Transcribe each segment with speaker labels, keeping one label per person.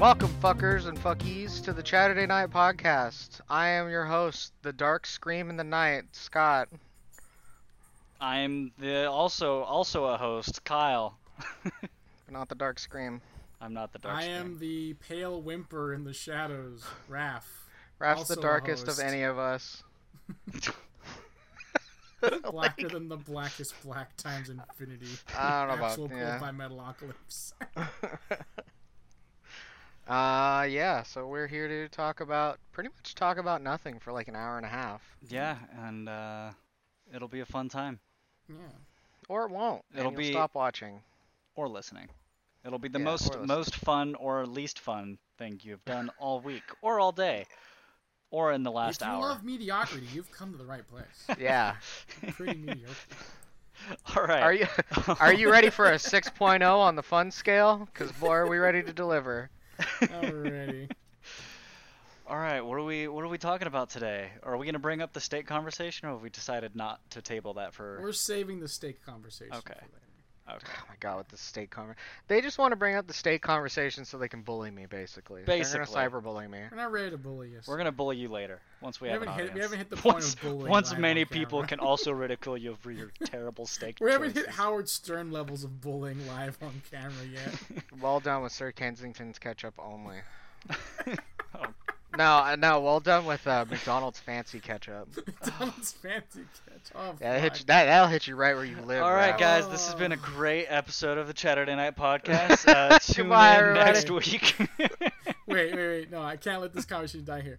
Speaker 1: Welcome, fuckers and fuckies, to the Saturday Night Podcast. I am your host, the Dark Scream in the Night, Scott.
Speaker 2: I'm the also also a host, Kyle.
Speaker 1: But not the Dark Scream.
Speaker 2: I'm not the dark.
Speaker 3: I
Speaker 2: screen.
Speaker 3: am the pale whimper in the shadows, Raph.
Speaker 1: Raph's
Speaker 3: Also
Speaker 1: the
Speaker 3: a
Speaker 1: darkest of
Speaker 3: host.
Speaker 1: any of us. Oh
Speaker 3: Blacker than the blackest black times infinity.
Speaker 1: I don't know about-
Speaker 3: Actual
Speaker 1: yeah.
Speaker 3: by metalocalypse.
Speaker 1: Uh, yeah, so we're here to talk about, pretty much talk about nothing for like an hour and a half.
Speaker 2: Yeah, and uh, it'll be a fun time.
Speaker 3: yeah.
Speaker 1: Or it won't. and
Speaker 2: It'll
Speaker 1: you'll
Speaker 2: be-
Speaker 1: stop watching.
Speaker 2: Or listening. It'll be the
Speaker 1: Yeah, or
Speaker 2: most
Speaker 1: listening.
Speaker 2: most fun or least fun thing you've done all week or all day, or in the last
Speaker 3: if you
Speaker 2: hour.
Speaker 3: love mediocrity, you've come to the right place.
Speaker 1: Yeah.
Speaker 3: Pretty mediocre.
Speaker 2: all right.
Speaker 1: Are you are you ready for a 6.0 on the fun scale? Because boy, are we ready to deliver.
Speaker 3: Alrighty.
Speaker 2: All right. What are we What are we talking about today? Are we gonna bring up the state conversation, or have we decided not to table that for?
Speaker 3: We're saving the steak conversation.
Speaker 2: Okay.
Speaker 3: For later.
Speaker 2: Okay.
Speaker 1: Oh my god, with the state conver- They just want to bring up the state conversation so they can bully me, basically.
Speaker 2: Basically.
Speaker 1: They're gonna cyberbully me.
Speaker 3: We're not ready to bully you.
Speaker 2: We're gonna bully you later once we,
Speaker 3: We
Speaker 2: have an
Speaker 3: haven't hit- we
Speaker 2: audience.
Speaker 3: haven't hit the point
Speaker 2: once,
Speaker 3: of bullying
Speaker 2: Once
Speaker 3: live
Speaker 2: many
Speaker 3: on
Speaker 2: people
Speaker 3: camera.
Speaker 2: can also ridicule you for your terrible steak.
Speaker 3: we haven't hit
Speaker 2: choices.
Speaker 3: Howard Stern levels of bullying live on camera yet.
Speaker 1: Well done with Sir Kensington's ketchup only.
Speaker 2: Oh.
Speaker 1: No, uh, no. Well done with uh, McDonald's fancy ketchup.
Speaker 3: Donald's fancy catch. Oh,
Speaker 1: That hit
Speaker 3: fuck.
Speaker 1: you, that, that'll hit you right where you live.
Speaker 2: All right,
Speaker 1: Raph.
Speaker 2: guys, this has been a great episode of the Saturday Night Podcast. Uh, tune
Speaker 1: Oh. Goodbye,
Speaker 2: in
Speaker 1: everybody.
Speaker 2: next week.
Speaker 3: wait, wait, wait. No, I can't let this conversation die here.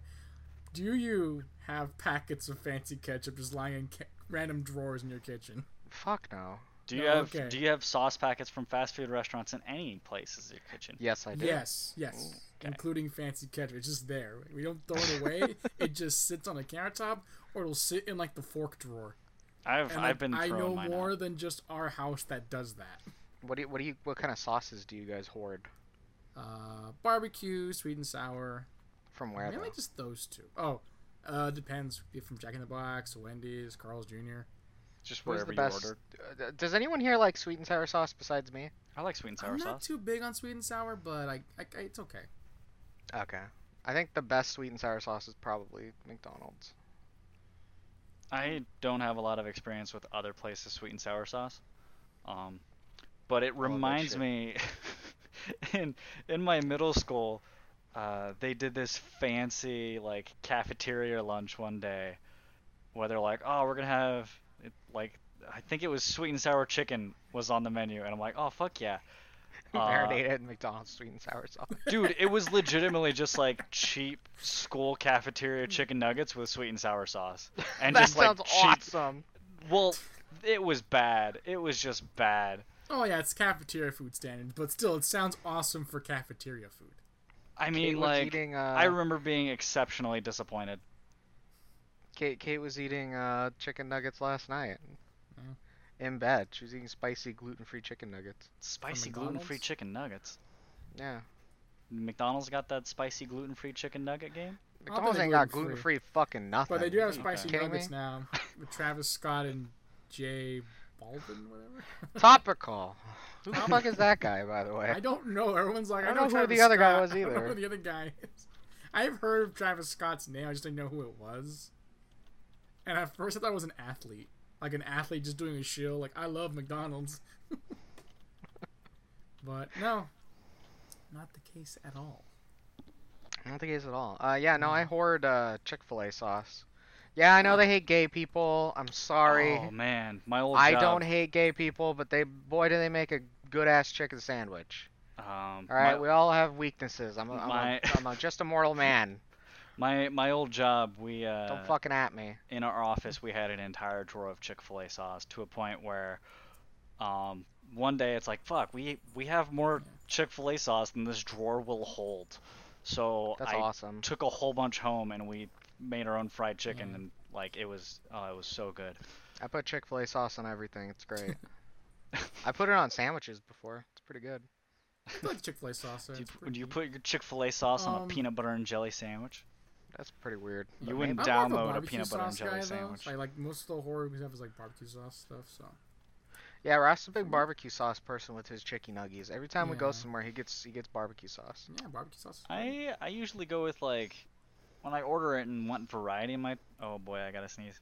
Speaker 3: Do you have packets of fancy ketchup just lying in ca- random drawers in your kitchen?
Speaker 1: Fuck no.
Speaker 2: do you
Speaker 3: Oh,
Speaker 2: have
Speaker 3: okay.
Speaker 2: Do you have sauce packets from fast food restaurants in any places in your kitchen?
Speaker 1: Yes, I do. Mm.
Speaker 3: Yes, yes.
Speaker 2: Okay.
Speaker 3: Including fancy ketchup. It's just there. We don't throw it away. it just sits on the countertop or it'll sit in like the fork drawer.
Speaker 2: I've
Speaker 3: And
Speaker 2: I've
Speaker 3: like,
Speaker 2: been
Speaker 3: I
Speaker 2: throwing
Speaker 3: know
Speaker 2: mine out.
Speaker 3: more than just our house that does that.
Speaker 1: What do you, what do you what kind of sauces do you guys hoard?
Speaker 3: Uh, barbecue, sweet and sour.
Speaker 1: From where
Speaker 3: Mainly
Speaker 1: though?
Speaker 3: just those two. Oh, uh, depends. From Jack in the Box, Wendy's, Carl's Jr.
Speaker 2: Just
Speaker 1: Where's
Speaker 2: wherever
Speaker 1: the
Speaker 2: you
Speaker 1: best?
Speaker 2: ordered.
Speaker 1: uh, Does anyone here like sweet and sour sauce besides me?
Speaker 2: I like sweet and sour
Speaker 3: I'm not
Speaker 2: sauce.
Speaker 3: too big on sweet and sour, but I, I, I it's okay.
Speaker 1: Okay. I think the best sweet and sour sauce is probably McDonald's.
Speaker 2: I don't have a lot of experience with other places sweet and sour sauce, um, but it
Speaker 1: that
Speaker 2: reminds
Speaker 1: shit.
Speaker 2: me, in in my middle school, uh, they did this fancy like cafeteria lunch one day, where they're like, oh, we're gonna have it, like I think it was sweet and sour chicken was on the menu, and I'm like, oh fuck yeah, Uh,
Speaker 1: Marinated McDonald's sweet and sour sauce.
Speaker 2: dude, it was legitimately just like cheap school cafeteria chicken nuggets with sweet and sour sauce, and
Speaker 1: that
Speaker 2: just like
Speaker 1: sounds
Speaker 2: cheap
Speaker 1: awesome.
Speaker 2: well, it was bad. It was just bad.
Speaker 3: Oh yeah, it's cafeteria food standards, but still, it sounds awesome for cafeteria food.
Speaker 2: I mean,
Speaker 1: Kate was
Speaker 2: like,
Speaker 1: eating,
Speaker 2: I
Speaker 1: uh,
Speaker 2: remember being exceptionally disappointed.
Speaker 1: Kate Kate was eating uh, chicken nuggets last night.
Speaker 3: Mm.
Speaker 1: In bed, she was eating spicy gluten-free chicken nuggets.
Speaker 2: Spicy gluten-free
Speaker 3: McDonald's?
Speaker 2: chicken nuggets.
Speaker 1: Yeah.
Speaker 2: McDonald's got that spicy gluten-free chicken nugget game.
Speaker 1: McDonald's
Speaker 3: they're
Speaker 1: ain't got gluten
Speaker 3: gluten-free.
Speaker 1: free fucking nothing.
Speaker 3: But they do have
Speaker 2: Okay.
Speaker 3: spicy
Speaker 1: Kidding
Speaker 3: nuggets
Speaker 1: me?
Speaker 3: now with Travis Scott and Jay Baldwin, whatever.
Speaker 1: Topical. Who the fuck is that guy, by the way?
Speaker 3: I don't know. Everyone's like,
Speaker 1: I
Speaker 3: I,
Speaker 1: don't know who
Speaker 3: Travis
Speaker 1: the other guy
Speaker 3: Scott.
Speaker 1: was
Speaker 3: I don't
Speaker 1: either.
Speaker 3: know who the other guy is. I've heard of Travis Scott's name. I just didn't know who it was. And at first, I thought it was an athlete, like an athlete just doing a shill, like I love McDonald's. but no, not the case at all.
Speaker 1: I don't think he is at all. Uh, yeah, no, I hoard uh, Chick Fil A sauce. Yeah, I know they hate gay people. I'm sorry.
Speaker 2: Oh man, my old
Speaker 1: I
Speaker 2: job,
Speaker 1: don't hate gay people, but they boy do they make a good ass chicken sandwich.
Speaker 2: Um,
Speaker 1: All right,
Speaker 2: my,
Speaker 1: we all have weaknesses. I'm a, I'm,
Speaker 2: My-
Speaker 1: a, I'm a, just a mortal man.
Speaker 2: my my old job, we uh,
Speaker 1: Don't fucking at me.
Speaker 2: in our office we had an entire drawer of Chick-fil-A sauce to a point where um, one day it's like fuck we we have more Chick-fil-A sauce than this drawer will hold. So
Speaker 1: That's
Speaker 2: I
Speaker 1: awesome.
Speaker 2: took a whole bunch home and we made our own fried chicken
Speaker 3: Yeah.
Speaker 2: and like it was oh it was so good.
Speaker 1: I put Chick Fil A sauce on everything. It's great. I put it on sandwiches before. It's pretty good.
Speaker 3: I like Chick Fil A sauce.
Speaker 2: Do
Speaker 3: it's
Speaker 2: you,
Speaker 3: pretty
Speaker 2: do you
Speaker 3: good.
Speaker 2: put your Chick-fil-A sauce on a
Speaker 3: Um,
Speaker 2: peanut butter and jelly sandwich?
Speaker 1: That's pretty weird.
Speaker 2: You
Speaker 1: but
Speaker 2: wouldn't
Speaker 1: maybe-
Speaker 3: I'm more of
Speaker 2: download a
Speaker 3: barbecue
Speaker 2: peanut butter and
Speaker 3: sauce
Speaker 2: jelly
Speaker 3: guy, though,
Speaker 2: sandwich.
Speaker 3: so I like most of the horror we have is like barbecue sauce stuff. So
Speaker 1: Yeah, Ross is a big barbecue sauce person with his chicky nuggies. Every time we go
Speaker 3: Mm-hmm. Yeah.
Speaker 1: somewhere, he gets he gets barbecue sauce.
Speaker 3: Yeah, barbecue sauce. is good.
Speaker 2: I I usually go with like when I order it and want variety in my. Oh boy, I gotta sneeze.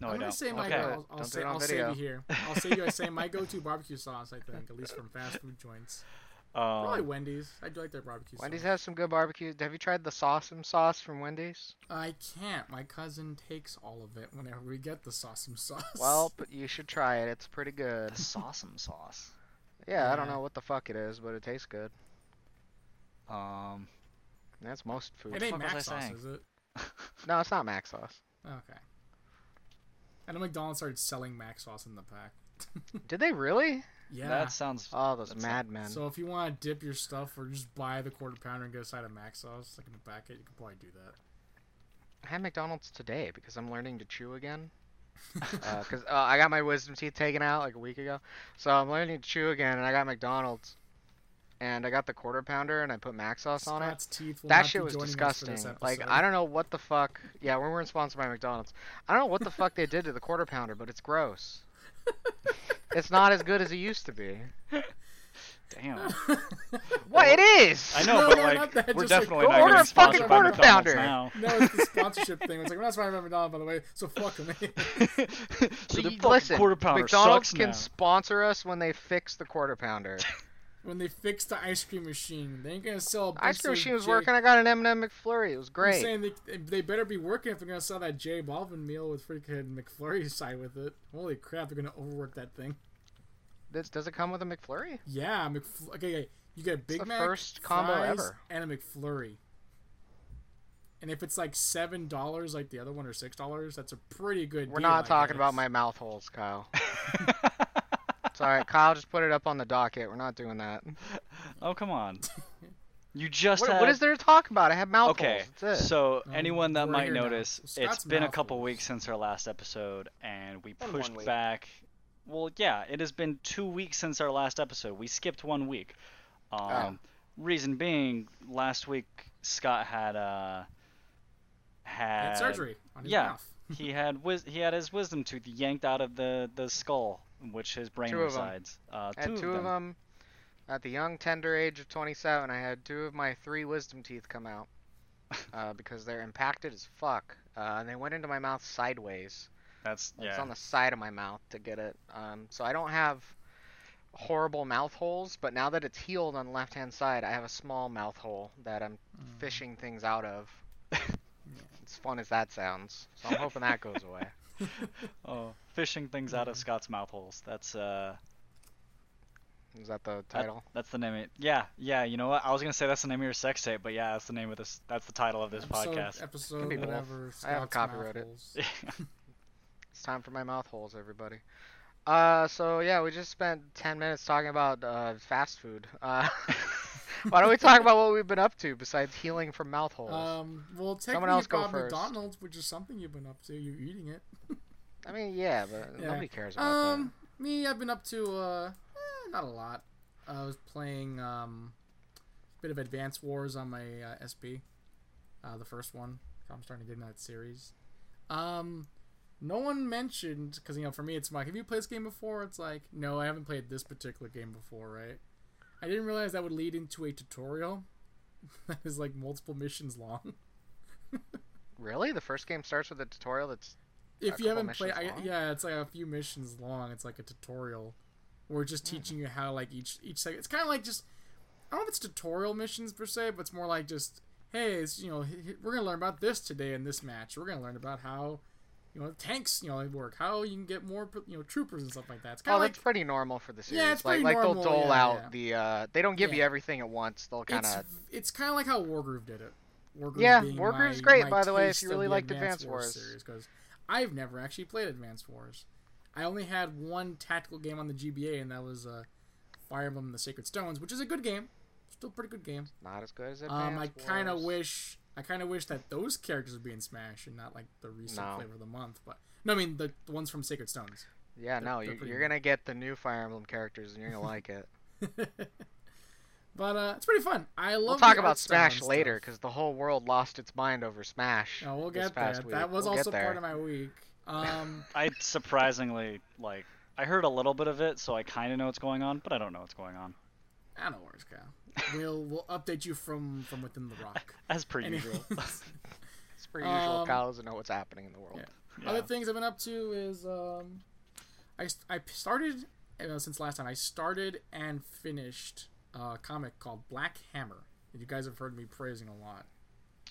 Speaker 2: No, I
Speaker 3: I'm gonna
Speaker 2: don't.
Speaker 3: say my
Speaker 2: okay.
Speaker 3: I'll, I'll,
Speaker 1: don't
Speaker 3: say,
Speaker 1: do it on
Speaker 3: I'll save
Speaker 1: video.
Speaker 3: you here. I'll save you. I say my go-to barbecue sauce. I think at least from fast food joints. Probably
Speaker 2: Um,
Speaker 3: Wendy's. I do like their barbecue
Speaker 1: Wendy's
Speaker 3: sauce.
Speaker 1: has some good barbecue. Have you tried the sauce and sauce from Wendy's?
Speaker 3: I can't. My cousin takes all of it whenever we get the sauce sauce.
Speaker 1: Well, but you should try it. It's pretty good.
Speaker 2: the sawsum sauce.
Speaker 1: Yeah, I don't
Speaker 3: Yeah.
Speaker 1: know what the fuck it is, but it tastes good.
Speaker 2: Um,
Speaker 1: And That's most
Speaker 3: it
Speaker 1: food.
Speaker 3: ain't
Speaker 2: fuck was I
Speaker 3: mac sauce,
Speaker 2: saying?
Speaker 3: is it?
Speaker 1: No, it's not mac sauce.
Speaker 3: Okay. I know McDonald's started selling mac sauce in the pack.
Speaker 1: Did they really?
Speaker 3: Yeah. Uh,
Speaker 2: that sounds.
Speaker 1: Oh, those
Speaker 2: That's not-
Speaker 1: madmen.
Speaker 3: So if you want to dip your stuff or just buy the quarter pounder and get a side of mac sauce, like in the packet, you can probably do that.
Speaker 1: I had McDonald's today because I'm learning to chew again. Because uh, I got my wisdom teeth taken out like a week ago, so I'm learning to chew again, and I got McDonald's, and I got the quarter pounder, and I put mac sauce on it.
Speaker 3: Scott's teeth will
Speaker 1: That
Speaker 3: not
Speaker 1: shit
Speaker 3: be
Speaker 1: was
Speaker 3: joining us for
Speaker 1: disgusting.
Speaker 3: this
Speaker 1: Like
Speaker 3: episode.
Speaker 1: I don't know what the fuck. Yeah, we weren't sponsored by McDonald's. I don't know what the fuck they did to the quarter pounder, but it's gross. it's not as good as it used to be.
Speaker 2: Damn.
Speaker 1: What it is?
Speaker 2: I know,
Speaker 3: No,
Speaker 2: but
Speaker 3: no,
Speaker 2: like
Speaker 3: not that,
Speaker 2: we're
Speaker 3: just like,
Speaker 2: definitely
Speaker 3: go
Speaker 2: not
Speaker 1: order
Speaker 2: getting
Speaker 1: a fucking
Speaker 2: sponsored by
Speaker 1: quarter
Speaker 2: McDonald's
Speaker 1: pounder.
Speaker 2: now.
Speaker 3: No, it's the sponsorship thing. It's like we're not sponsored by McDonald's, by the way. So fuck them.
Speaker 2: so the
Speaker 1: See,
Speaker 2: fucking
Speaker 1: Listen,
Speaker 2: quarter pounder
Speaker 1: McDonald's
Speaker 2: sucks
Speaker 1: can
Speaker 2: now.
Speaker 1: sponsor us when they fix the quarter pounder.
Speaker 3: when they fix the ice cream machine, they ain't gonna sell. a
Speaker 1: Ice
Speaker 3: bunch
Speaker 1: cream
Speaker 3: of
Speaker 1: machine was
Speaker 3: J-
Speaker 1: working. I got an M&M McFlurry. It was
Speaker 3: I'm
Speaker 1: great.
Speaker 3: saying they, they better be working if they're gonna sell that J Balvin meal with freaking McFlurry side with it. Holy crap, they're gonna overwork that thing.
Speaker 1: This, does it come with a McFlurry?
Speaker 3: Yeah, McFl- okay, okay, you get a Big
Speaker 1: the
Speaker 3: Mac,
Speaker 1: first combo
Speaker 3: fries,
Speaker 1: ever.
Speaker 3: and a McFlurry. And if it's like seven dollars, like the other one, or six dollars, that's a pretty good.
Speaker 1: We're
Speaker 3: deal,
Speaker 1: not
Speaker 3: I
Speaker 1: talking about
Speaker 3: guess.
Speaker 1: my mouth holes, Kyle. Sorry, Kyle just put it up on the docket. We're not doing that.
Speaker 2: oh come on. You just
Speaker 1: What,
Speaker 2: had...
Speaker 1: what is there to talk about? I have mouth
Speaker 2: Okay,
Speaker 1: holes. That's it.
Speaker 2: so
Speaker 3: Um,
Speaker 2: anyone that
Speaker 3: we're
Speaker 2: might
Speaker 3: here now.
Speaker 2: notice, it's
Speaker 3: Scott's
Speaker 2: been a
Speaker 3: mouth
Speaker 2: couple
Speaker 3: was-
Speaker 2: weeks since our last episode, and we
Speaker 1: Been
Speaker 2: pushed
Speaker 1: one week.
Speaker 2: back. Well, yeah, it has been two weeks since our last episode. We skipped one week.
Speaker 1: Oh.
Speaker 2: Um, Reason being, last week Scott had uh,
Speaker 3: He
Speaker 2: had
Speaker 3: had surgery on his
Speaker 2: yeah.
Speaker 3: mouth.
Speaker 2: he had wis- he had his wisdom tooth yanked out of the the skull, in which his brain
Speaker 1: Two of 'em.
Speaker 2: resides. Uh,
Speaker 1: I had two of them. At the young, tender age of 27, I had two of my three wisdom teeth come out uh, because they're impacted as fuck. Uh, and they went into my mouth sideways.
Speaker 2: That's
Speaker 1: It's
Speaker 2: yeah.
Speaker 1: on the side of my mouth to get it. Um, so I don't have horrible mouth holes, but now that it's healed on the left hand side, I have a small mouth hole that I'm fishing things out of. As fun as that sounds. So I'm hoping that goes away.
Speaker 2: Oh, fishing things out of Scott's mouth holes. That's uh.
Speaker 1: Is that the
Speaker 2: That-
Speaker 1: title?
Speaker 2: that's the name. Of it. Yeah, yeah. You know what? I was gonna say that's the name of your sex tape, but yeah, that's the name of this. That's the title of this
Speaker 3: Episode-
Speaker 2: podcast.
Speaker 3: Episode,
Speaker 1: Can be both.
Speaker 3: whatever.
Speaker 1: I haven't
Speaker 3: Scott's mouth
Speaker 1: copyrighted it.
Speaker 3: holes.
Speaker 1: It's time for my mouth holes, everybody. Uh, so yeah, we just spent 10 minutes talking about uh, fast food. Uh, why don't we talk about what we've been up to besides healing from mouth holes?
Speaker 3: Um, well, technically
Speaker 1: Someone else
Speaker 3: it's
Speaker 1: go
Speaker 3: about
Speaker 1: first.
Speaker 3: McDonald's, which is something you've been up to. You're eating it.
Speaker 1: I mean, yeah, but
Speaker 3: yeah.
Speaker 1: nobody cares about
Speaker 3: Um, me, I've been up to uh, eh, not a lot. I was playing um, a bit of Advance Wars on my uh, SP, uh, the first one. So I'm starting to get into that series. Um, no one mentioned because you know for me it's like, have you played this game before? It's like, no, I haven't played this particular game before, right? I didn't realize that would lead into a tutorial that is like multiple missions long.
Speaker 1: that. Really? The first game starts with a tutorial that's
Speaker 3: if
Speaker 1: a couple
Speaker 3: you haven't played, I,
Speaker 1: missions long?
Speaker 3: yeah, it's like a few missions long. It's like a tutorial, or just
Speaker 1: Hmm.
Speaker 3: teaching you how like each each second. It's kind of like just I don't know if it's tutorial missions per se, but it's more like just hey, it's, you know, h- h- we're gonna learn about this today in this match. We're gonna learn about how you know tanks you know work, how you can get more you know troopers and stuff like that. It's kind
Speaker 1: Oh,
Speaker 3: of like
Speaker 1: that's pretty normal for the series.
Speaker 3: Yeah, it's
Speaker 1: like,
Speaker 3: pretty
Speaker 1: like they'll
Speaker 3: normal,
Speaker 1: dole
Speaker 3: yeah,
Speaker 1: out
Speaker 3: yeah.
Speaker 1: the. Uh, they don't give you
Speaker 3: Yeah.
Speaker 1: everything at once. They'll kind
Speaker 3: it's
Speaker 1: of.
Speaker 3: it's kind of like how Wargroove did it. Wargroove
Speaker 1: Yeah,
Speaker 3: being
Speaker 1: Wargroove's
Speaker 3: my-
Speaker 1: great,
Speaker 3: my
Speaker 1: by the way, if
Speaker 3: taste
Speaker 1: you
Speaker 3: of
Speaker 1: really
Speaker 3: the
Speaker 1: liked Advance Wars.
Speaker 3: series, because I've never actually played Advanced Wars. I only had one tactical game on the GBA, and that was uh, Fire Emblem: and The Sacred Stones, which is a good game, still a pretty good game.
Speaker 1: Not as good as Advance
Speaker 3: Um, I kind of
Speaker 1: Wars.
Speaker 3: wish I kind of wish that those characters would be in Smash and not like the recent
Speaker 1: No.
Speaker 3: flavor of the month. But no, I mean the, the ones from Sacred Stones.
Speaker 1: Yeah,
Speaker 3: they're-
Speaker 1: no,
Speaker 3: they're
Speaker 1: you're,
Speaker 3: pretty
Speaker 1: you're
Speaker 3: good.
Speaker 1: gonna get the new Fire Emblem characters, and you're gonna like it.
Speaker 3: But uh, it's pretty fun. I love.
Speaker 1: We'll
Speaker 3: the
Speaker 1: talk
Speaker 3: art
Speaker 1: about
Speaker 3: style and
Speaker 1: Smash later,
Speaker 3: stuff.
Speaker 1: because the whole world lost its mind over Smash.
Speaker 3: No, we'll
Speaker 1: this
Speaker 3: get there.
Speaker 1: past week.
Speaker 3: That was
Speaker 1: We'll get
Speaker 3: also
Speaker 1: there.
Speaker 3: part of my week. Um,
Speaker 2: I surprisingly like I heard a little bit of it, so I kind of know what's going on, but I don't know what's going on.
Speaker 3: I don't know where it's going. We'll we'll update you from from within the rock.
Speaker 2: As per usual.
Speaker 3: Anyways.
Speaker 1: It's pretty usual.
Speaker 3: Um,
Speaker 1: cows know what's happening in the world.
Speaker 3: yeah.
Speaker 2: Yeah.
Speaker 3: Other things I've been up to is um, I, s- I started uh, since last time I started and finished a comic called Black Hammer. that You guys have heard me praising a lot.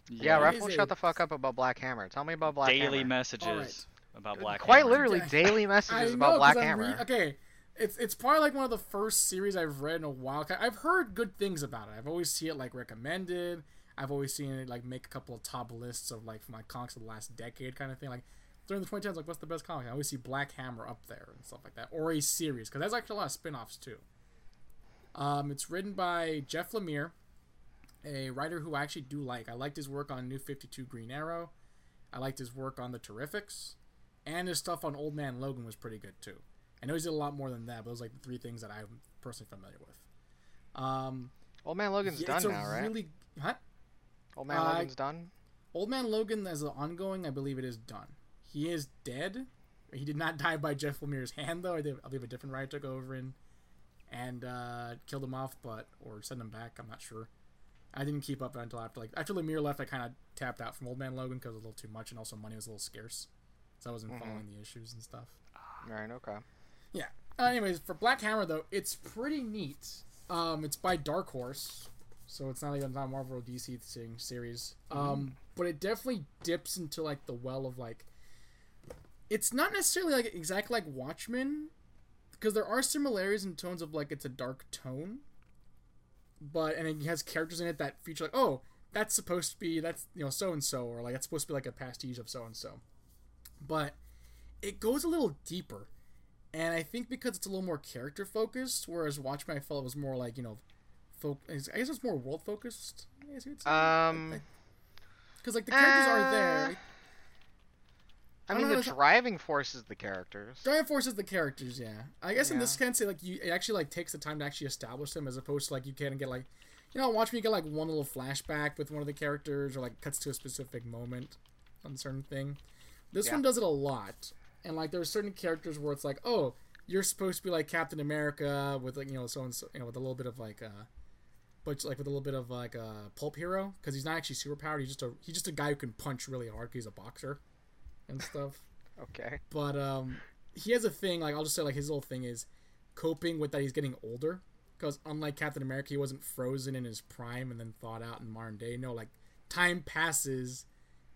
Speaker 1: Yeah,
Speaker 3: What
Speaker 1: Ruffle,
Speaker 3: is
Speaker 1: shut
Speaker 3: it?
Speaker 1: the fuck up about Black Hammer. Tell me about Black Hammer.
Speaker 2: daily messages
Speaker 3: Alright.
Speaker 2: about Black
Speaker 1: Quite
Speaker 2: Hammer.
Speaker 1: literally, daily
Speaker 3: I
Speaker 1: messages
Speaker 3: know,
Speaker 1: about
Speaker 3: 'cause
Speaker 1: Black
Speaker 3: I'm
Speaker 1: Hammer.
Speaker 3: re- okay, it's it's probably like one of the first series I've read in a while. I've heard good things about it. I've always seen it like recommended. I've always seen it like make a couple of top lists of like my comics of the last decade kind of thing. Like during the 2010s, like what's the best comic? I always see Black Hammer up there and stuff like that, or a series because that's actually a lot of spin-offs too. Um, it's written by Jeff Lemire, a writer who I actually do like. I liked his work on New 52 Green Arrow. I liked his work on The Terrifics and his stuff on Old Man Logan was pretty good too. I know he's did a lot more than that, but those are like the three things that I'm personally familiar with. Um,
Speaker 1: Old Man Logan's
Speaker 3: yeah,
Speaker 1: done
Speaker 3: it's a
Speaker 1: now, right?
Speaker 3: Really, huh?
Speaker 1: Old Man
Speaker 3: uh,
Speaker 1: Logan's done.
Speaker 3: Old Man Logan as the ongoing, I believe it is done. He is dead. He did not die by Jeff Lemire's hand though. I, did, I believe a different writer took over and and uh, killed him off, but or sent him back. I'm not sure. I didn't keep up until after like after Lemire left. I kind of tapped out from Old Man Logan because it was a little too much, and also money was a little scarce, so I wasn't
Speaker 1: Mm-hmm.
Speaker 3: following the issues and stuff.
Speaker 1: Right. Okay.
Speaker 3: Yeah. Uh, anyways, for Black Hammer though, it's pretty neat. Um, it's by Dark Horse, so it's not even not a Marvel or DC thing, series. Um, but it definitely dips into like the well of like. It's not necessarily like exactly like Watchmen, because there are similarities in tones of like it's a dark tone. But and it has characters in it that feature like oh that's supposed to be that's you know so and so or like that's supposed to be like a pastiche of so and so, but it goes a little deeper. And I think because it's a little more character focused, whereas Watchmen I felt it was more like you know, fo- I guess it's more world focused. I guess you could say.
Speaker 1: Um,
Speaker 3: because like the characters are
Speaker 1: uh,
Speaker 3: there. Like,
Speaker 1: I
Speaker 3: I
Speaker 1: mean,
Speaker 3: don't
Speaker 1: the
Speaker 3: know if I-
Speaker 1: driving force is the characters.
Speaker 3: Giant Force is the characters, yeah. I guess in this
Speaker 1: Yeah.
Speaker 3: sense, it like you, it actually like takes the time to actually establish them, as opposed to like you can get like, you know, watch me get like one little flashback with one of the characters, or like cuts to a specific moment on a certain thing. This
Speaker 1: Yeah.
Speaker 3: one does it a lot, and like there are certain characters where it's like, oh, you're supposed to be like Captain America with like you know so and so, you know, with a little bit of like, uh, but like with a little bit of like a uh, pulp hero because he's not actually superpowered. He's just a he's just a guy who can punch really hard. 'cause He's a boxer, and stuff.
Speaker 1: Okay.
Speaker 3: But um, he has a thing. Like I'll just say, like his little thing is coping with that he's getting older. Because unlike Captain America, he wasn't frozen in his prime and then thawed out in modern day. No, like time passes,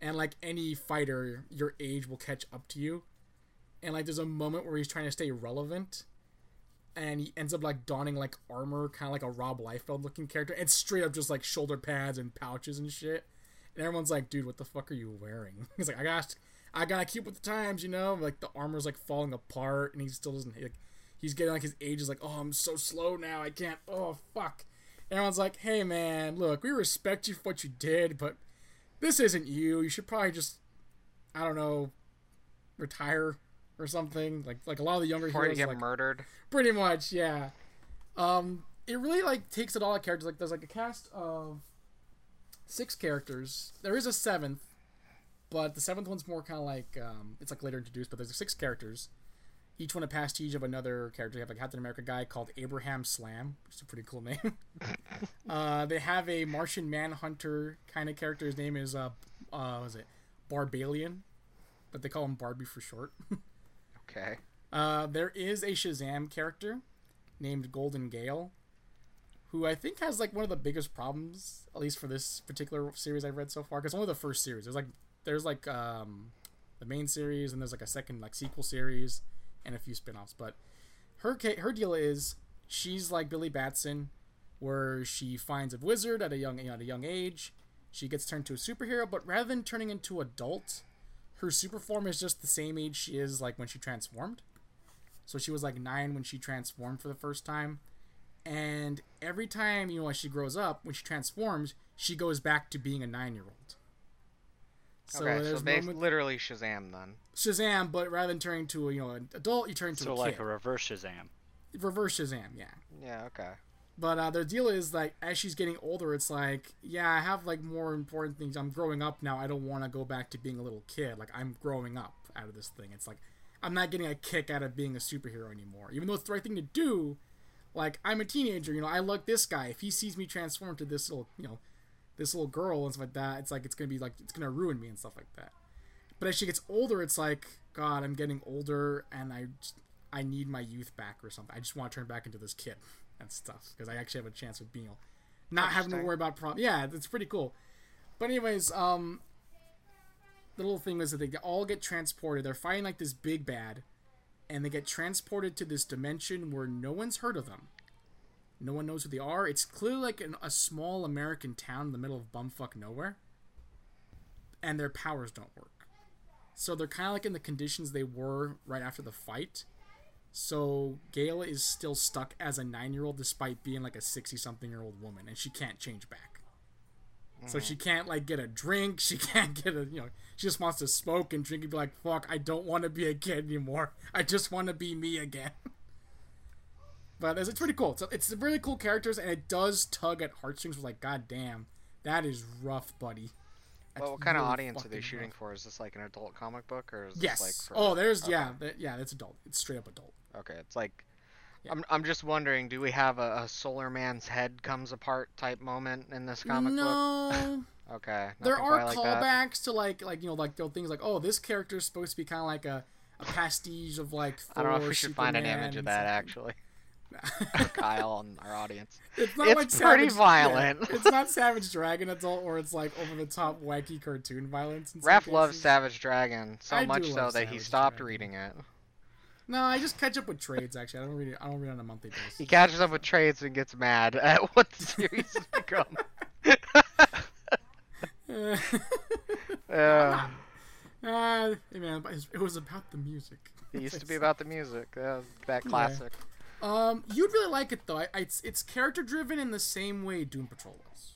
Speaker 3: and like any fighter, your age will catch up to you. And like there's a moment where he's trying to stay relevant, and he ends up like donning like armor, kind of like a Rob Liefeld looking character, and straight up just like shoulder pads and pouches and shit. And everyone's like, "Dude, what the fuck are you wearing?" He's like, "I got, I gotta keep with the times, you know." Like the armor's like falling apart, and he still doesn't. Like, he's getting like his age is like, "Oh, I'm so slow now. I can't. Oh, fuck." And everyone's like, "Hey, man, look, we respect you for what you did, but this isn't you. You should probably just, I don't know, retire or something." Like, like a lot of the younger
Speaker 1: Before you
Speaker 3: heroes,
Speaker 1: get
Speaker 3: like,
Speaker 1: murdered.
Speaker 3: pretty much yeah um it really like takes it all at characters like there's like a cast of six characters there is a seventh but the seventh one's more kind of like um it's like later introduced but there's six characters each one a pastiche of another character. You have a Captain America guy called Abraham Slam, which is a pretty cool name. uh, they have a Martian Manhunter kind of character. His name is uh, uh, what was it Barbalian, but they call him Barbie for short.
Speaker 1: Okay.
Speaker 3: Uh, there is a Shazam character named Golden Gale, who I think has like one of the biggest problems, at least for this particular series I've read so far. Because only the first series. There's like there's like um, the main series, and there's like a second like sequel series, and a few spin-offs. But her ca- her deal is she's like Billy Batson, where she finds a wizard at a young at a young age. She gets turned to a superhero, but rather than turning into adult, her super form is just the same age she is like when she transformed. So she was like nine when she transformed for the first time. And every time, you know, as she grows up, when she transforms, she goes back to being a nine year old. So
Speaker 1: okay. So
Speaker 3: there's
Speaker 1: they
Speaker 3: moments-
Speaker 1: literally Shazam then.
Speaker 3: Shazam, but rather than turning to a, you know an adult, you turn into
Speaker 2: So
Speaker 3: a
Speaker 2: like
Speaker 3: kid.
Speaker 2: a reverse Shazam.
Speaker 3: reverse Shazam, yeah.
Speaker 1: Yeah. Okay.
Speaker 3: But uh, their deal is like as she's getting older, it's like yeah, I have like more important things. I'm growing up now. I don't want to go back to being a little kid. Like I'm growing up out of this thing. It's like I'm not getting a kick out of being a superhero anymore. Even though it's the right thing to do, like I'm a teenager, you know, I like this guy. If he sees me transform to this little, you know, this little girl and stuff like that, it's like it's gonna be like it's gonna ruin me and stuff like that. But as she gets older, it's like God, I'm getting older and I just- I need my youth back or something. I just want to turn back into this kid and stuff because I actually have a chance of being not having to
Speaker 1: Interesting.
Speaker 3: worry about problems. Yeah, that's pretty cool. But anyways, um, the little thing is that they all get transported. They're fighting like this big bad, and they get transported to this dimension where no one's heard of them. No one knows who they are. It's clearly like an, a small American town in the middle of bumfuck nowhere, and their powers don't work. So they're kind of like in the conditions they were right after the fight. So Gale is still stuck as a nine-year-old despite being like a sixty-something-year-old woman, and she can't change back. So
Speaker 1: Mm.
Speaker 3: she can't like get a drink. She can't get a you know. She just wants to smoke and drink and be like, "Fuck, I don't want to be a kid anymore. I just want to be me again." but it's, it's pretty cool. So it's really cool characters, and it does tug at heartstrings. With like, God damn, that is rough, buddy. That's
Speaker 1: Well, what kind of
Speaker 3: really
Speaker 1: audience are they
Speaker 3: fucking
Speaker 1: shooting
Speaker 3: rough.
Speaker 1: for? Is this like an adult comic book, or is
Speaker 3: Yes.
Speaker 1: this like for?
Speaker 3: oh, there's yeah, that, yeah. That's adult. It's straight up adult.
Speaker 1: Okay, it's like.
Speaker 3: Yeah.
Speaker 1: I'm, I'm just wondering, do we have a, a Solar Man's head comes apart type moment in this comic
Speaker 3: no.
Speaker 1: book? Okay.
Speaker 3: there
Speaker 1: nothing
Speaker 3: are
Speaker 1: quite like that.
Speaker 3: callbacks to like like you know like you know, things like oh this character is supposed to be kind of like a, a pastiche of like Thor,
Speaker 1: I don't know if we should find an
Speaker 3: Superman,
Speaker 1: image of
Speaker 3: and
Speaker 1: that
Speaker 3: stuff.
Speaker 1: actually for Kyle and our audience.
Speaker 3: it's not
Speaker 1: It's
Speaker 3: like
Speaker 1: pretty
Speaker 3: savage,
Speaker 1: violent.
Speaker 3: yeah, it's not Savage Dragon adult or it's like over the top wacky cartoon violence. in some
Speaker 1: Raph loves
Speaker 3: cases.
Speaker 1: Savage Dragon so
Speaker 3: I do
Speaker 1: much so that
Speaker 3: love
Speaker 1: he
Speaker 3: Savage
Speaker 1: stopped
Speaker 3: Dragon.
Speaker 1: reading it.
Speaker 3: No, I just catch up with trades actually. I don't read it. I don't read on a monthly basis.
Speaker 1: He catches up with trades and gets mad at what the series has become.
Speaker 3: Uh,
Speaker 1: Yeah,
Speaker 3: uh, hey man, but it's- it was about the music.
Speaker 1: it used to be about the music. Yeah, that
Speaker 3: Yeah.
Speaker 1: classic.
Speaker 3: Um, you'd really like it though. I, I- it's it's character driven in the same way Doom Patrol is.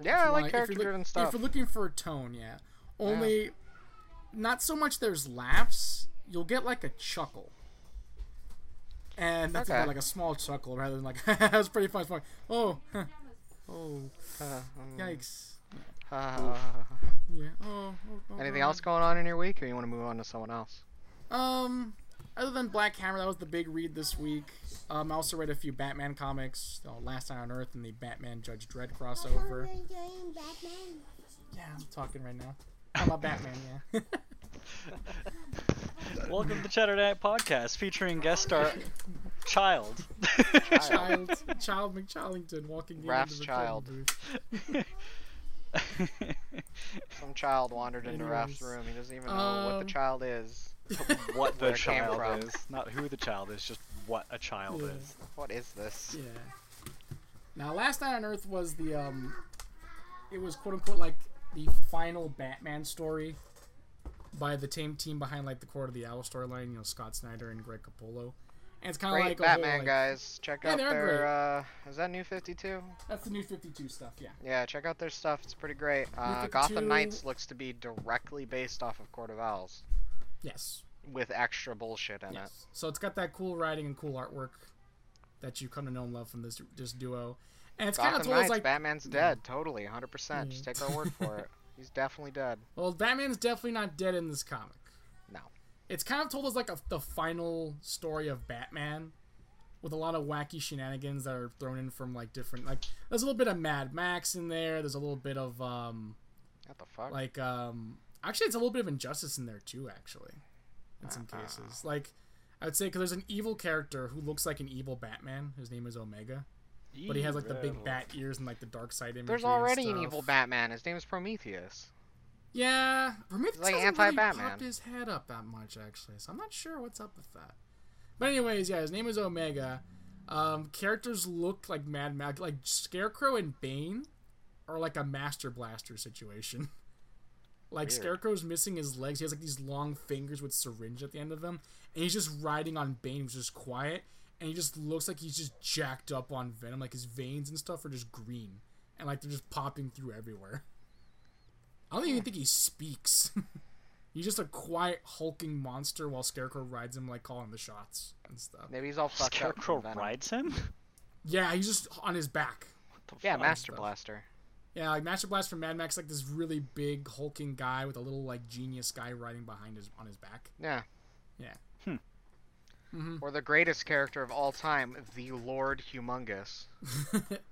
Speaker 1: Yeah, I
Speaker 3: Well,
Speaker 1: like
Speaker 3: if you're
Speaker 1: character driven
Speaker 3: look-
Speaker 1: stuff.
Speaker 3: If you're looking for a tone, yeah. Only, not so much there's laughs. You'll get like a chuckle. And that's
Speaker 1: Okay.
Speaker 3: about like a small chuckle rather than like, that was pretty fun. It's like, oh, huh, oh,
Speaker 1: Uh, mm,
Speaker 3: yikes.
Speaker 1: uh,
Speaker 3: Yeah, oh, oh, oh,
Speaker 1: anything
Speaker 3: oh.
Speaker 1: else going on in your week, or you want to move on to someone else?
Speaker 3: Um, other than Black Hammer, that was the big read this week. Um, I also read a few Batman comics, uh, Last Night on Earth and the Batman Judge Dredd crossover. Yeah, I'm talking right now. I'm about Batman, yeah.
Speaker 2: Welcome to Cheddar Night Podcast featuring guest star Child.
Speaker 3: child, child McCharlington walking in
Speaker 1: Raph's
Speaker 3: into the
Speaker 1: child.
Speaker 3: child booth.
Speaker 1: Some child wandered into Raph's
Speaker 3: Anyways,
Speaker 1: room. He doesn't even know what the
Speaker 3: um,
Speaker 1: child is.
Speaker 2: what
Speaker 1: Where
Speaker 2: the
Speaker 1: it came
Speaker 2: child
Speaker 1: from.
Speaker 2: is, not who the child is, just what a child
Speaker 3: Yeah.
Speaker 2: is.
Speaker 1: What is this?
Speaker 3: Yeah. Now, Last Night on Earth was the um, it was quote unquote like the final Batman story by the same team behind like the Court of the Owl storyline. You know, Scott Snyder and Greg Capullo. And it's kind of
Speaker 1: Great
Speaker 3: like a
Speaker 1: Batman
Speaker 3: whole, like,
Speaker 1: guys. Check
Speaker 3: Yeah,
Speaker 1: out
Speaker 3: they're
Speaker 1: their. Uh, is that New Fifty Two?
Speaker 3: That's the new Fifty Two stuff. Yeah.
Speaker 1: Yeah, check out their stuff. It's pretty great. Uh,
Speaker 3: 52
Speaker 1: Gotham Knights looks to be directly based off of Court of Owls
Speaker 3: Yes.
Speaker 1: with extra bullshit in it.
Speaker 3: Yes. So it's got that cool writing and cool artwork that you kind of know and love from this this duo. And it's kind of
Speaker 1: Gotham
Speaker 3: told us
Speaker 1: Knights,
Speaker 3: like Mm.
Speaker 1: Batman's dead. Totally, 100%. Just take our word for it. He's definitely dead.
Speaker 3: Well, Batman's definitely not dead in this comic.
Speaker 1: No.
Speaker 3: It's kind of told as like a, the final story of Batman, with a lot of wacky shenanigans that are thrown in from like different like. There's a little bit of Mad Max in there. There's a little bit of um
Speaker 1: What the fuck?
Speaker 3: like um actually it's a little bit of injustice in there too actually, in some cases like. I would say because there's an evil character who looks like an evil Batman. His name is Omega, but he has like the big bat ears and like the dark side imagery.
Speaker 1: There's
Speaker 3: and
Speaker 1: already an
Speaker 3: stuff.
Speaker 1: evil Batman. His name is Prometheus.
Speaker 3: Yeah, Prometheus
Speaker 1: like
Speaker 3: hasn't
Speaker 1: anti-Batman.
Speaker 3: really popped his head up that much actually, so I'm not sure what's up with that. But anyways, yeah, his name is Omega. Um, characters look like Mad Max, like Scarecrow and Bane, are like a Master Blaster situation. Like
Speaker 1: Weird.
Speaker 3: Scarecrow's missing his legs. He has like these long fingers with syringe at the end of them, and he's just riding on Bane, who's just quiet, and he just looks like he's just jacked up on Venom. Like his veins and stuff are just green, and like they're just popping through everywhere. I don't even think he speaks. he's just a quiet hulking monster while Scarecrow rides him like calling the shots and stuff.
Speaker 1: Maybe he's all fucked
Speaker 2: Scarecrow
Speaker 1: up. from Venom.
Speaker 2: rides him?
Speaker 3: Yeah, he's just on his back.
Speaker 2: What the
Speaker 1: Yeah,
Speaker 2: fuck?
Speaker 1: Master
Speaker 3: stuff.
Speaker 1: Blaster.
Speaker 3: Yeah, like Master Blast from Mad Max, like this really big hulking guy with a little like genius guy riding behind his on his back.
Speaker 1: Yeah.
Speaker 3: Yeah.
Speaker 2: Hmm.
Speaker 3: Mhm.
Speaker 1: Or the greatest character of all time, the Lord Humongous.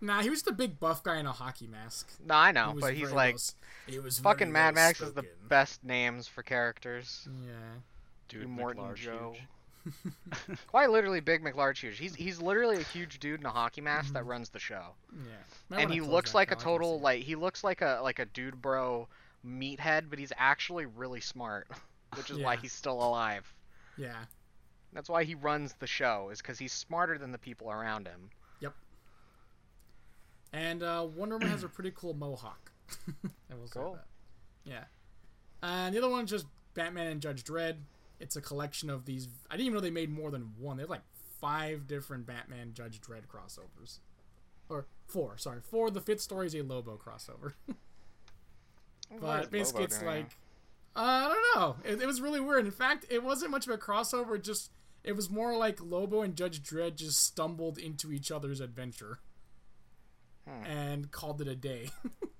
Speaker 3: nah, he was the big buff guy in a hockey mask.
Speaker 1: No, I know,
Speaker 3: He was
Speaker 1: but he's
Speaker 3: very
Speaker 1: like
Speaker 3: well s- he was
Speaker 1: fucking
Speaker 3: very
Speaker 1: Mad
Speaker 3: well
Speaker 1: Max is the
Speaker 3: spoken.
Speaker 1: best names for characters.
Speaker 3: Yeah.
Speaker 2: Dude,
Speaker 1: Morton
Speaker 2: McLarge
Speaker 1: Joe.
Speaker 2: huge.
Speaker 1: Quite literally, Big McLarge huge. He's he's literally a huge dude in a hockey mask
Speaker 3: Mm-hmm.
Speaker 1: that runs the show.
Speaker 3: Yeah.
Speaker 1: and he looks like a total like he looks like a like a dude bro meathead, but he's actually really smart, which is why
Speaker 3: Yeah.
Speaker 1: he's still alive.
Speaker 3: Yeah.
Speaker 1: That's why he runs the show is because he's smarter than the people around him.
Speaker 3: And uh, Wonder Woman has a pretty cool mohawk. I will say
Speaker 1: Cool.
Speaker 3: that. Yeah. and the other one's just Batman and Judge Dredd. It's a collection of these. I didn't even know they made more than one. They have like five different Batman Judge Dredd crossovers, or four. Sorry, four. The fifth story is a Lobo crossover.
Speaker 1: What
Speaker 3: But
Speaker 1: is
Speaker 3: basically,
Speaker 1: Lobo
Speaker 3: it's
Speaker 1: doing here?
Speaker 3: like uh, I don't know. It, it was really weird. In fact, it wasn't much of a crossover. It just it was more like Lobo and Judge Dredd just stumbled into each other's adventure
Speaker 1: Hmm.
Speaker 3: and called it a day, which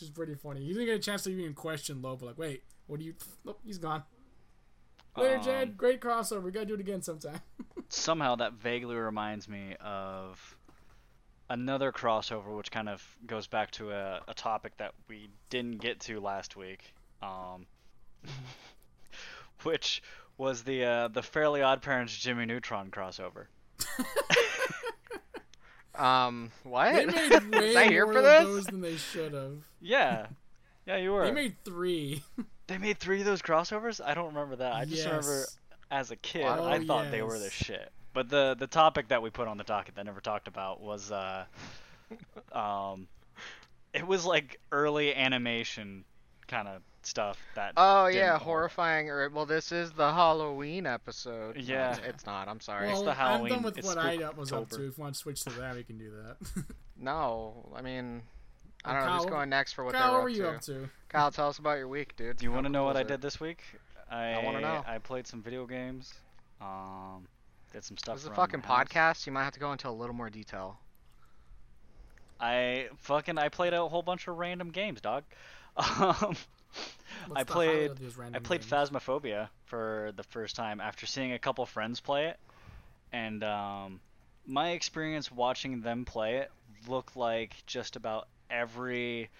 Speaker 3: is pretty funny. You didn't get a chance to even question Lobo. Like, wait, what do you? Nope, he's gone. Later,
Speaker 2: Um,
Speaker 3: Jed. Great crossover. We gotta do it again sometime.
Speaker 2: somehow that vaguely reminds me of another crossover, which kind of goes back to a, a topic that we didn't get to last week, um, which was the uh, the Fairly Odd Parents Jimmy Neutron crossover.
Speaker 1: um, what?
Speaker 3: They made way
Speaker 1: was I here
Speaker 3: more
Speaker 1: for
Speaker 3: of
Speaker 1: this?
Speaker 3: those than they should have.
Speaker 2: Yeah, yeah, you were.
Speaker 3: They made three.
Speaker 2: They made three of those crossovers. I don't remember that. I just remember
Speaker 3: Yes.
Speaker 2: as a kid,
Speaker 1: Oh,
Speaker 2: I thought they were the
Speaker 3: yes.
Speaker 2: shit. But the the topic that we put on the docket that I never talked about was uh, um, it was like early animation kind of stuff that.
Speaker 1: Oh
Speaker 2: didn't
Speaker 1: yeah,
Speaker 2: hold
Speaker 1: horrifying. Or well, this is the Halloween episode. No,
Speaker 2: Yeah.
Speaker 1: it's- it's not. I'm sorry.
Speaker 2: Well- the
Speaker 3: I'm
Speaker 2: Halloween.
Speaker 3: done with
Speaker 2: It's
Speaker 3: what I was up
Speaker 2: Spooktober.
Speaker 3: to. If you want to switch to that, we can do that.
Speaker 1: no, I mean, I don't know who's
Speaker 3: Kyle-
Speaker 1: going next for what
Speaker 3: Kyle,
Speaker 1: they
Speaker 3: what
Speaker 1: were
Speaker 3: were you
Speaker 1: to.
Speaker 3: up to?
Speaker 1: Kyle, tell us about your week, dude.
Speaker 2: Do you
Speaker 1: How
Speaker 2: want to know
Speaker 1: cool
Speaker 2: what
Speaker 1: is
Speaker 2: I
Speaker 1: it?
Speaker 2: did this week? I
Speaker 1: wanna know.
Speaker 2: I played some video games. Um, did some stuff.
Speaker 1: This is a
Speaker 2: around
Speaker 1: fucking
Speaker 2: the house.
Speaker 1: podcast. You might have to go into a little more detail.
Speaker 2: I fucking I played a whole bunch of random games, dog. Um, I
Speaker 3: the highlight
Speaker 2: played
Speaker 3: of these
Speaker 2: I
Speaker 3: random
Speaker 2: played
Speaker 3: games?
Speaker 2: Phasmophobia for the first time after seeing a couple friends play it, and um, my experience watching them play it looked like just about every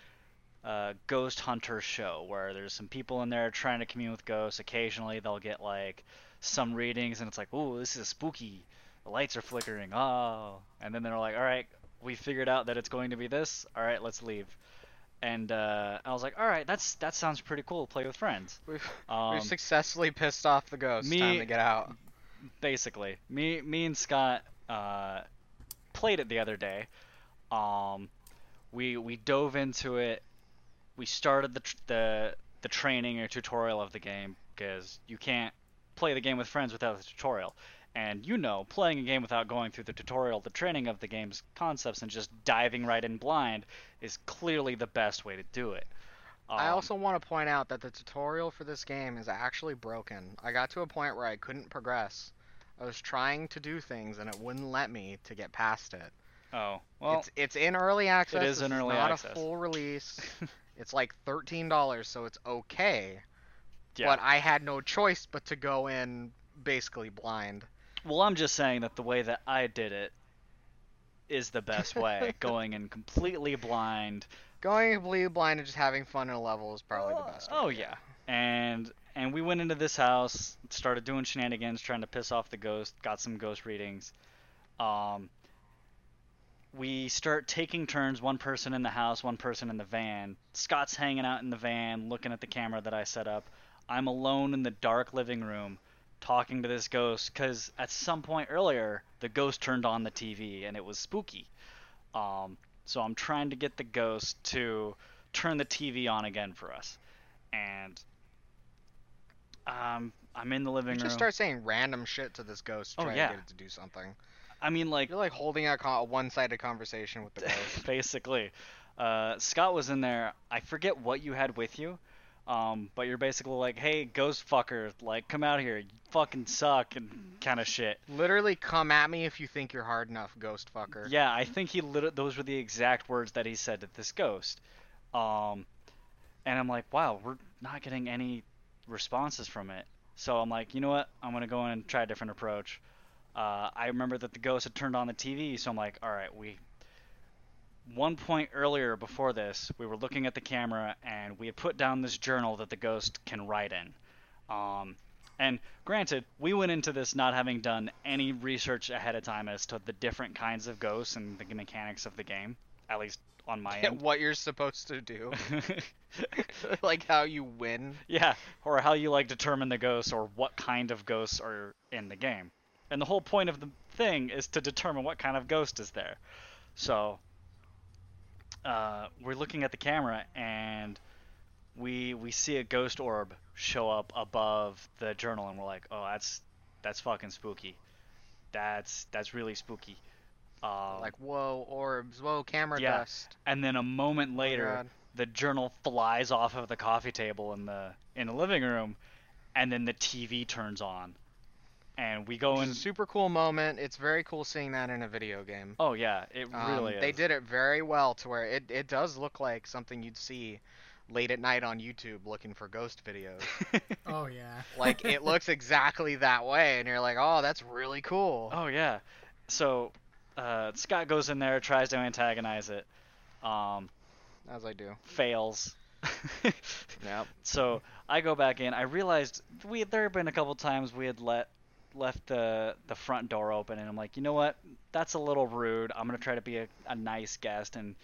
Speaker 2: uh, ghost hunter show where there's some people in there trying to commune with ghosts. Occasionally they'll get like some readings, and it's like, oh, this is spooky. The lights are flickering. Oh, and then they're like, all right, we figured out that it's going to be this. All right, let's leave. And uh, I was like, all right, that's that sounds pretty cool. Play with friends.
Speaker 1: We've,
Speaker 2: Um,
Speaker 1: we've successfully pissed off the ghost. Time
Speaker 2: me-
Speaker 1: to get out.
Speaker 2: basically. Me, me and Scott uh, played it the other day. Um, we we dove into it. We started the tr- the the training or tutorial of the game because you can't play the game with friends without the tutorial. And you know, playing a game without going through the tutorial, the training of the game's concepts, and just diving right in blind is clearly the best way to do it.
Speaker 1: I
Speaker 2: Um,
Speaker 1: also want to point out that the tutorial for this game is actually broken. I got to a point where I couldn't progress. I was trying to do things and it wouldn't let me to get past it.
Speaker 2: oh well,
Speaker 1: it's it's in early access.
Speaker 2: is
Speaker 1: this
Speaker 2: in early
Speaker 1: not
Speaker 2: access.
Speaker 1: a full release. it's like thirteen dollars, so it's okay.
Speaker 2: yeah.
Speaker 1: But I had no choice but to go in basically blind.
Speaker 2: Well, I'm just saying that the way that I did it is the best way. Going in completely blind.
Speaker 1: Going completely blind and just having fun in a level is probably the best.
Speaker 2: Oh
Speaker 1: way.
Speaker 2: yeah. And and we went into this house, started doing shenanigans, trying to piss off the ghost. Got some ghost readings. Um, we start taking turns. One person in the house, one person in the van. Scott's hanging out in the van, looking at the camera that I set up. I'm alone in the dark living room, talking to this ghost. Cause at some point earlier, the ghost turned on the TV and it was spooky. Um, so I'm trying to get the ghost to turn the TV on again for us. And um, I'm in the living
Speaker 1: You
Speaker 2: room.
Speaker 1: just start saying random shit to this ghost,
Speaker 2: Oh,
Speaker 1: trying
Speaker 2: yeah.
Speaker 1: to get it to do something.
Speaker 2: I mean, like
Speaker 1: You're like holding a, con- a one-sided conversation with the ghost.
Speaker 2: basically, uh, Scott was in there. I forget what you had with you, um, but you're basically like, "Hey, ghost fucker, like come out here, you fucking suck," and kind of shit.
Speaker 1: Literally, come at me if you think you're hard enough, ghost fucker.
Speaker 2: Yeah, I think he lit- those were the exact words that he said to this ghost. Um, and I'm like, wow, we're not getting any responses from it. So I'm like, you know what? I'm gonna go in and try a different approach. Uh, I remember that the ghost had turned on the TV, so I'm like, all right, we. One point earlier before this, we were looking at the camera and we had put down this journal that the ghost can write in. Um, and granted, we went into this not having done any research ahead of time as to the different kinds of ghosts and the mechanics of the game, at least on my end.
Speaker 1: what you're supposed to do, like how you win.
Speaker 2: Yeah, or how you like determine the ghosts or what kind of ghosts are in the game. And the whole point of the thing is to determine what kind of ghost is there. So uh, we're looking at the camera and we we see a ghost orb show up above the journal and we're like, "Oh, that's that's fucking spooky. That's that's really spooky." Um,
Speaker 1: Like whoa, orbs, whoa, camera
Speaker 2: Yeah.
Speaker 1: dust. Oh
Speaker 2: and then a moment later,
Speaker 1: God.
Speaker 2: the journal flies off of the coffee table in the in the living room, and then the TV turns on, and we go
Speaker 1: Which
Speaker 2: in.
Speaker 1: is a super cool moment. It's very cool seeing that in a video game.
Speaker 2: Oh yeah, it
Speaker 1: Um,
Speaker 2: really is.
Speaker 1: They did it very well to where it, it does look like something you'd see late at night on YouTube looking for ghost videos.
Speaker 3: Oh yeah.
Speaker 1: like it looks exactly that way and you're like, "Oh, that's really cool."
Speaker 2: Oh yeah. So uh, Scott goes in there, tries to antagonize it, um,
Speaker 1: As I do.
Speaker 2: fails.
Speaker 1: Yep.
Speaker 2: so I go back in. I realized we there had been a couple times we had let left the the front door open, and I'm like, you know what? That's a little rude. I'm gonna try to be a, a nice guest, and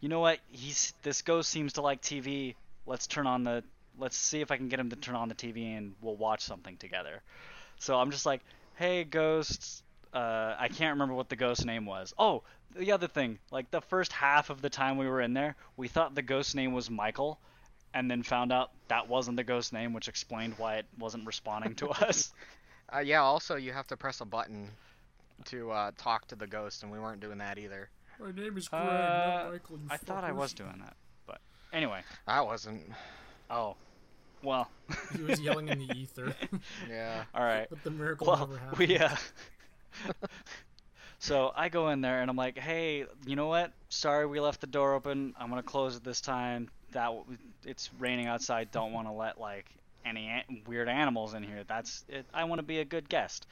Speaker 2: you know what? He's this ghost seems to like TV. Let's turn on the let's see if I can get him to turn on the TV, and we'll watch something together. So I'm just like, hey, ghosts. Uh, I can't remember what the ghost name was. Oh, the other thing, like the first half of the time we were in there, we thought the ghost name was Michael, and then found out that wasn't the ghost name, which explained why it wasn't responding to us.
Speaker 1: Uh, yeah, also you have to press a button to uh, talk to the ghost and we weren't doing that either.
Speaker 3: My name is Greg,
Speaker 2: Uh,
Speaker 3: not Michael. You
Speaker 2: I thought I
Speaker 3: fuckers.
Speaker 2: was doing that, but anyway.
Speaker 1: I wasn't.
Speaker 2: Oh, well.
Speaker 3: He was yelling in the ether,
Speaker 1: Yeah.
Speaker 2: All right.
Speaker 3: but the miracle
Speaker 2: Well,
Speaker 3: never happened.
Speaker 2: we uh. so I go in there and I'm like, hey, you know what? Sorry, we left the door open. I'm gonna close it this time. That w- it's raining outside. Don't want to let like any an- weird animals in here. That's it. I want to be a good guest.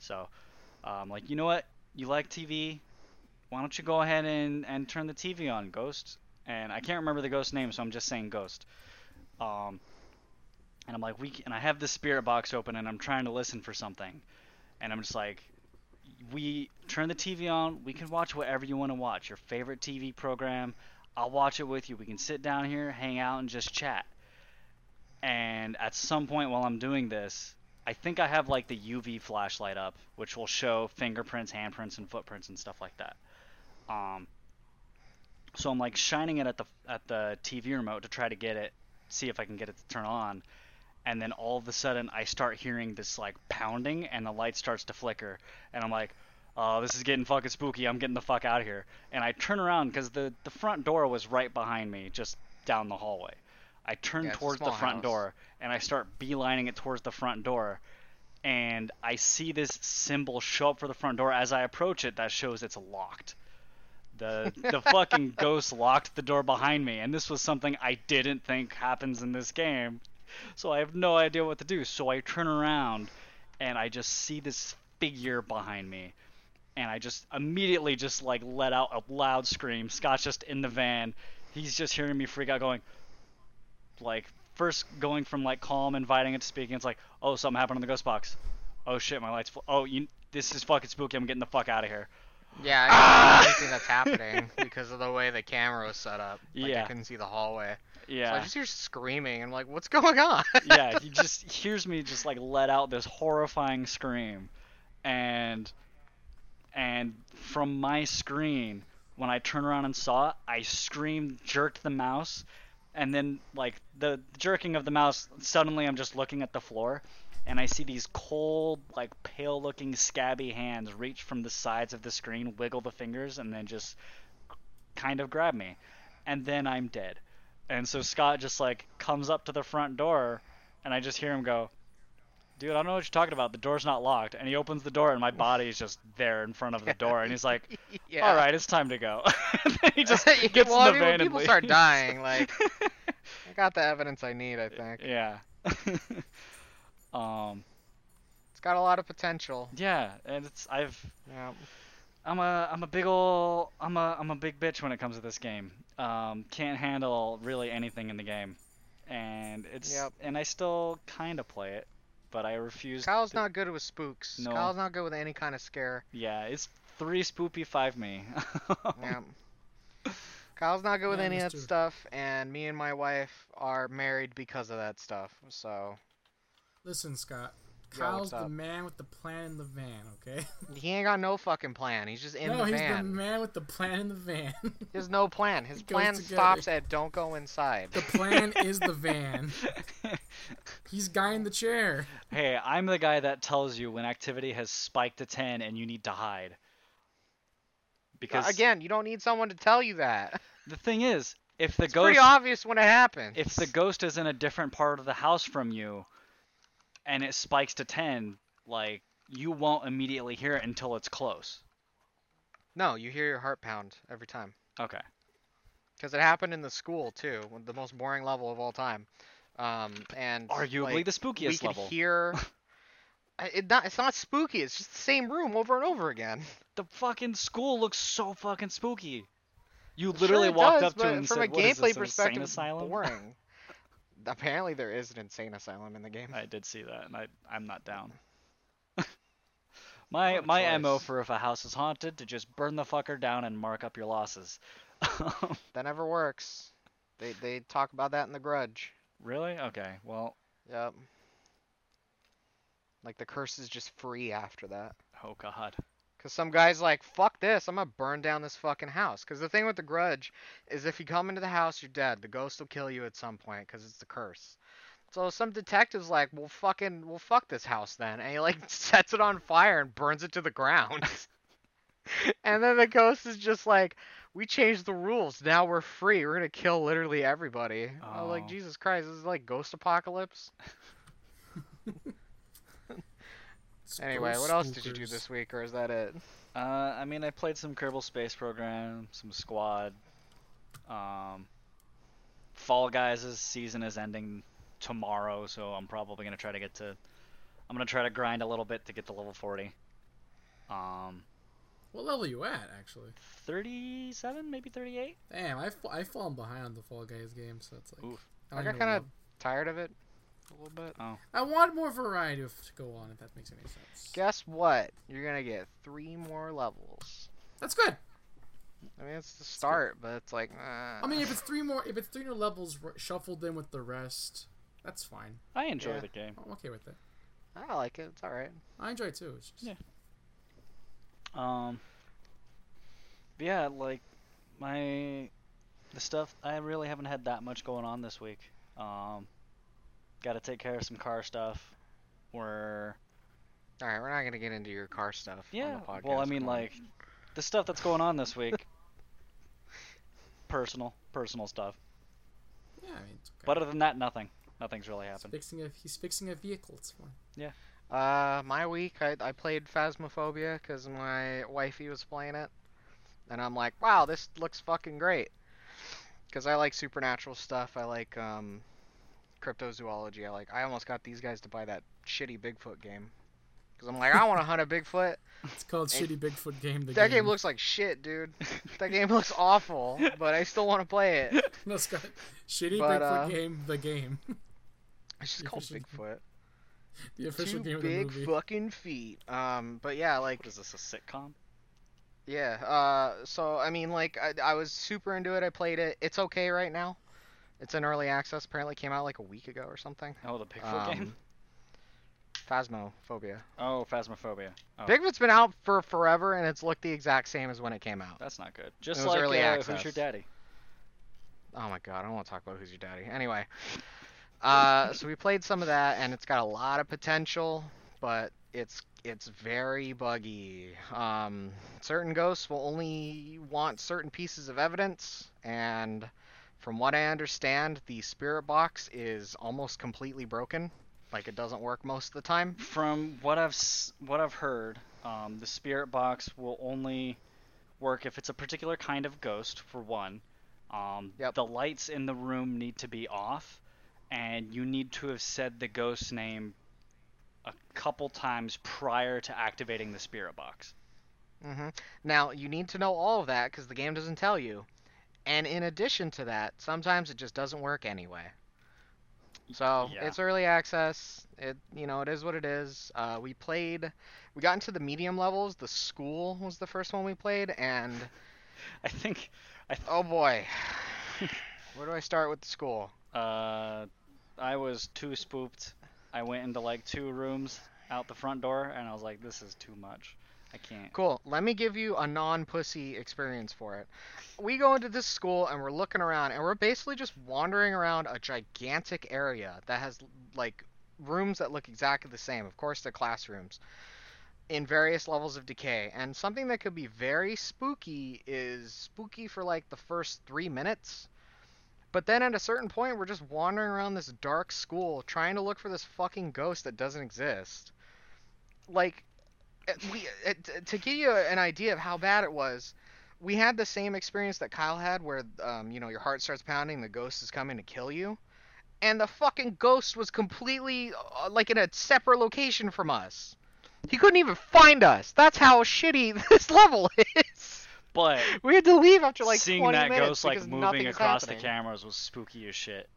Speaker 2: So uh, I'm like, you know what? You like TV? Why don't you go ahead and and turn the TV on, Ghost? And I can't remember the ghost name, so I'm just saying Ghost. Um, and I'm like, we c- and I have the spirit box open, and I'm trying to listen for something, and I'm just like, we turn the TV on, we can watch whatever you want to watch, your favorite TV program. I'll watch it with you. We can sit down here, hang out, and just chat. And at some point while I'm doing this, I think I have like the UV flashlight up, which will show fingerprints, handprints, and footprints and stuff like that. Um, so I'm like shining it at the at the TV remote to try to get it, see if I can get it to turn on. And then all of a sudden, I start hearing this like pounding, and the light starts to flicker. And I'm like, "Oh, this is getting fucking spooky. I'm getting the fuck out of here." And I turn around because the the front door was right behind me, just down the hallway. I turn
Speaker 1: Yeah, it's a
Speaker 2: towards the
Speaker 1: small
Speaker 2: front
Speaker 1: house.
Speaker 2: door, and I start beelining it towards the front door. And I see this symbol show up for the front door. As I approach it, that shows it's locked. The the fucking ghost locked the door behind me, and this was something I didn't think happens in this game. So I have no idea what to do. So I turn around and I just see this figure behind me. And I just immediately just like let out a loud scream. Scott's just in the van. He's just hearing me freak out going like first going from like calm inviting it to speaking it's like oh something happened on the ghost box oh shit my lights fl- oh you this is fucking spooky i'm getting the fuck out of here
Speaker 1: Yeah, I couldn't see anything that's happening because of the way the camera was set up. Like,
Speaker 2: Yeah.
Speaker 1: I couldn't see the hallway. So I
Speaker 2: yeah
Speaker 1: just hear screaming. I'm like, what's going on?
Speaker 2: yeah, he just hears me just like let out this horrifying scream, and and from my screen, when I turned around and saw it, I screamed, jerked the mouse, and then like the jerking of the mouse, suddenly I'm just looking at the floor, and I see these cold, like pale-looking, scabby hands reach from the sides of the screen, wiggle the fingers, and then just kind of grab me, and then I'm dead. And so Scott just like comes up to the front door, and I just hear him go, "Dude, I don't know what you're talking about. The door's not locked." And he opens the door, and my body is just there in front of the door, and he's like,
Speaker 1: yeah.
Speaker 2: "All right, it's time to go." And then he just
Speaker 1: Yeah,
Speaker 2: gets
Speaker 1: well, I
Speaker 2: in the
Speaker 1: mean,
Speaker 2: van
Speaker 1: when
Speaker 2: and
Speaker 1: people start
Speaker 2: leaves.
Speaker 1: dying, like I got the evidence I need. I think.
Speaker 2: yeah. Um,
Speaker 1: It's got a lot of potential.
Speaker 2: yeah, and it's I've
Speaker 1: Yeah.
Speaker 2: I'm a I'm a big ol' I'm a I'm a big bitch when it comes to this game. Um, can't handle really anything in the game, and it's
Speaker 1: Yep.
Speaker 2: and I still kind of play it, but I refuse.
Speaker 1: Kyle's
Speaker 2: to,
Speaker 1: not good with spooks.
Speaker 2: No.
Speaker 1: Kyle's not good with any kind of scare.
Speaker 2: Yeah, it's three spoopy five me.
Speaker 1: Yeah. Kyle's not good with
Speaker 3: Yeah,
Speaker 1: any of
Speaker 3: that's
Speaker 1: that
Speaker 3: true.
Speaker 1: stuff, and me and my wife are married because of that stuff. So
Speaker 3: Listen, Scott.
Speaker 1: Yo,
Speaker 3: Kyle's
Speaker 1: what's
Speaker 3: the
Speaker 1: up?
Speaker 3: man with the plan in the van, okay?
Speaker 1: he ain't got no fucking plan. He's just in
Speaker 3: no,
Speaker 1: the
Speaker 3: he's
Speaker 1: van.
Speaker 3: the man with the plan in the van.
Speaker 1: There's no plan. His
Speaker 3: It goes
Speaker 1: plan
Speaker 3: together.
Speaker 1: stops at don't go inside.
Speaker 3: the plan is the van. He's guy in the chair.
Speaker 2: hey, I'm the guy that tells you when activity has spiked to ten and you need to hide. Because
Speaker 1: Again, you don't need someone to tell you that.
Speaker 2: the thing is, if the
Speaker 1: It's
Speaker 2: ghost
Speaker 1: pretty obvious when it happens.
Speaker 2: if the ghost is in a different part of the house from you and it spikes to 10 like you won't immediately hear it until it's close
Speaker 1: no, you hear your heart pound every time.
Speaker 2: okay
Speaker 1: Because it happened in the school too, one- the most boring level of all time. Um, and
Speaker 2: arguably
Speaker 1: like,
Speaker 2: the
Speaker 1: we
Speaker 2: spookiest
Speaker 1: could
Speaker 2: level
Speaker 1: hear. I- It not, it's not spooky. It's just the same room over and over again.
Speaker 2: the fucking school looks so fucking spooky you
Speaker 1: Sure
Speaker 2: literally
Speaker 1: it
Speaker 2: walked
Speaker 1: does,
Speaker 2: up to
Speaker 1: but
Speaker 2: it and
Speaker 1: from
Speaker 2: said
Speaker 1: a
Speaker 2: "What is
Speaker 1: gameplay
Speaker 2: this, an
Speaker 1: perspective,
Speaker 2: insane
Speaker 1: it's
Speaker 2: asylum
Speaker 1: boring. Apparently, there is an insane asylum in the game.
Speaker 2: i did see that and I, i'm not down my
Speaker 1: What a
Speaker 2: my mo
Speaker 1: choice.
Speaker 2: for if a house is haunted to just burn the fucker down and mark up your losses
Speaker 1: That never works. They they talk about that in The Grudge.
Speaker 2: really okay well
Speaker 1: Yep. Like the curse is just free after that.
Speaker 2: oh god
Speaker 1: Cause some guy's like, fuck this, I'm gonna burn down this fucking house. Cause the thing with the grudge is if you come into the house, you're dead. The ghost will kill you at some point, cause it's the curse. So some detective's like, well fucking, well fuck this house then, and he like sets it on fire and burns it to the ground. and then the ghost is just like, we changed the rules, now we're free, we're gonna kill literally everybody. I was
Speaker 2: Oh.
Speaker 1: like, Jesus Christ, this is like ghost apocalypse. Anyway, what else did you do
Speaker 3: Spookers.
Speaker 1: this week, or is that it?
Speaker 2: Uh, I mean, I played some Kerbal Space Program, some Squad. Um, Fall Guys' season is ending tomorrow, so I'm probably gonna try to get to. I'm gonna try to grind a little bit to get to level 40. Um,
Speaker 3: What level you at, actually?
Speaker 2: 37, maybe 38.
Speaker 3: Damn, I've, I've fallen behind on the Fall Guys game, so it's like.
Speaker 2: Oof.
Speaker 3: I don't
Speaker 1: I got
Speaker 3: even
Speaker 1: kinda-
Speaker 3: know.
Speaker 1: Tired of it? A little bit.
Speaker 3: I want more variety of, to go on, if that makes any sense.
Speaker 1: Guess what? You're gonna get three more levels.
Speaker 3: That's good.
Speaker 1: I mean, it's the start, but it's like. Uh,
Speaker 3: I mean, if it's three more, if it's three new levels r- shuffled in with the rest, that's fine.
Speaker 2: I enjoy
Speaker 1: Yeah.
Speaker 2: the game.
Speaker 3: I'm okay with it.
Speaker 1: uh, I like it. It's all right.
Speaker 3: I enjoy it too. It's just,
Speaker 2: Yeah. Um, but yeah, like my the stuff I really haven't had that much going on this week. Um, got to take care of some car stuff. We're
Speaker 1: All right, we're not gonna get into your car stuff.
Speaker 2: yeah.
Speaker 1: On the podcast,
Speaker 2: Well, I mean,
Speaker 1: come on.
Speaker 2: like the stuff that's going on this week. personal, personal stuff.
Speaker 3: yeah, I mean, it's okay.
Speaker 2: But other than that, nothing. Nothing's really
Speaker 3: he's
Speaker 2: happened.
Speaker 3: fixing a he's fixing a vehicle. It's fine.
Speaker 1: Uh, my week, I I played Phasmophobia because my wifey was playing it, and I'm like, wow, this looks fucking great. Because I like supernatural stuff. I like um, cryptozoology. I like. I almost got these guys to buy that shitty Bigfoot game. Because I'm like, I want to hunt a Bigfoot.
Speaker 3: It's called
Speaker 1: Hey,
Speaker 3: Shitty Bigfoot Game. The
Speaker 1: That
Speaker 3: game.
Speaker 1: game looks like shit, dude. That game looks awful, but I still want to play it.
Speaker 3: no, Scott. Shitty
Speaker 1: But,
Speaker 3: Bigfoot
Speaker 1: uh,
Speaker 3: Game. The game.
Speaker 1: It's just
Speaker 3: Your
Speaker 1: called
Speaker 3: fishing-
Speaker 1: Bigfoot.
Speaker 3: the official
Speaker 1: Two
Speaker 3: game of the
Speaker 1: big
Speaker 3: movie.
Speaker 1: fucking feet. Um, but yeah, like
Speaker 2: What is this a sitcom?
Speaker 1: yeah. Uh, so I mean, like I, I was super into it. I played it. It's okay right now. It's in early access. Apparently, came out like a week ago or something.
Speaker 2: Oh, the Bigfoot game.
Speaker 1: Um, Phasmophobia.
Speaker 2: Oh, Phasmophobia. Oh.
Speaker 1: Bigfoot's been out for forever, and it's looked the exact same as when it came out.
Speaker 2: That's not good. Just
Speaker 1: was
Speaker 2: like
Speaker 1: early
Speaker 2: uh, Who's Your
Speaker 1: access.
Speaker 2: Daddy?
Speaker 1: Oh my god, I don't want to talk about who's your daddy. Anyway, uh, so we played some of that, and it's got a lot of potential, but it's it's very buggy. Um, certain ghosts will only want certain pieces of evidence, and from what I understand, the spirit box is almost completely broken. Like it doesn't work most of the time.
Speaker 2: from what I've s- what I've heard, um, the spirit box will only work if it's a particular kind of ghost. For one, um,
Speaker 1: Yep.
Speaker 2: the lights in the room need to be off, and you need to have said the ghost's name couple times prior to activating the spirit box.
Speaker 1: hmm Now you need to know all of that because the game doesn't tell you. And in addition to that, sometimes it just doesn't work anyway. So
Speaker 2: Yeah.
Speaker 1: it's early access. It you know it is what it is. Uh, we played. We got into the medium levels. The school was the first one we played, and
Speaker 2: I think I th-
Speaker 1: oh boy, where do I start with the school?
Speaker 2: uh, I was too spooked. I went into like two rooms out the front door, and I was like, "This is too much. I can't."
Speaker 1: Cool. Let me give you a non-pussy experience for it. We go into this school and we're looking around and we're basically just wandering around a gigantic area that has like rooms that look exactly the same. Of course, they're classrooms in various levels of decay. And something that could be very spooky is spooky for like the first 3 minutes. But then at a certain point, we're just wandering around this dark school trying to look for this fucking ghost that doesn't exist. Like uh, we uh, t- to give you an idea of how bad it was we had the same experience that kyle had where um, you know your heart starts pounding the ghost is coming to kill you and the fucking ghost was completely uh, like in a separate location from us he couldn't even find us that's how shitty this level is
Speaker 2: But
Speaker 1: we had to leave after like
Speaker 2: seeing
Speaker 1: 20
Speaker 2: that
Speaker 1: minutes
Speaker 2: ghost like
Speaker 1: because
Speaker 2: moving
Speaker 1: nothing's
Speaker 2: across
Speaker 1: happening.
Speaker 2: the cameras was spooky as shit.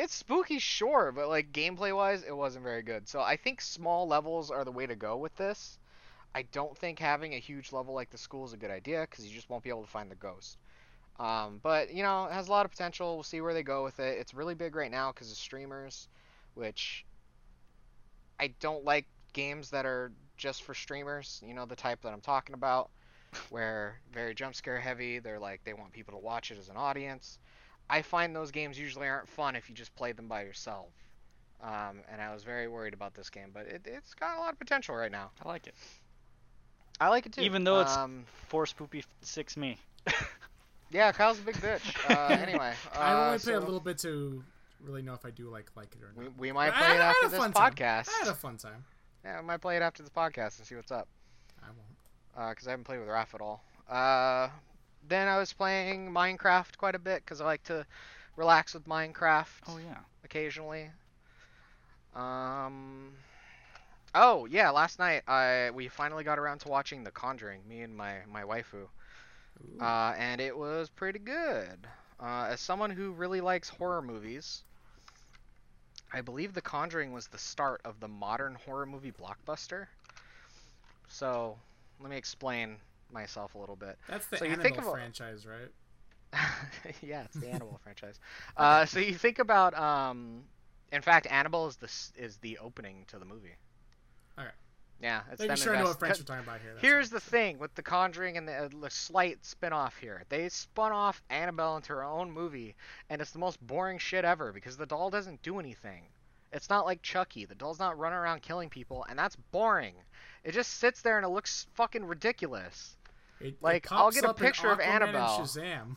Speaker 1: it's spooky sure but like gameplay wise it wasn't very good so i think small levels are the way to go with this i don't think having a huge level like the school is a good idea because you just won't be able to find the ghost um, but you know it has a lot of potential we'll see where they go with it it's really big right now because of streamers which i don't like games that are just for streamers you know the type that i'm talking about where very jump scare heavy they're like they want people to watch it as an audience I find those games usually aren't fun if you just play them by yourself. Um, and I was very worried about this game, but it, it's got a lot of potential right now.
Speaker 2: I like it,
Speaker 1: I like it too.
Speaker 2: even though it's
Speaker 1: um,
Speaker 2: four spoopy six me.
Speaker 1: yeah, Kyle's a big bitch. Uh, anyway, uh,
Speaker 3: I only played
Speaker 1: so
Speaker 3: a little bit to really know if I do like like it or
Speaker 1: We,
Speaker 3: not.
Speaker 1: we might
Speaker 3: But I
Speaker 1: play
Speaker 3: had-
Speaker 1: it
Speaker 3: I had
Speaker 1: after
Speaker 3: a
Speaker 1: this
Speaker 3: fun time.
Speaker 1: podcast.
Speaker 3: I had a fun time.
Speaker 1: Yeah, we might play it after this podcast and see what's up.
Speaker 3: I won't.
Speaker 1: because I haven't played with Raph at all. Uh, then I was playing Minecraft quite a bit because I like to relax with Minecraft.
Speaker 2: Oh yeah.
Speaker 1: occasionally. Um. Oh yeah, last night I we finally got around to watching The Conjuring. Me and my my waifu.
Speaker 3: Ooh.
Speaker 1: Uh, and it was pretty good. Uh, as someone who really likes horror movies, I believe The Conjuring was the start of the modern horror movie blockbuster. So let me explain myself a little bit.
Speaker 3: That's the
Speaker 1: so you
Speaker 3: Annabelle
Speaker 1: think about-
Speaker 3: franchise, right?
Speaker 1: yeah, it's the Annabelle franchise. Uh, so you think about, um, in fact, Annabelle is the s- is the opening to the movie.
Speaker 3: Alright.
Speaker 1: Yeah, it's
Speaker 3: Making
Speaker 1: them
Speaker 3: sure I know what
Speaker 1: invest-
Speaker 3: French
Speaker 1: cut-
Speaker 3: you're talking about here. that's
Speaker 1: Here's
Speaker 3: all.
Speaker 1: the thing with The Conjuring and the, uh, the slight spin-off here. They spun off Annabelle into her own movie, and it's the most boring shit ever because the doll doesn't do anything. It's not like Chucky. The doll's not running around killing people, and that's boring. It just sits there and it looks fucking ridiculous.
Speaker 3: It- it
Speaker 1: like, I'll
Speaker 3: pops
Speaker 1: get a
Speaker 3: up in
Speaker 1: picture of
Speaker 3: Aquaman and
Speaker 1: Annabelle.
Speaker 3: Shazam.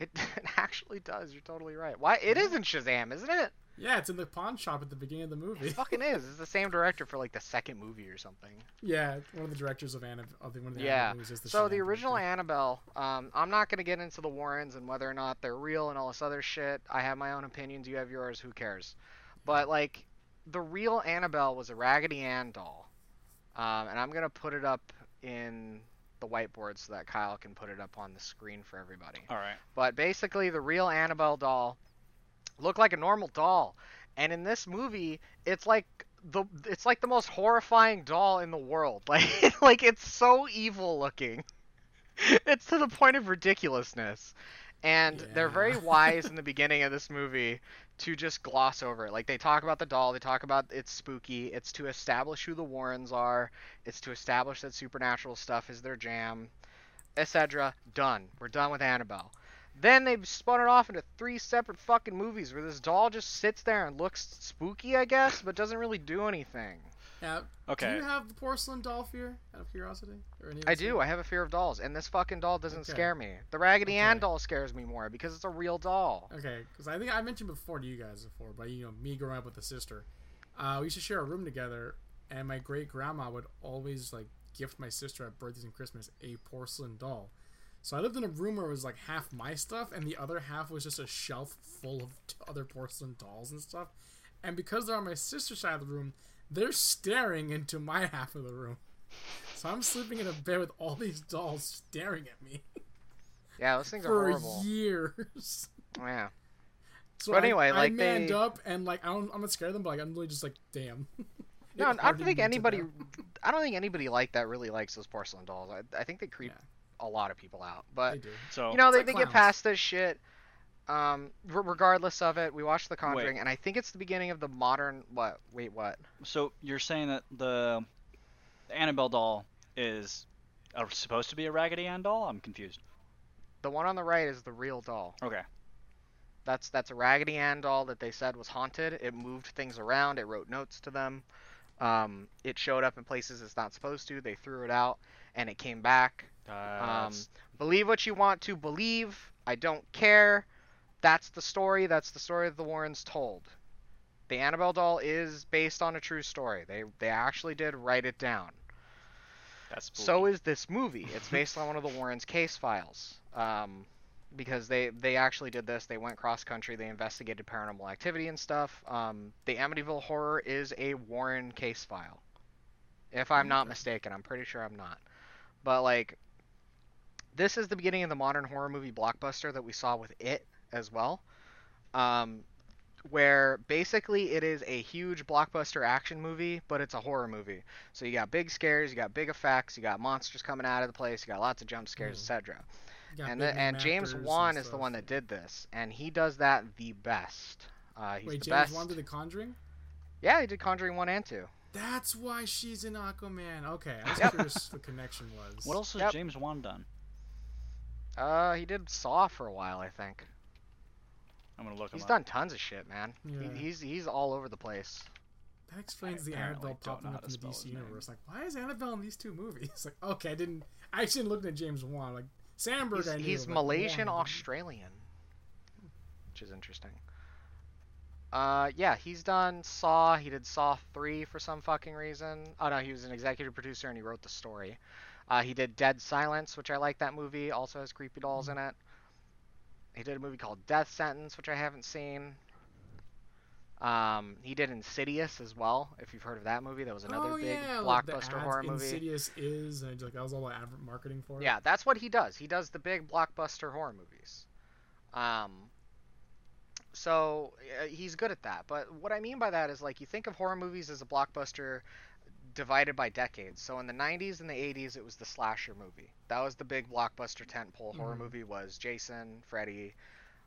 Speaker 1: It, it actually does. You're totally right. Why? It is in Shazam, isn't it?
Speaker 3: Yeah, it's in the pawn shop at the beginning of the movie.
Speaker 1: It fucking is. It's the same director for like the second movie or something.
Speaker 3: yeah, one of the directors of Annabelle, of the, one of the
Speaker 1: Yeah.
Speaker 3: Annabelle movies is the
Speaker 1: so
Speaker 3: Shazam
Speaker 1: the original
Speaker 3: director.
Speaker 1: Annabelle, um, I'm not gonna get into the Warrens and whether or not they're real and all this other shit. I have my own opinions. You have yours. Who cares? But like, the real Annabelle was a Raggedy Ann doll, um, and I'm gonna put it up in the whiteboard so that Kyle can put it up on the screen for everybody.
Speaker 2: All right.
Speaker 1: But basically, the real Annabelle doll looked like a normal doll, and in this movie, it's like the it's like the most horrifying doll in the world. Like like it's so evil looking. It's to the point of ridiculousness. And they're very
Speaker 3: Yeah.
Speaker 1: wise in the beginning of this movie to just gloss over it. Like they talk about the doll, they talk about it's spooky, it's to establish who the Warrens are, it's to establish that supernatural stuff is their jam, etc. Done. We're done with Annabelle. Then they've spun it off into three separate fucking movies where this doll just sits there and looks spooky, I guess, but doesn't really do anything.
Speaker 3: Yeah.
Speaker 2: Okay.
Speaker 3: Do you have the porcelain doll fear out of curiosity? Or any of
Speaker 1: I
Speaker 3: us
Speaker 1: do. I have a fear of dolls, and this fucking doll doesn't
Speaker 3: Okay.
Speaker 1: scare me. The Raggedy Ann
Speaker 3: Okay.
Speaker 1: doll scares me more because it's a real doll.
Speaker 3: Okay, because I think I mentioned before to you guys before, but you know, me growing up with a sister, uh, we used to share a room together, and my great grandma would always like gift my sister at birthdays and Christmas a porcelain doll. So I lived in a room where it was like half my stuff, and the other half was just a shelf full of t- other porcelain dolls and stuff. And because they're on my sister's side of the room, They're staring into my half of the room. So I'm sleeping in a bed with all these dolls staring at me
Speaker 1: Yeah, those things are
Speaker 3: for
Speaker 1: horrible.
Speaker 3: years.
Speaker 1: Yeah.
Speaker 3: So
Speaker 1: But
Speaker 3: I-
Speaker 1: anyway,
Speaker 3: I,
Speaker 1: like,
Speaker 3: manned
Speaker 1: they-
Speaker 3: up and like I don't, I'm not scared of them, but like, I'm literally just like, damn.
Speaker 1: No, I
Speaker 3: It
Speaker 1: don't
Speaker 3: hardened
Speaker 1: think
Speaker 3: into
Speaker 1: anybody.
Speaker 3: them.
Speaker 1: I don't think anybody like that really likes those porcelain dolls. I, I think they creep a lot of people out. But
Speaker 3: They do.
Speaker 2: So
Speaker 1: you know, they,
Speaker 3: like
Speaker 1: they get
Speaker 3: clowns.
Speaker 1: past this shit. Um, re- regardless of it, we watched The Conjuring,
Speaker 2: Wait.
Speaker 1: and I think it's the beginning of the modern. What? Wait, what?
Speaker 2: so you're saying that the Annabelle doll is uh, supposed to be a Raggedy Ann doll? I'm confused.
Speaker 1: The one on the right is the real doll.
Speaker 2: Okay.
Speaker 1: That's that's a Raggedy Ann doll that they said was haunted. It moved things around. It wrote notes to them. Um, it showed up in places it's not supposed to. They threw it out, and it came back. Um,
Speaker 2: Uh, That's-
Speaker 1: believe what you want to believe. I don't care. That's the story. That's the story that the Warrens told. The Annabelle doll is based on a true story. They they actually did write it down.
Speaker 2: that's spooky.
Speaker 1: So is this movie. It's based on one of the Warrens' case files. Um, because they they actually did this. They went cross country. They investigated paranormal activity and stuff. Um, the Amityville Horror is a Warren case file, if I'm not mistaken. I'm pretty sure I'm not. But like, this is the beginning of the modern horror movie blockbuster that we saw with it as well. Um, where basically it is a huge blockbuster action movie, but it's a horror movie. So you got big scares, you got big effects, you got monsters coming out of the place, you got lots of jump scares,
Speaker 3: Mhm.
Speaker 1: etc.
Speaker 3: You got
Speaker 1: And
Speaker 3: big
Speaker 1: the,
Speaker 3: name
Speaker 1: and James
Speaker 3: actors and
Speaker 1: Wan is the
Speaker 3: stuff.
Speaker 1: one that did this, and he does that the best. Uh, he's
Speaker 3: Wait,
Speaker 1: the
Speaker 3: James
Speaker 1: best.
Speaker 3: Wan did The Conjuring.
Speaker 1: Yeah, he did Conjuring one and two.
Speaker 3: That's why she's in Aquaman. Okay, I was
Speaker 1: Yep.
Speaker 3: curious what the connection was.
Speaker 2: What else has
Speaker 1: Yep.
Speaker 2: James Wan done?
Speaker 1: Uh, he did Saw for a while, I think.
Speaker 2: I'm gonna look.
Speaker 1: He's
Speaker 2: him
Speaker 1: done tons of shit, man.
Speaker 3: Yeah.
Speaker 1: He, he's he's all over the place.
Speaker 3: That explains
Speaker 2: I
Speaker 3: the
Speaker 2: apparently
Speaker 3: Annabelle
Speaker 2: don't know
Speaker 3: popping
Speaker 2: how
Speaker 3: up
Speaker 2: to
Speaker 3: in the
Speaker 2: spell
Speaker 3: DC
Speaker 2: his name.
Speaker 3: universe. Like, why is Annabelle in these two movies? Like, okay, I didn't. I actually didn't look at James Wan. Like Sandberg,
Speaker 1: He's,
Speaker 3: I knew.
Speaker 1: he's
Speaker 3: but
Speaker 1: Malaysian
Speaker 3: Wan, I didn't.
Speaker 1: Australian, which is interesting. Uh, yeah, he's done Saw. He did Saw three for some fucking reason. Oh no, he was an executive producer and he wrote the story. Uh, he did Dead Silence, which I like that movie. Also has creepy dolls
Speaker 3: Mm-hmm.
Speaker 1: in it. He did a movie called Death Sentence, which I haven't seen. Um, he did Insidious as well. If you've heard of that movie, that was another
Speaker 3: oh,
Speaker 1: big
Speaker 3: yeah, like the
Speaker 1: blockbuster
Speaker 3: ads
Speaker 1: horror movie.
Speaker 3: Insidious is, and like that was all the advert marketing for it.
Speaker 1: Yeah, that's what he does. He does the big blockbuster horror movies. Um, so uh, he's good at that. But what I mean by that is like you think of horror movies as a blockbuster divided by decades. So in the 90s and the 80s, it was the slasher movie. That was the big blockbuster tentpole horror
Speaker 3: Mhm.
Speaker 1: movie. Was Jason, Freddy,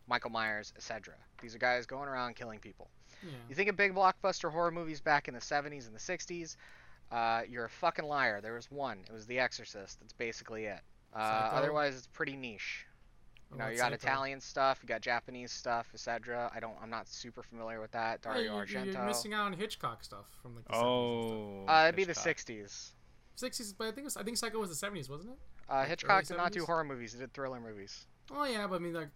Speaker 1: Michael Myers, etc. These are guys going around killing people.
Speaker 3: yeah.
Speaker 1: You think of big blockbuster horror movies back in the 70s and the 60s, uh, you're a fucking liar. There was one. It was The Exorcist. That's basically it. Uh,
Speaker 3: Psycho.
Speaker 1: otherwise, it's pretty niche.
Speaker 3: Oh,
Speaker 1: You know, you got Italian stuff, you got Japanese stuff, etc. I don't. I'm not super familiar with that.
Speaker 3: Hey,
Speaker 1: Dario
Speaker 3: you're,
Speaker 1: Argento.
Speaker 3: you're missing out on Hitchcock stuff from like the
Speaker 2: up.
Speaker 3: 70s
Speaker 2: Oh.
Speaker 3: and
Speaker 1: uh, it'd be the
Speaker 2: Hitchcock.
Speaker 1: 60s.
Speaker 3: stuff. 60s, but I think it was, I think Psycho was the 70s, wasn't it?
Speaker 1: Uh,
Speaker 3: early
Speaker 1: Hitchcock did not do
Speaker 3: 70s?
Speaker 1: horror movies. He did thriller movies.
Speaker 3: Oh yeah, but I mean like,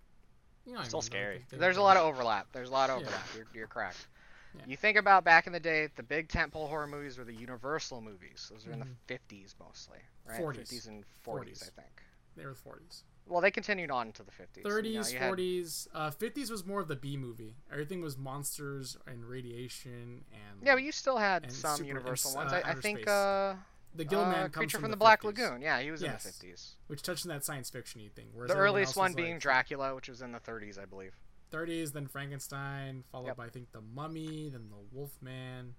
Speaker 3: you know, what I
Speaker 2: Still
Speaker 3: mean, though,
Speaker 2: scary.
Speaker 3: like, they-
Speaker 1: There's a lot of overlap. There's a lot of
Speaker 3: Yeah.
Speaker 1: overlap. You're, you're correct.
Speaker 3: Yeah.
Speaker 1: You think about back in the day, the big tentpole horror movies were the Universal movies. Those were in
Speaker 3: Mhm.
Speaker 1: the 50s mostly, right?
Speaker 3: 40s.
Speaker 1: 50s and 40s,
Speaker 3: 40s.
Speaker 1: I think.
Speaker 3: They were the 40s.
Speaker 1: Well, they continued on to the 50s.
Speaker 3: 30s,
Speaker 1: you know, you had-
Speaker 3: 40s, uh, 50s was more of the B movie. Everything was monsters and radiation and
Speaker 1: Yeah, but you still had
Speaker 3: And
Speaker 1: some
Speaker 3: super- and
Speaker 1: Universal
Speaker 3: s-
Speaker 1: ones.
Speaker 3: uh,
Speaker 1: I, I
Speaker 3: outer
Speaker 1: think
Speaker 3: space.
Speaker 1: uh,
Speaker 3: the Gillman
Speaker 1: uh,
Speaker 3: comes
Speaker 1: Creature
Speaker 3: from,
Speaker 1: from
Speaker 3: the,
Speaker 1: Black
Speaker 3: 50s,
Speaker 1: Lagoon. Yeah, he was
Speaker 3: Yes.
Speaker 1: in the 50s.
Speaker 3: which touched on that science fictiony thing. Whereas
Speaker 1: The
Speaker 3: everyone
Speaker 1: earliest
Speaker 3: else
Speaker 1: one
Speaker 3: was,
Speaker 1: being
Speaker 3: like,
Speaker 1: Dracula, which was in the 30s, I believe.
Speaker 3: 30s, then Frankenstein, followed
Speaker 1: Yep.
Speaker 3: by I think the Mummy, then the Wolfman,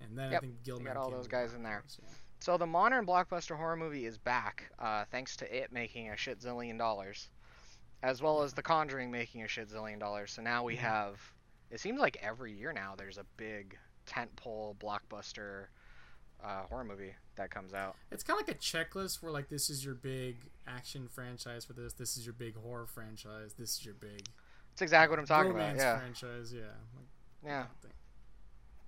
Speaker 3: and then I
Speaker 1: Yep,
Speaker 3: think Gillman.
Speaker 1: got all
Speaker 3: came
Speaker 1: those
Speaker 3: along
Speaker 1: guys in there.
Speaker 3: afterwards, yeah.
Speaker 1: So the modern blockbuster horror movie is back, uh, thanks to it making a shit zillion dollars, as well as The Conjuring making a shit zillion dollars. So now we
Speaker 3: Mhm.
Speaker 1: have, it seems like every year now there's a big tentpole blockbuster uh, horror movie that comes out.
Speaker 3: It's kind of like a checklist where like this is your big action franchise for this, this is your big horror franchise, this is your big
Speaker 1: It's exactly what I'm talking about.
Speaker 3: romance
Speaker 1: Yeah,
Speaker 3: franchise, yeah. Like,
Speaker 1: yeah.
Speaker 3: thing.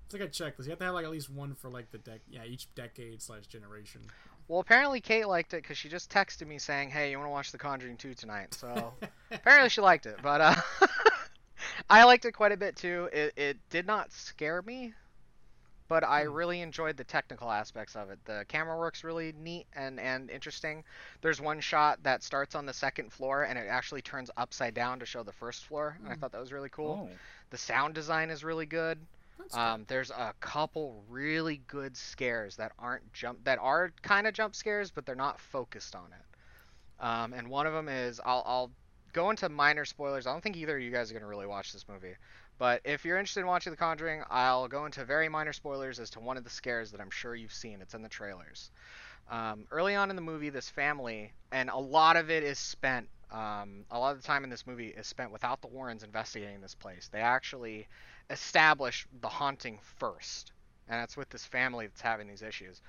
Speaker 3: It's like a checklist. You have to have like at least one for like the dec yeah each decade slash generation.
Speaker 1: Well, apparently Kate liked it because she just texted me saying, "Hey, you want to watch The Conjuring 2 tonight?" So apparently she liked it, but uh, I liked it quite a bit too. It it did not scare me, but I
Speaker 3: Hmm.
Speaker 1: really enjoyed the technical aspects of it. The camera work's really neat and and interesting. There's one shot that starts on the second floor and it actually turns upside down to show the first floor, and I
Speaker 3: Hmm.
Speaker 1: thought that was really cool.
Speaker 2: Oh.
Speaker 1: The sound design is really good.
Speaker 3: That's good.
Speaker 1: Um, there's a couple really good scares that aren't jump that are kind of jump scares, but they're not focused on it. Um, and one of them is I'll I'll go into minor spoilers. I don't think either of you guys are gonna really watch this movie, but if you're interested in watching The Conjuring, I'll go into very minor spoilers as to one of the scares that I'm sure you've seen. It's in the trailers. Um, early on in the movie, this family and a lot of it is spent. Um, a lot of the time in this movie is spent without the Warrens investigating this place. They actually establish the haunting first. And that's with this family that's having these issues.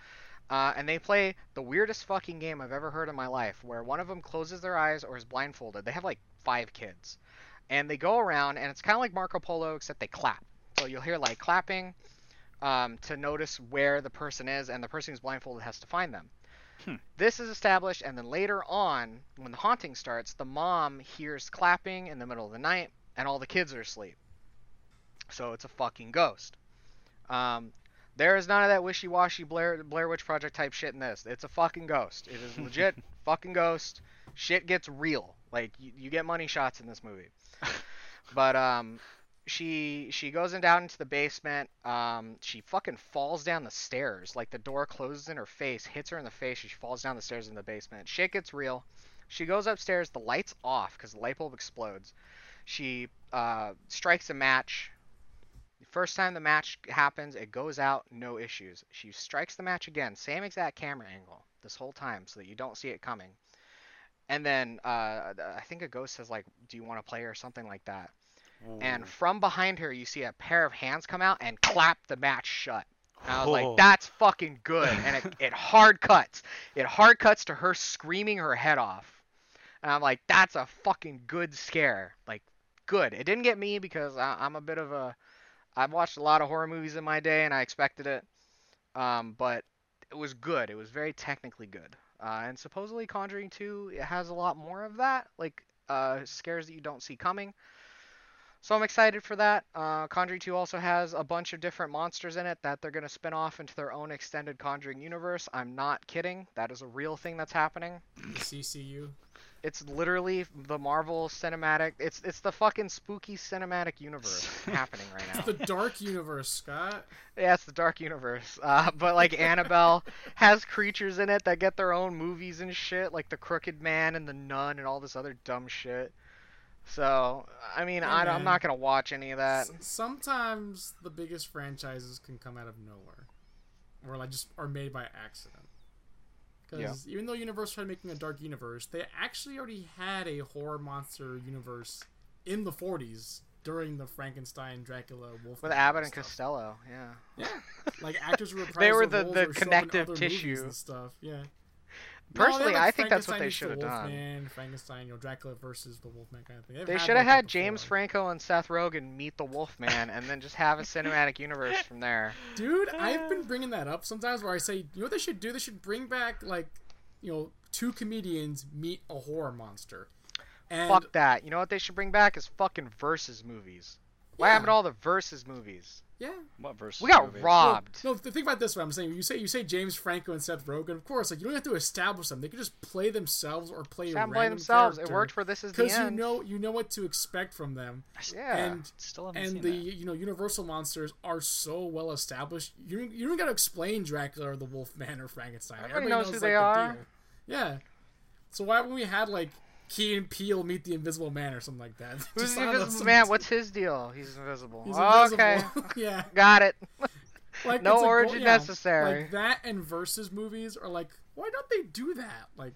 Speaker 1: Uh, and they play the weirdest fucking game I've ever heard in my life, where one of them closes their eyes or is blindfolded. They have like five kids. And they go around, and it's kind of like Marco Polo, except they clap. So you'll hear like clapping um, to notice where the person is, and the person who's blindfolded has to find them. This is established, and then later on, when the haunting starts, the mom hears clapping in the middle of the night, and all the kids are asleep. So it's a fucking ghost. Um, there is none of that wishy-washy Blair Blair Witch Project type shit in this. It's a fucking ghost. It is legit fucking ghost. Shit gets real. Like you, you get money shots in this movie. But um, she she goes in down into the basement. Um, she fucking falls down the stairs. Like the door closes in her face, hits her in the face. She falls down the stairs in the basement. Shit gets real. She goes upstairs. The lights off because the light bulb explodes. She uh, strikes a match. The First time the match happens, it goes out, no issues. She strikes the match again, same exact camera angle this whole time, so that you don't see it coming. And then uh, I think a ghost says like, "Do you want to play?" or something like that and from behind her you see a pair of hands come out and clap the match shut. And I was
Speaker 2: Oh.
Speaker 1: like, that's fucking good. And it, it hard cuts. It hard cuts to her screaming her head off. And I'm like, that's a fucking good scare. Like, good. It didn't get me because I, I'm a bit of a. I've watched a lot of horror movies in my day and I expected it. Um, but it was good. It was very technically good. Uh, and supposedly Conjuring 2 it has a lot more of that, like uh, scares that you don't see coming. So I'm excited for that. Uh, Conjuring 2 also has a bunch of different monsters in it that they're going to spin off into their own extended Conjuring universe. I'm not kidding. That is a real thing that's happening.
Speaker 3: The CCU.
Speaker 1: It's literally the Marvel cinematic. It's it's the fucking spooky cinematic universe happening right now.
Speaker 3: It's the dark universe, Scott.
Speaker 1: Yeah, it's the dark universe. Uh, but like Annabelle has creatures in it that get their own movies and shit, like the Crooked Man and the Nun and all this other dumb shit. So I mean, I,
Speaker 3: Yeah,
Speaker 1: I'm not gonna watch any of that.
Speaker 3: S- sometimes the biggest franchises can come out of nowhere, or like just are made by accident. Because even though Universal tried making a dark universe, they actually already had a horror monster universe in the '40s during the Frankenstein, Dracula, Wolf.
Speaker 1: With Abbott and Costello, yeah.
Speaker 3: like actors were reprised
Speaker 1: They were
Speaker 3: their
Speaker 1: the-
Speaker 3: roles
Speaker 1: the
Speaker 3: that were shown in
Speaker 1: connective
Speaker 3: other movies
Speaker 1: tissue.
Speaker 3: and stuff. Yeah.
Speaker 1: Personally, I think that's what they should have done.
Speaker 3: Man, Frankenstein, you know, Dracula versus the Wolfman kind of thing. They've
Speaker 1: They
Speaker 3: had
Speaker 1: should
Speaker 3: that
Speaker 1: have had
Speaker 3: before.
Speaker 1: James Franco and Seth Rogen meet the Wolfman, and then just have a cinematic universe from there.
Speaker 3: Dude, I've been bringing that up sometimes where I say, you know what they should do? They should bring back like, you know, two comedians meet a horror monster. And
Speaker 1: Fuck that. You know what they should bring back is fucking versus movies. Why
Speaker 3: Yeah.
Speaker 1: haven't all the versus movies?
Speaker 3: yeah.
Speaker 2: What versus
Speaker 1: We got
Speaker 2: movie?
Speaker 1: robbed.
Speaker 3: No, th- think about it this way. I'm saying you say you say James Franco and Seth Rogen. Of course, like you don't have to establish them. They could just play themselves or play. a
Speaker 1: Shot and
Speaker 3: random
Speaker 1: play themselves. It
Speaker 3: character
Speaker 1: worked for This Is the
Speaker 3: because you
Speaker 1: End.
Speaker 3: know you know what to expect from them.
Speaker 1: yeah.
Speaker 3: and
Speaker 2: Still haven't
Speaker 3: and
Speaker 2: seen
Speaker 3: the
Speaker 2: that.
Speaker 3: you know universal monsters are so well established you don't- you don't gotta explain dracula or the wolfman or frankenstein
Speaker 1: Everybody knows who they
Speaker 3: like, the
Speaker 1: are.
Speaker 3: deal. yeah so why haven't we had like Key and Peele meet the Invisible Man or something like that?
Speaker 1: Who's
Speaker 3: Just
Speaker 1: the
Speaker 3: I don't know,
Speaker 1: invisible
Speaker 3: some-
Speaker 1: man? What's his deal? He's invisible.
Speaker 3: he's
Speaker 1: Okay,
Speaker 3: invisible. yeah,
Speaker 1: got it.
Speaker 3: like
Speaker 1: No
Speaker 3: it's like, well,
Speaker 1: origin
Speaker 3: yeah,
Speaker 1: necessary.
Speaker 3: Like that and versus movies are like, why don't they do that? Like,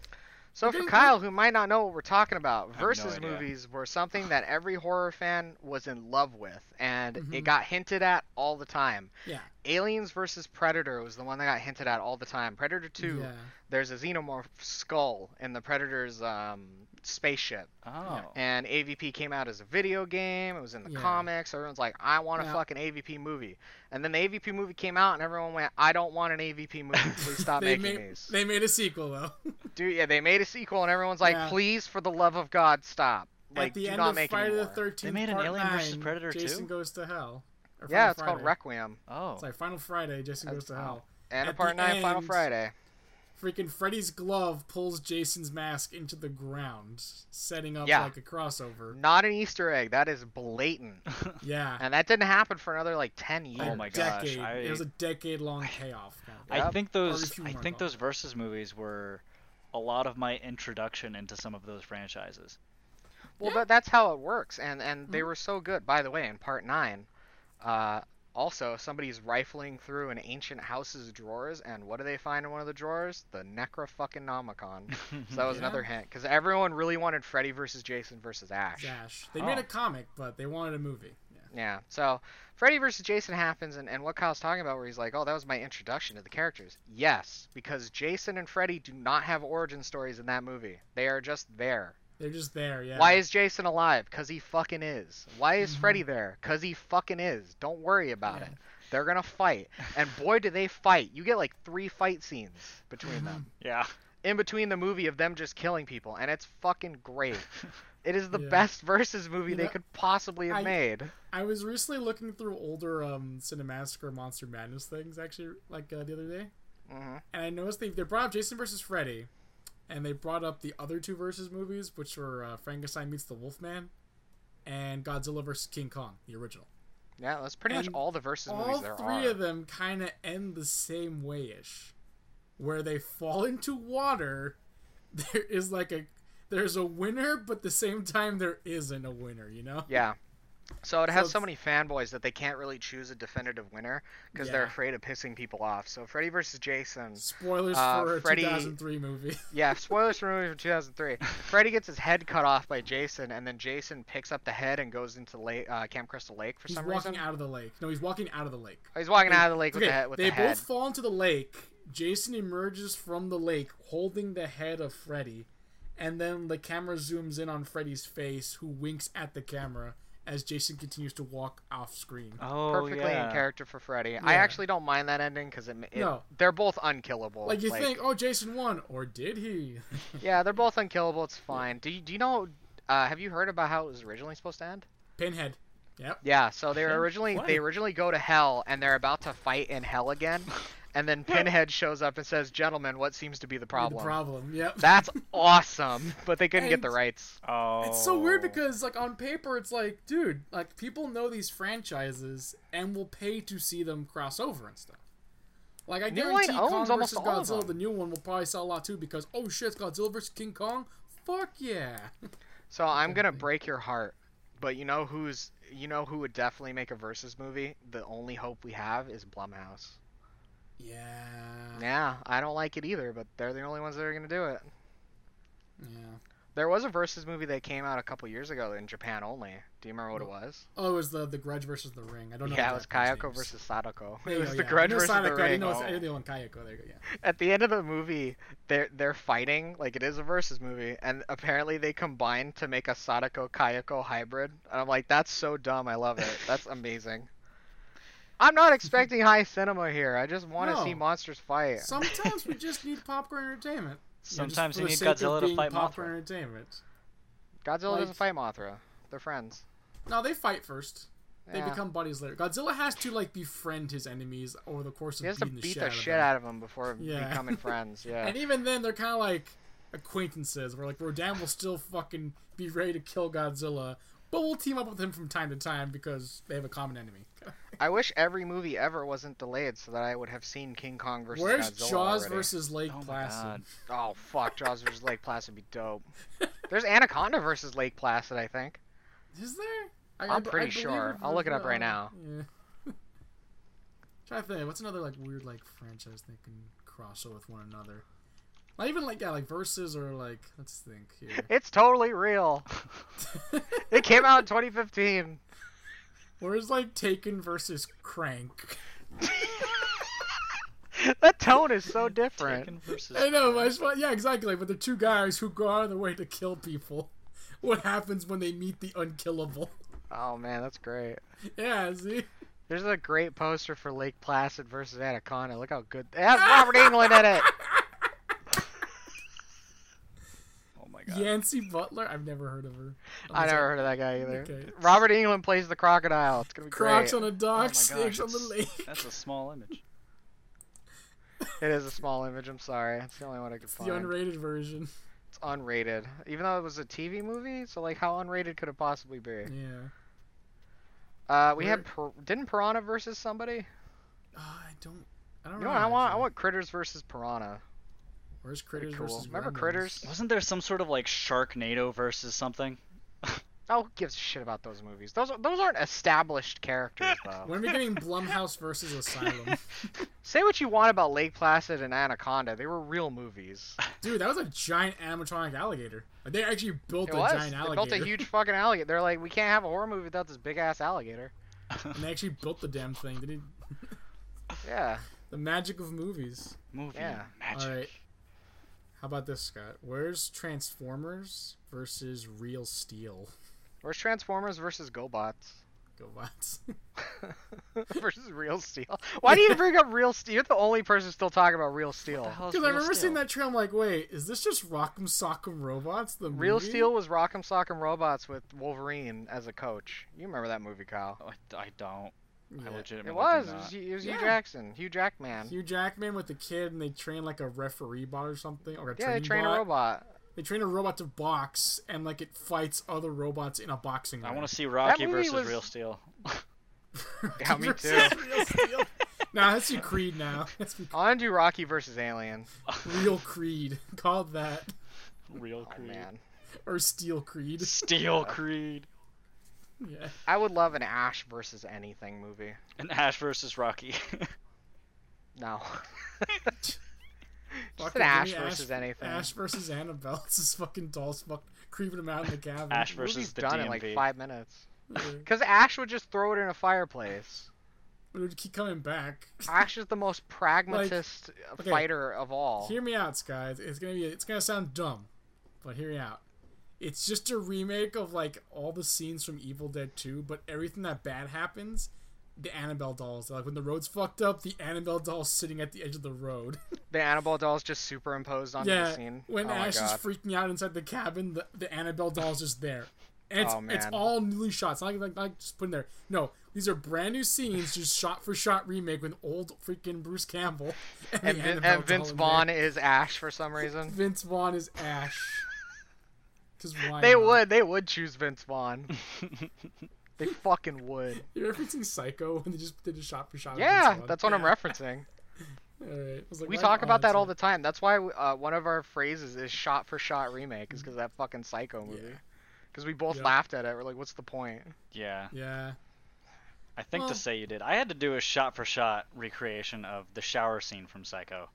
Speaker 1: So
Speaker 3: Okay,
Speaker 1: for
Speaker 3: well-
Speaker 1: Kyle, who might not know what we're talking about,
Speaker 2: have no
Speaker 1: versus
Speaker 2: idea.
Speaker 1: movies were something that every horror fan was in love with, and
Speaker 3: Mhm.
Speaker 1: it got hinted at all the time.
Speaker 3: yeah,
Speaker 1: Aliens versus Predator was the one that got hinted at all the time. Predator Two,
Speaker 3: yeah,
Speaker 1: there's a xenomorph skull in the Predator's um, spaceship.
Speaker 2: Oh.
Speaker 1: and AVP came out as a video game. It was in the
Speaker 3: Yeah.
Speaker 1: comics. Everyone's like, I want a
Speaker 3: Yeah.
Speaker 1: fucking AVP movie. And then the AVP movie came out, and everyone went, I don't want an AVP movie. Please stop
Speaker 3: they
Speaker 1: making
Speaker 3: made
Speaker 1: these.
Speaker 3: they made a sequel though.
Speaker 1: Dude, yeah, they made a sequel, and everyone's like,
Speaker 3: Yeah.
Speaker 1: please, for the love of God, stop. Like,
Speaker 3: At the
Speaker 1: do
Speaker 3: end
Speaker 1: not
Speaker 3: of
Speaker 1: make
Speaker 3: Friday
Speaker 1: anymore.
Speaker 3: the Thirteenth,
Speaker 2: made an
Speaker 3: part
Speaker 2: Alien
Speaker 3: nine,
Speaker 2: versus Predator
Speaker 3: Jason
Speaker 2: 2?
Speaker 3: goes to hell. Or
Speaker 1: Yeah,
Speaker 3: Final
Speaker 1: it's called
Speaker 3: Friday.
Speaker 1: Requiem.
Speaker 2: Oh.
Speaker 3: It's like Final Friday, Jason
Speaker 1: That's-
Speaker 3: goes to hell.
Speaker 1: And a
Speaker 3: At
Speaker 1: part
Speaker 3: the
Speaker 1: nine, Final
Speaker 3: end-
Speaker 1: Friday.
Speaker 3: Freaking Freddy's glove pulls Jason's mask into the ground, setting up
Speaker 1: Yeah.
Speaker 3: like a crossover.
Speaker 1: Not an Easter egg. That is blatant.
Speaker 3: Yeah.
Speaker 1: And that didn't happen for another like ten years.
Speaker 2: Oh my God. gosh,
Speaker 3: decade.
Speaker 2: I-
Speaker 3: It was a decade long payoff. kind of thing.
Speaker 2: I
Speaker 1: Yep.
Speaker 2: think
Speaker 3: Or
Speaker 2: those
Speaker 3: if you
Speaker 2: I
Speaker 3: wanna
Speaker 2: think
Speaker 3: call it.
Speaker 2: those versus movies were a lot of my introduction into some of those franchises.
Speaker 1: Well,
Speaker 3: Yeah.
Speaker 1: but that's how it works, and and they were so good. By the way, in part nine, uh, also somebody's rifling through an ancient house's drawers, and what do they find in one of the drawers? The Necro fucking Nomicon. So that was
Speaker 3: Yeah.
Speaker 1: another hint, because everyone really wanted Freddy versus Jason versus Ash.
Speaker 3: Dash. They made
Speaker 2: Oh.
Speaker 3: a comic, but they wanted a movie. Yeah.
Speaker 1: Yeah. So Freddy versus Jason happens, and, and what Kyle's talking about, where he's like, "Oh, that was my introduction to the characters." Yes, because Jason and Freddy do not have origin stories in that movie. They are just there.
Speaker 3: They're just there. Yeah.
Speaker 1: Why is Jason alive? Because he fucking is. Why is Freddy there? Because he fucking is. Don't worry about
Speaker 3: Mm-hmm. Yeah.
Speaker 1: it. They're gonna fight, and boy, do they fight! You get like three fight scenes between them,
Speaker 2: Yeah.
Speaker 3: Mm-hmm.
Speaker 1: in between the movie of them just killing people, and it's fucking great. It is the
Speaker 3: Yeah.
Speaker 1: best versus movie
Speaker 3: You
Speaker 1: they
Speaker 3: know,
Speaker 1: could possibly have
Speaker 3: I-
Speaker 1: made.
Speaker 3: I was recently looking through older um, Cinemassacre Monster Madness things, actually, like uh, the other day,
Speaker 1: Mhm.
Speaker 3: and I noticed they they brought up Jason versus Freddy, and they brought up the other two versus movies, which were uh, Frankenstein meets the Wolfman, and Godzilla versus King Kong, the original.
Speaker 1: Yeah, that's pretty much
Speaker 3: And
Speaker 1: all the versus
Speaker 3: All
Speaker 1: movies there
Speaker 3: three
Speaker 1: are.
Speaker 3: of them kind of end the same way ish, where they fall into water. There is like a there's a winner, but the same time there isn't a winner. You know?
Speaker 1: Yeah. So it has so,
Speaker 3: it's-
Speaker 1: many fanboys that they can't really choose a definitive winner because they're
Speaker 3: Yeah.
Speaker 1: afraid of pissing people off. So Freddy versus Jason.
Speaker 3: Spoilers
Speaker 1: Uh,
Speaker 3: for a
Speaker 1: Freddy-
Speaker 3: 2003 movie.
Speaker 1: Yeah, spoilers for movies from 2003. Freddy gets his head cut off by Jason, and then Jason picks up the head and goes into lake, uh, Camp Crystal Lake for
Speaker 3: He's
Speaker 1: some
Speaker 3: walking
Speaker 1: reason.
Speaker 3: out of the lake. No, he's walking out of the lake.
Speaker 1: Oh, he's walking out of the lake with
Speaker 3: Okay,
Speaker 1: the head. With
Speaker 3: they
Speaker 1: the
Speaker 3: both
Speaker 1: head.
Speaker 3: fall into the lake. Jason emerges from the lake holding the head of Freddy, and then the camera zooms in on Freddy's face, who winks at the camera as Jason continues to walk off screen.
Speaker 2: Oh
Speaker 1: Perfectly
Speaker 2: yeah.
Speaker 1: in character for Freddy. I
Speaker 3: Yeah.
Speaker 1: actually don't mind that ending because it, ma- it
Speaker 3: No.
Speaker 1: they're both unkillable.
Speaker 3: like you think, oh, Jason won, or did he?
Speaker 1: Yeah, they're both unkillable. It's fine. Do you do you know? Uh, have you heard about how it was originally supposed to end?
Speaker 3: Pinhead. Yep.
Speaker 1: Yeah, so they
Speaker 2: Pin-
Speaker 1: are originally
Speaker 2: what?
Speaker 1: they originally go to hell and they're about to fight in hell again, and then Pinhead shows up and says, "Gentlemen, what seems to be the
Speaker 3: The
Speaker 1: problem?"
Speaker 3: problem. Yep.
Speaker 1: That's awesome, but they couldn't get the
Speaker 3: And-
Speaker 1: rights.
Speaker 2: Oh.
Speaker 3: It's so weird because like on paper it's like, dude, like people know these franchises and will pay to see them cross over and stuff. Like I
Speaker 1: New
Speaker 3: guarantee
Speaker 1: Line owns
Speaker 3: Kong
Speaker 1: almost
Speaker 3: versus
Speaker 1: all of
Speaker 3: Godzilla,
Speaker 1: them.
Speaker 3: the new one will probably sell a lot too because oh shit, it's Godzilla versus King Kong. Fuck yeah.
Speaker 1: So I'm gonna break your heart, but you know who's you know who would definitely make a versus movie? The only hope we have is Blumhouse.
Speaker 3: Yeah.
Speaker 1: Yeah, I don't like it either, but they're the only ones that are gonna do it.
Speaker 3: Yeah.
Speaker 1: There was a versus movie that came out a couple years ago in Japan only. Do you remember what it was?
Speaker 3: Oh, it was the the Grudge versus the Ring. I don't know.
Speaker 1: yeah, it was
Speaker 3: exactly his
Speaker 1: Kayako
Speaker 3: names.
Speaker 1: versus Sadako.
Speaker 3: There
Speaker 1: It
Speaker 3: you
Speaker 1: was
Speaker 3: go,
Speaker 1: the
Speaker 3: yeah.
Speaker 1: Grudge
Speaker 3: You know
Speaker 1: versus
Speaker 3: Sadako,
Speaker 1: the
Speaker 3: You
Speaker 1: Ring.
Speaker 3: know, it's-
Speaker 2: Oh.
Speaker 3: I know one Kayako. There you go. Yeah.
Speaker 1: At the end of the movie, they're they're fighting like it is a versus movie, and apparently they combined to make a Sadako Kayako hybrid. And I'm like, that's so dumb. I love it. That's amazing. I'm not expecting high cinema here. I just want to see
Speaker 3: No.
Speaker 1: monsters fight.
Speaker 3: Sometimes we just need popcorn entertainment. You know, just
Speaker 2: Oh. Sometimes
Speaker 3: for
Speaker 2: you
Speaker 3: the
Speaker 2: need
Speaker 3: sake of
Speaker 2: Godzilla to
Speaker 3: being
Speaker 2: fight
Speaker 3: popcorn
Speaker 2: Mothra.
Speaker 3: entertainment.
Speaker 1: Godzilla
Speaker 3: like-
Speaker 1: doesn't fight Mothra. They're friends.
Speaker 3: No, they fight first. They
Speaker 1: Yeah.
Speaker 3: become buddies later. Godzilla has to like befriend his enemies over the course
Speaker 1: He
Speaker 3: of
Speaker 1: has to
Speaker 3: beating
Speaker 1: beat
Speaker 3: the,
Speaker 1: the shit out of them before
Speaker 3: Yeah.
Speaker 1: becoming friends. Yeah.
Speaker 3: And even then, they're kind of like acquaintances. Where like Rodan will still fucking be ready to kill Godzilla, but we'll team up with him from time to time because they have a common enemy.
Speaker 1: I wish every movie ever wasn't delayed so that I would have seen King Kong versus
Speaker 3: Where's
Speaker 1: Godzilla
Speaker 3: Jaws
Speaker 1: already.
Speaker 3: versus Lake
Speaker 2: Oh my
Speaker 3: Placid?
Speaker 2: God.
Speaker 1: Oh fuck, Jaws versus Lake Placid would be dope. There's Anaconda versus Lake Placid, I think.
Speaker 3: Is there? I,
Speaker 1: I'm
Speaker 3: b-
Speaker 1: pretty
Speaker 3: believe
Speaker 1: sure.
Speaker 3: we've-
Speaker 1: I'll look it up right
Speaker 3: uh,
Speaker 1: now.
Speaker 3: Yeah. Trying to think. What's another like weird like franchise that can cross over with one another? Not even like yeah, like versus or like let's think here.
Speaker 1: It's totally real. It came out in 2015.
Speaker 3: Where's like Taken versus Crank?
Speaker 1: that tone is so different.
Speaker 2: Taken versus
Speaker 3: I know, but it's, fun- yeah, exactly. But the two guys who go out of their way to kill people. What happens when they meet the unkillable?
Speaker 1: Oh man, that's great.
Speaker 3: Yeah, see,
Speaker 1: There's a great poster for Lake Placid versus Anaconda. Look how good. It has Robert England in it.
Speaker 2: Oh my god.
Speaker 3: Yancy Butler. I've never heard of her.
Speaker 1: I never heard of that guy either.
Speaker 3: Okay.
Speaker 1: Robert England plays the crocodile. It's gonna be
Speaker 3: Crocs
Speaker 1: great.
Speaker 3: on a
Speaker 2: Oh my
Speaker 3: dock,
Speaker 2: gosh,
Speaker 3: snakes on the
Speaker 2: it's-
Speaker 3: lake.
Speaker 2: That's a small image.
Speaker 1: It is a small image. I'm sorry. It's the only one I could
Speaker 3: It's the
Speaker 1: find.
Speaker 3: unrated version.
Speaker 1: it's unrated, even though it was a TV movie. So like, how unrated could it possibly be?
Speaker 3: Yeah.
Speaker 1: Uh, we
Speaker 3: Where-
Speaker 1: had Pir- didn't Piranha versus somebody?
Speaker 3: Uh, I don't. I don't
Speaker 1: You
Speaker 3: know.
Speaker 1: know what I want? I
Speaker 3: actually.
Speaker 1: want Critters versus Piranha.
Speaker 3: Where's Critters
Speaker 1: Pretty cool.
Speaker 3: versus
Speaker 1: Remember
Speaker 3: Gremlins?
Speaker 1: Critters?
Speaker 2: Wasn't there some sort of like Sharknado versus something?
Speaker 1: Oh, who gives a shit about those movies? Those are- those aren't established characters though.
Speaker 3: When are we getting Blumhouse versus Asylum?
Speaker 1: Say what you want about Lake Placid and Anaconda, they were real movies.
Speaker 3: Dude, that was a giant animatronic alligator. Like, they actually built
Speaker 1: It
Speaker 3: a
Speaker 1: was.
Speaker 3: giant
Speaker 1: They
Speaker 3: alligator.
Speaker 1: built a huge fucking alligator. They're like, we can't have a horror movie without this big ass alligator.
Speaker 3: and they actually built the damn thing. They did
Speaker 1: Yeah.
Speaker 3: the magic of movies.
Speaker 2: Movie
Speaker 1: Yeah.
Speaker 2: magic.
Speaker 3: Alright. How about this, Scott? Where's Transformers versus Real Steel?
Speaker 1: Where's Transformers versus GoBots?
Speaker 3: Go bots.
Speaker 1: versus Real Steel. Why do you bring up Real Steel? You're the only person still talking about Real Steel.
Speaker 3: Because I remember seeing that trailer, I'm like, wait, is this just Rock'em Sock'em Robots? The
Speaker 1: Real
Speaker 3: movie?
Speaker 1: Steel was Rock'em Sock'em Robots with Wolverine as a coach. You remember that movie, Kyle?
Speaker 2: Oh, I, I don't.
Speaker 3: Yeah.
Speaker 2: I legitimately
Speaker 1: It was.
Speaker 2: do
Speaker 1: It
Speaker 2: not.
Speaker 1: was, Hugh- it was
Speaker 3: Yeah.
Speaker 1: Hugh Jackson, Hugh Jackman.
Speaker 3: Hugh Jackman with the kid, and they train like a referee bot or something, or a
Speaker 1: yeah, they
Speaker 3: training
Speaker 1: train
Speaker 3: bot.
Speaker 1: a robot.
Speaker 3: They train a robot to box, and like it fights other robots in a boxing.
Speaker 2: I
Speaker 3: ring.
Speaker 2: want to see Rocky
Speaker 1: movie
Speaker 2: versus
Speaker 1: was-
Speaker 2: Real Steel.
Speaker 1: Yeah, me
Speaker 3: Versus
Speaker 1: too.
Speaker 3: Real Steel. nah, let's do Creed now. Let's be
Speaker 1: I want to do Rocky versus Alien.
Speaker 3: Real Creed. Call that
Speaker 2: Real
Speaker 1: Oh
Speaker 2: Creed.
Speaker 1: man,
Speaker 3: or Steel Creed.
Speaker 2: Steel Creed.
Speaker 3: Yeah.
Speaker 1: I would love an Ash versus anything movie.
Speaker 2: And Ash versus Rocky.
Speaker 1: No, just
Speaker 3: Fucking
Speaker 1: an Ash
Speaker 3: give me
Speaker 1: versus anything.
Speaker 3: Ash versus Annabelle. It's this fucking doll's fuck creeping him out in the cabin.
Speaker 2: Ash
Speaker 1: The movie's
Speaker 2: versus the
Speaker 1: done
Speaker 2: DMV.
Speaker 1: in like five minutes.
Speaker 3: Yeah.
Speaker 1: Because Ash would just throw it in a fireplace.
Speaker 3: It would keep coming back.
Speaker 1: Ash is the most pragmatist uh
Speaker 3: okay.
Speaker 1: fighter of all.
Speaker 3: Hear me out, guys. It's gonna be it's gonna sound dumb, but hear me out. It's just a remake of like all the scenes from Evil Dead 2, but everything that bad happens, the Annabelle dolls. Like when the road's fucked up, the Annabelle doll's sitting at the edge of the road.
Speaker 1: The Annabelle doll is just superimposed onto
Speaker 3: yeah.
Speaker 1: the scene.
Speaker 3: When
Speaker 1: oh my
Speaker 3: Ash is
Speaker 1: God.
Speaker 3: freaking out inside the cabin, the, the Annabelle doll's just there. And it's,
Speaker 1: Oh,
Speaker 3: it's
Speaker 1: man.
Speaker 3: all newly shot. It's not like, like, like just put in there. No, these are brand new scenes, just shot for shot remake with old freaking Bruce Campbell. the
Speaker 1: and, Vin-
Speaker 3: Annabelle
Speaker 1: and
Speaker 3: doll
Speaker 1: Vince
Speaker 3: in there.
Speaker 1: Vaughn is Ash for some reason.
Speaker 3: Vince Vaughn is Ash. Because why?
Speaker 1: They
Speaker 3: not?
Speaker 1: would. They would choose Vince Vaughn. they fucking would.
Speaker 3: You're referencing Psycho when they just did a shot for shot. of
Speaker 1: Yeah,
Speaker 3: Vince Vaughn.
Speaker 1: that's what I'm referencing.
Speaker 3: All right. I was like,
Speaker 1: We
Speaker 3: why-
Speaker 1: talk
Speaker 3: oh,
Speaker 1: about
Speaker 3: that's
Speaker 1: that all
Speaker 3: it.
Speaker 1: the time. That's why uh, one of our phrases is "shot for shot remake" is because that fucking Psycho movie.
Speaker 3: Yeah.
Speaker 1: Because we both
Speaker 3: Yep.
Speaker 1: laughed at it. We're like, "What's the point?"
Speaker 2: yeah.
Speaker 3: Yeah.
Speaker 2: I think
Speaker 3: Well-
Speaker 2: to say you did. I had to do a shot for shot recreation of the shower scene from Psycho.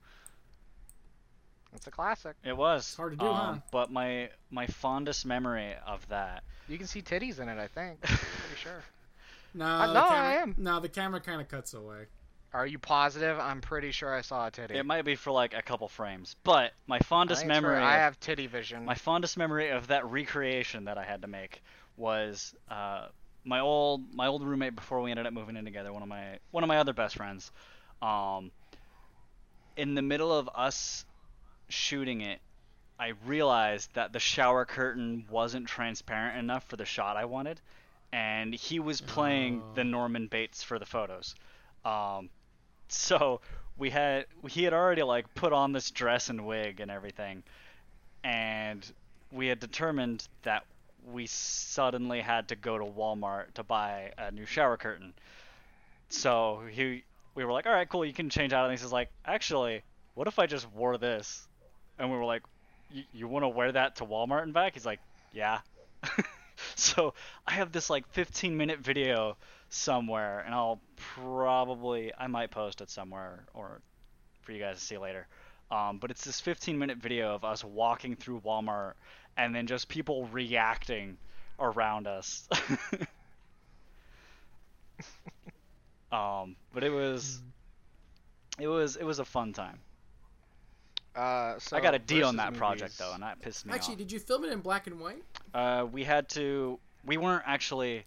Speaker 1: It's a classic.
Speaker 2: It was
Speaker 3: It's hard to do,
Speaker 2: um,
Speaker 3: huh?
Speaker 2: But my my fondest memory of that.
Speaker 1: You can see titties in it. I think. Pretty sure.
Speaker 3: No,
Speaker 1: Uh,
Speaker 3: the
Speaker 1: no, I
Speaker 3: camera,
Speaker 1: am.
Speaker 3: No, the camera kind of cuts away.
Speaker 1: Are you positive? I'm pretty sure I saw a titty.
Speaker 2: It might be for like a couple frames, but my
Speaker 1: I
Speaker 2: fondest
Speaker 1: think it's where
Speaker 2: memory.
Speaker 1: I
Speaker 2: of-
Speaker 1: have titty vision.
Speaker 2: my fondest memory of that recreation that I had to make was uh, my old my old roommate before we ended up moving in together. One of my one of my other best friends. Um, in the middle of us shooting it, I realized that the shower curtain wasn't transparent enough for the shot I wanted, and he was playing
Speaker 3: Oh.
Speaker 2: the Norman Bates for the photos. Um, so we had he had already like put on this dress and wig and everything, and we had determined that we suddenly had to go to Walmart to buy a new shower curtain. So he, we were like, all right, cool, you can change out. And he's just like, actually, what if I just wore this? And we were like, "Y- you want to wear that to Walmart and back? He's like, yeah. so I have this like 15 minute video somewhere, and I'll probably, I might post it somewhere or for you guys to see later. Um, but it's this 15 minute video of us walking through Walmart and then just people reacting around us. um, but it was
Speaker 1: Hmm.
Speaker 2: it was it was a fun time.
Speaker 1: Uh, so
Speaker 2: I got a D on
Speaker 1: versus
Speaker 2: that project
Speaker 1: movies.
Speaker 2: though, and that pissed me
Speaker 3: Actually,
Speaker 2: off.
Speaker 3: did you film it in black and white?
Speaker 2: Uh, we had to we weren't actually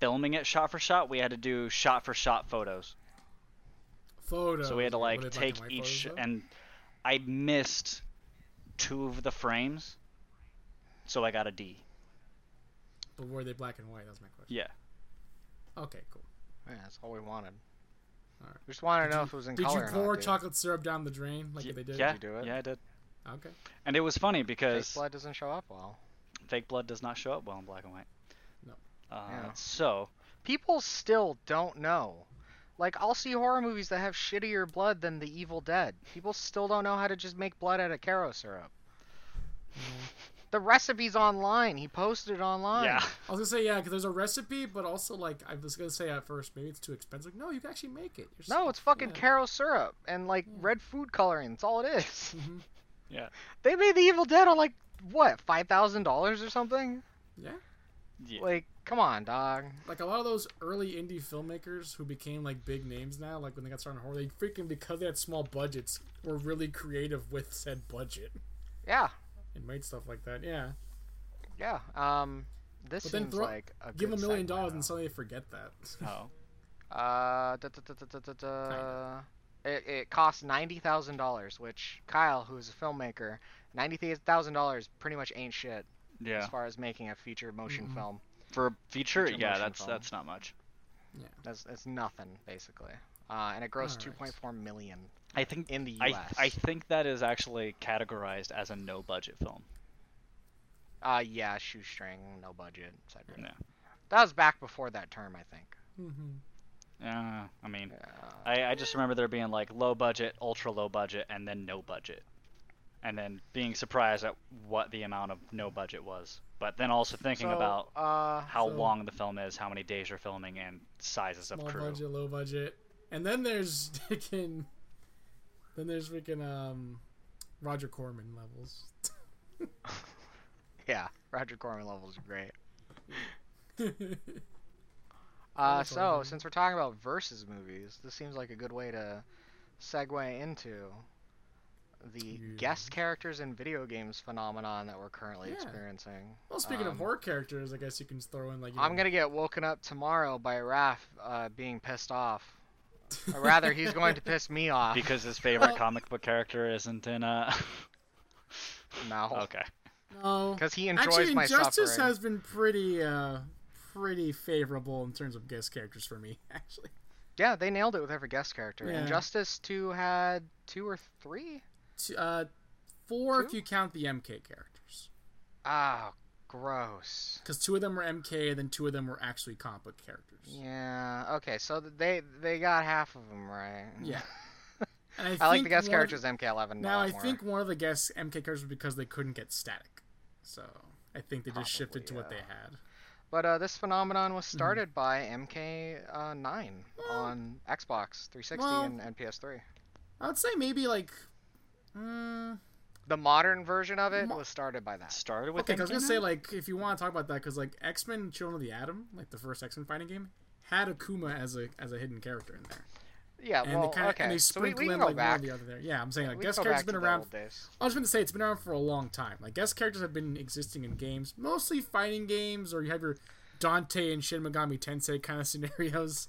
Speaker 2: filming it shot for shot. We had to do shot for shot photos.
Speaker 3: Photo.
Speaker 2: So we had to like take each and I missed two of the frames. So I got a D.
Speaker 3: But were they black and white? That was my question.
Speaker 2: Yeah.
Speaker 3: Okay, cool.
Speaker 1: Yeah, that's all we wanted.
Speaker 3: Alright.
Speaker 1: We just wanted
Speaker 3: Did
Speaker 1: to know
Speaker 3: you-
Speaker 1: if it was in
Speaker 3: Did you
Speaker 1: color. or
Speaker 3: pour
Speaker 1: not, dude.
Speaker 3: chocolate syrup down the drain like
Speaker 2: Ye-
Speaker 3: they did?
Speaker 2: Yeah,
Speaker 1: you do it?
Speaker 2: yeah, I did.
Speaker 3: Okay.
Speaker 2: And it was funny because
Speaker 1: Fake blood doesn't show up well.
Speaker 2: fake blood does not show up well in black and white.
Speaker 3: No.
Speaker 2: Uh,
Speaker 1: Yeah.
Speaker 2: So
Speaker 1: People still don't know. Like I'll see horror movies that have shittier blood than The Evil Dead. People still don't know how to just make blood out of caro syrup. The recipe's online. He posted it online.
Speaker 2: yeah,
Speaker 3: I was gonna say yeah, 'cause there's a recipe, but also like I was gonna say at first maybe it's too expensive. Like, no, you can actually make it. Yourself.
Speaker 1: No, it's fucking
Speaker 3: Yeah.
Speaker 1: caro syrup and like red food coloring. That's all it is.
Speaker 3: Mhm.
Speaker 2: Yeah.
Speaker 1: They made The Evil Dead on like what five thousand dollars or something.
Speaker 3: Yeah,
Speaker 2: yeah.
Speaker 1: Like, come on, dog.
Speaker 3: like a lot of those early indie filmmakers who became like big names now, like when they got started in horror, they freaking because they had small budgets were really creative with said budget
Speaker 1: Yeah,
Speaker 3: and made stuff like that. Yeah,
Speaker 1: yeah. Um, this
Speaker 3: But then
Speaker 1: seems
Speaker 3: throw-
Speaker 1: like a
Speaker 3: give
Speaker 1: good
Speaker 3: them a million
Speaker 1: segue,
Speaker 3: dollars
Speaker 1: though.
Speaker 3: and suddenly they forget that.
Speaker 2: Oh,
Speaker 1: Uh, da, da, da, da, da, da, da. It, it cost ninety thousand dollars, which Kyle, who is a filmmaker, ninety thousand dollars pretty much ain't shit
Speaker 2: yeah.
Speaker 1: as far as making a feature motion
Speaker 3: Mhm.
Speaker 1: film.
Speaker 2: For a feature,
Speaker 1: Feature
Speaker 2: yeah,
Speaker 1: motion
Speaker 2: that's
Speaker 1: film.
Speaker 2: that's not much.
Speaker 1: That's it's nothing basically, uh, and it grossed two
Speaker 3: Alright.
Speaker 1: point four million
Speaker 2: I think
Speaker 1: in the
Speaker 2: I
Speaker 1: U.S.
Speaker 2: I think that is actually categorized as a no budget film.
Speaker 1: Uh, yeah, shoestring, no budget. Side
Speaker 2: Yeah.
Speaker 1: That was back before that term, I think.
Speaker 3: mm-hmm.
Speaker 2: Uh, I mean,
Speaker 1: Uh,
Speaker 2: I, I just remember there being like low budget, ultra low budget, and then no budget, and then being surprised at what the amount of no budget was. But then also thinking
Speaker 1: so,
Speaker 2: about
Speaker 1: uh,
Speaker 2: how
Speaker 3: so-
Speaker 2: long the film is, how many days you're filming, and sizes of
Speaker 3: Small
Speaker 2: crew.
Speaker 3: budget, low budget, and then there's freaking, then there's freaking um, Roger Corman levels.
Speaker 1: yeah, Roger Corman levels are great.
Speaker 3: yeah,
Speaker 1: Uh,
Speaker 3: that's all I
Speaker 1: so
Speaker 3: have.
Speaker 1: since we're talking about versus movies, this seems like a good way to segue into the guest characters in video games phenomenon that we're currently
Speaker 3: Yeah.
Speaker 1: experiencing.
Speaker 3: Well, speaking
Speaker 1: Um,
Speaker 3: of horror characters, I guess you can just throw in like. You
Speaker 1: I'm gonna get woken up tomorrow by Raph uh, being pissed off, or rather, he's going to piss me off.
Speaker 2: Because his favorite
Speaker 3: Well-
Speaker 2: comic book character isn't in a.
Speaker 1: No,
Speaker 2: okay.
Speaker 3: No.
Speaker 1: because he enjoys
Speaker 3: Actually,
Speaker 1: my
Speaker 3: Injustice
Speaker 1: suffering.
Speaker 3: has been pretty, uh, pretty favorable in terms of guest characters for me. Actually,
Speaker 1: Yeah, they nailed it with every guest character.
Speaker 3: Yeah.
Speaker 1: Injustice Two had two or three.
Speaker 3: T- uh, four if
Speaker 1: Two?
Speaker 3: you count the MK characters,
Speaker 1: Oh, gross.
Speaker 3: because two of them were MK, and then two of them were actually comic book characters.
Speaker 1: Yeah. Okay. So th- they they got half of them right.
Speaker 3: Yeah. And I,
Speaker 1: I like
Speaker 3: think
Speaker 1: the guest
Speaker 3: one of-
Speaker 1: characters MK11. a
Speaker 3: Now
Speaker 1: lot
Speaker 3: I
Speaker 1: more.
Speaker 3: think one of the guest MK characters was because they couldn't get static, so I think they just shifted to
Speaker 1: Probably,
Speaker 3: what they
Speaker 1: yeah.
Speaker 3: had.
Speaker 1: But uh, this phenomenon
Speaker 3: Mhm.
Speaker 1: was started by MK9 on Xbox 360
Speaker 3: well-
Speaker 1: and, and PS3.
Speaker 3: I would say maybe like. Mm,
Speaker 1: The modern version of it
Speaker 3: Mo-
Speaker 1: was started by that.
Speaker 2: Started with.
Speaker 3: Okay, 'cause I was gonna
Speaker 2: MK9?
Speaker 3: say like if you want to talk about that, because like X Men: Children of the Atom, like the first X Men fighting game, had Akuma as a as a hidden character in there,
Speaker 1: Yeah.
Speaker 3: and
Speaker 1: well,
Speaker 3: they kind of
Speaker 1: okay.
Speaker 3: and they
Speaker 1: so we,
Speaker 3: sprinkle
Speaker 1: we can
Speaker 3: in
Speaker 1: go
Speaker 3: like
Speaker 1: back.
Speaker 3: one or the other there. Yeah, I'm saying like
Speaker 1: we
Speaker 3: guest
Speaker 1: can go
Speaker 3: characters
Speaker 1: back
Speaker 3: been
Speaker 1: to the
Speaker 3: around.
Speaker 1: old days.
Speaker 3: I was gonna say it's been around for a long time. Like guest characters have been existing in games, mostly fighting games, or you have your Dante and Shin Megami Tensei kind of scenarios.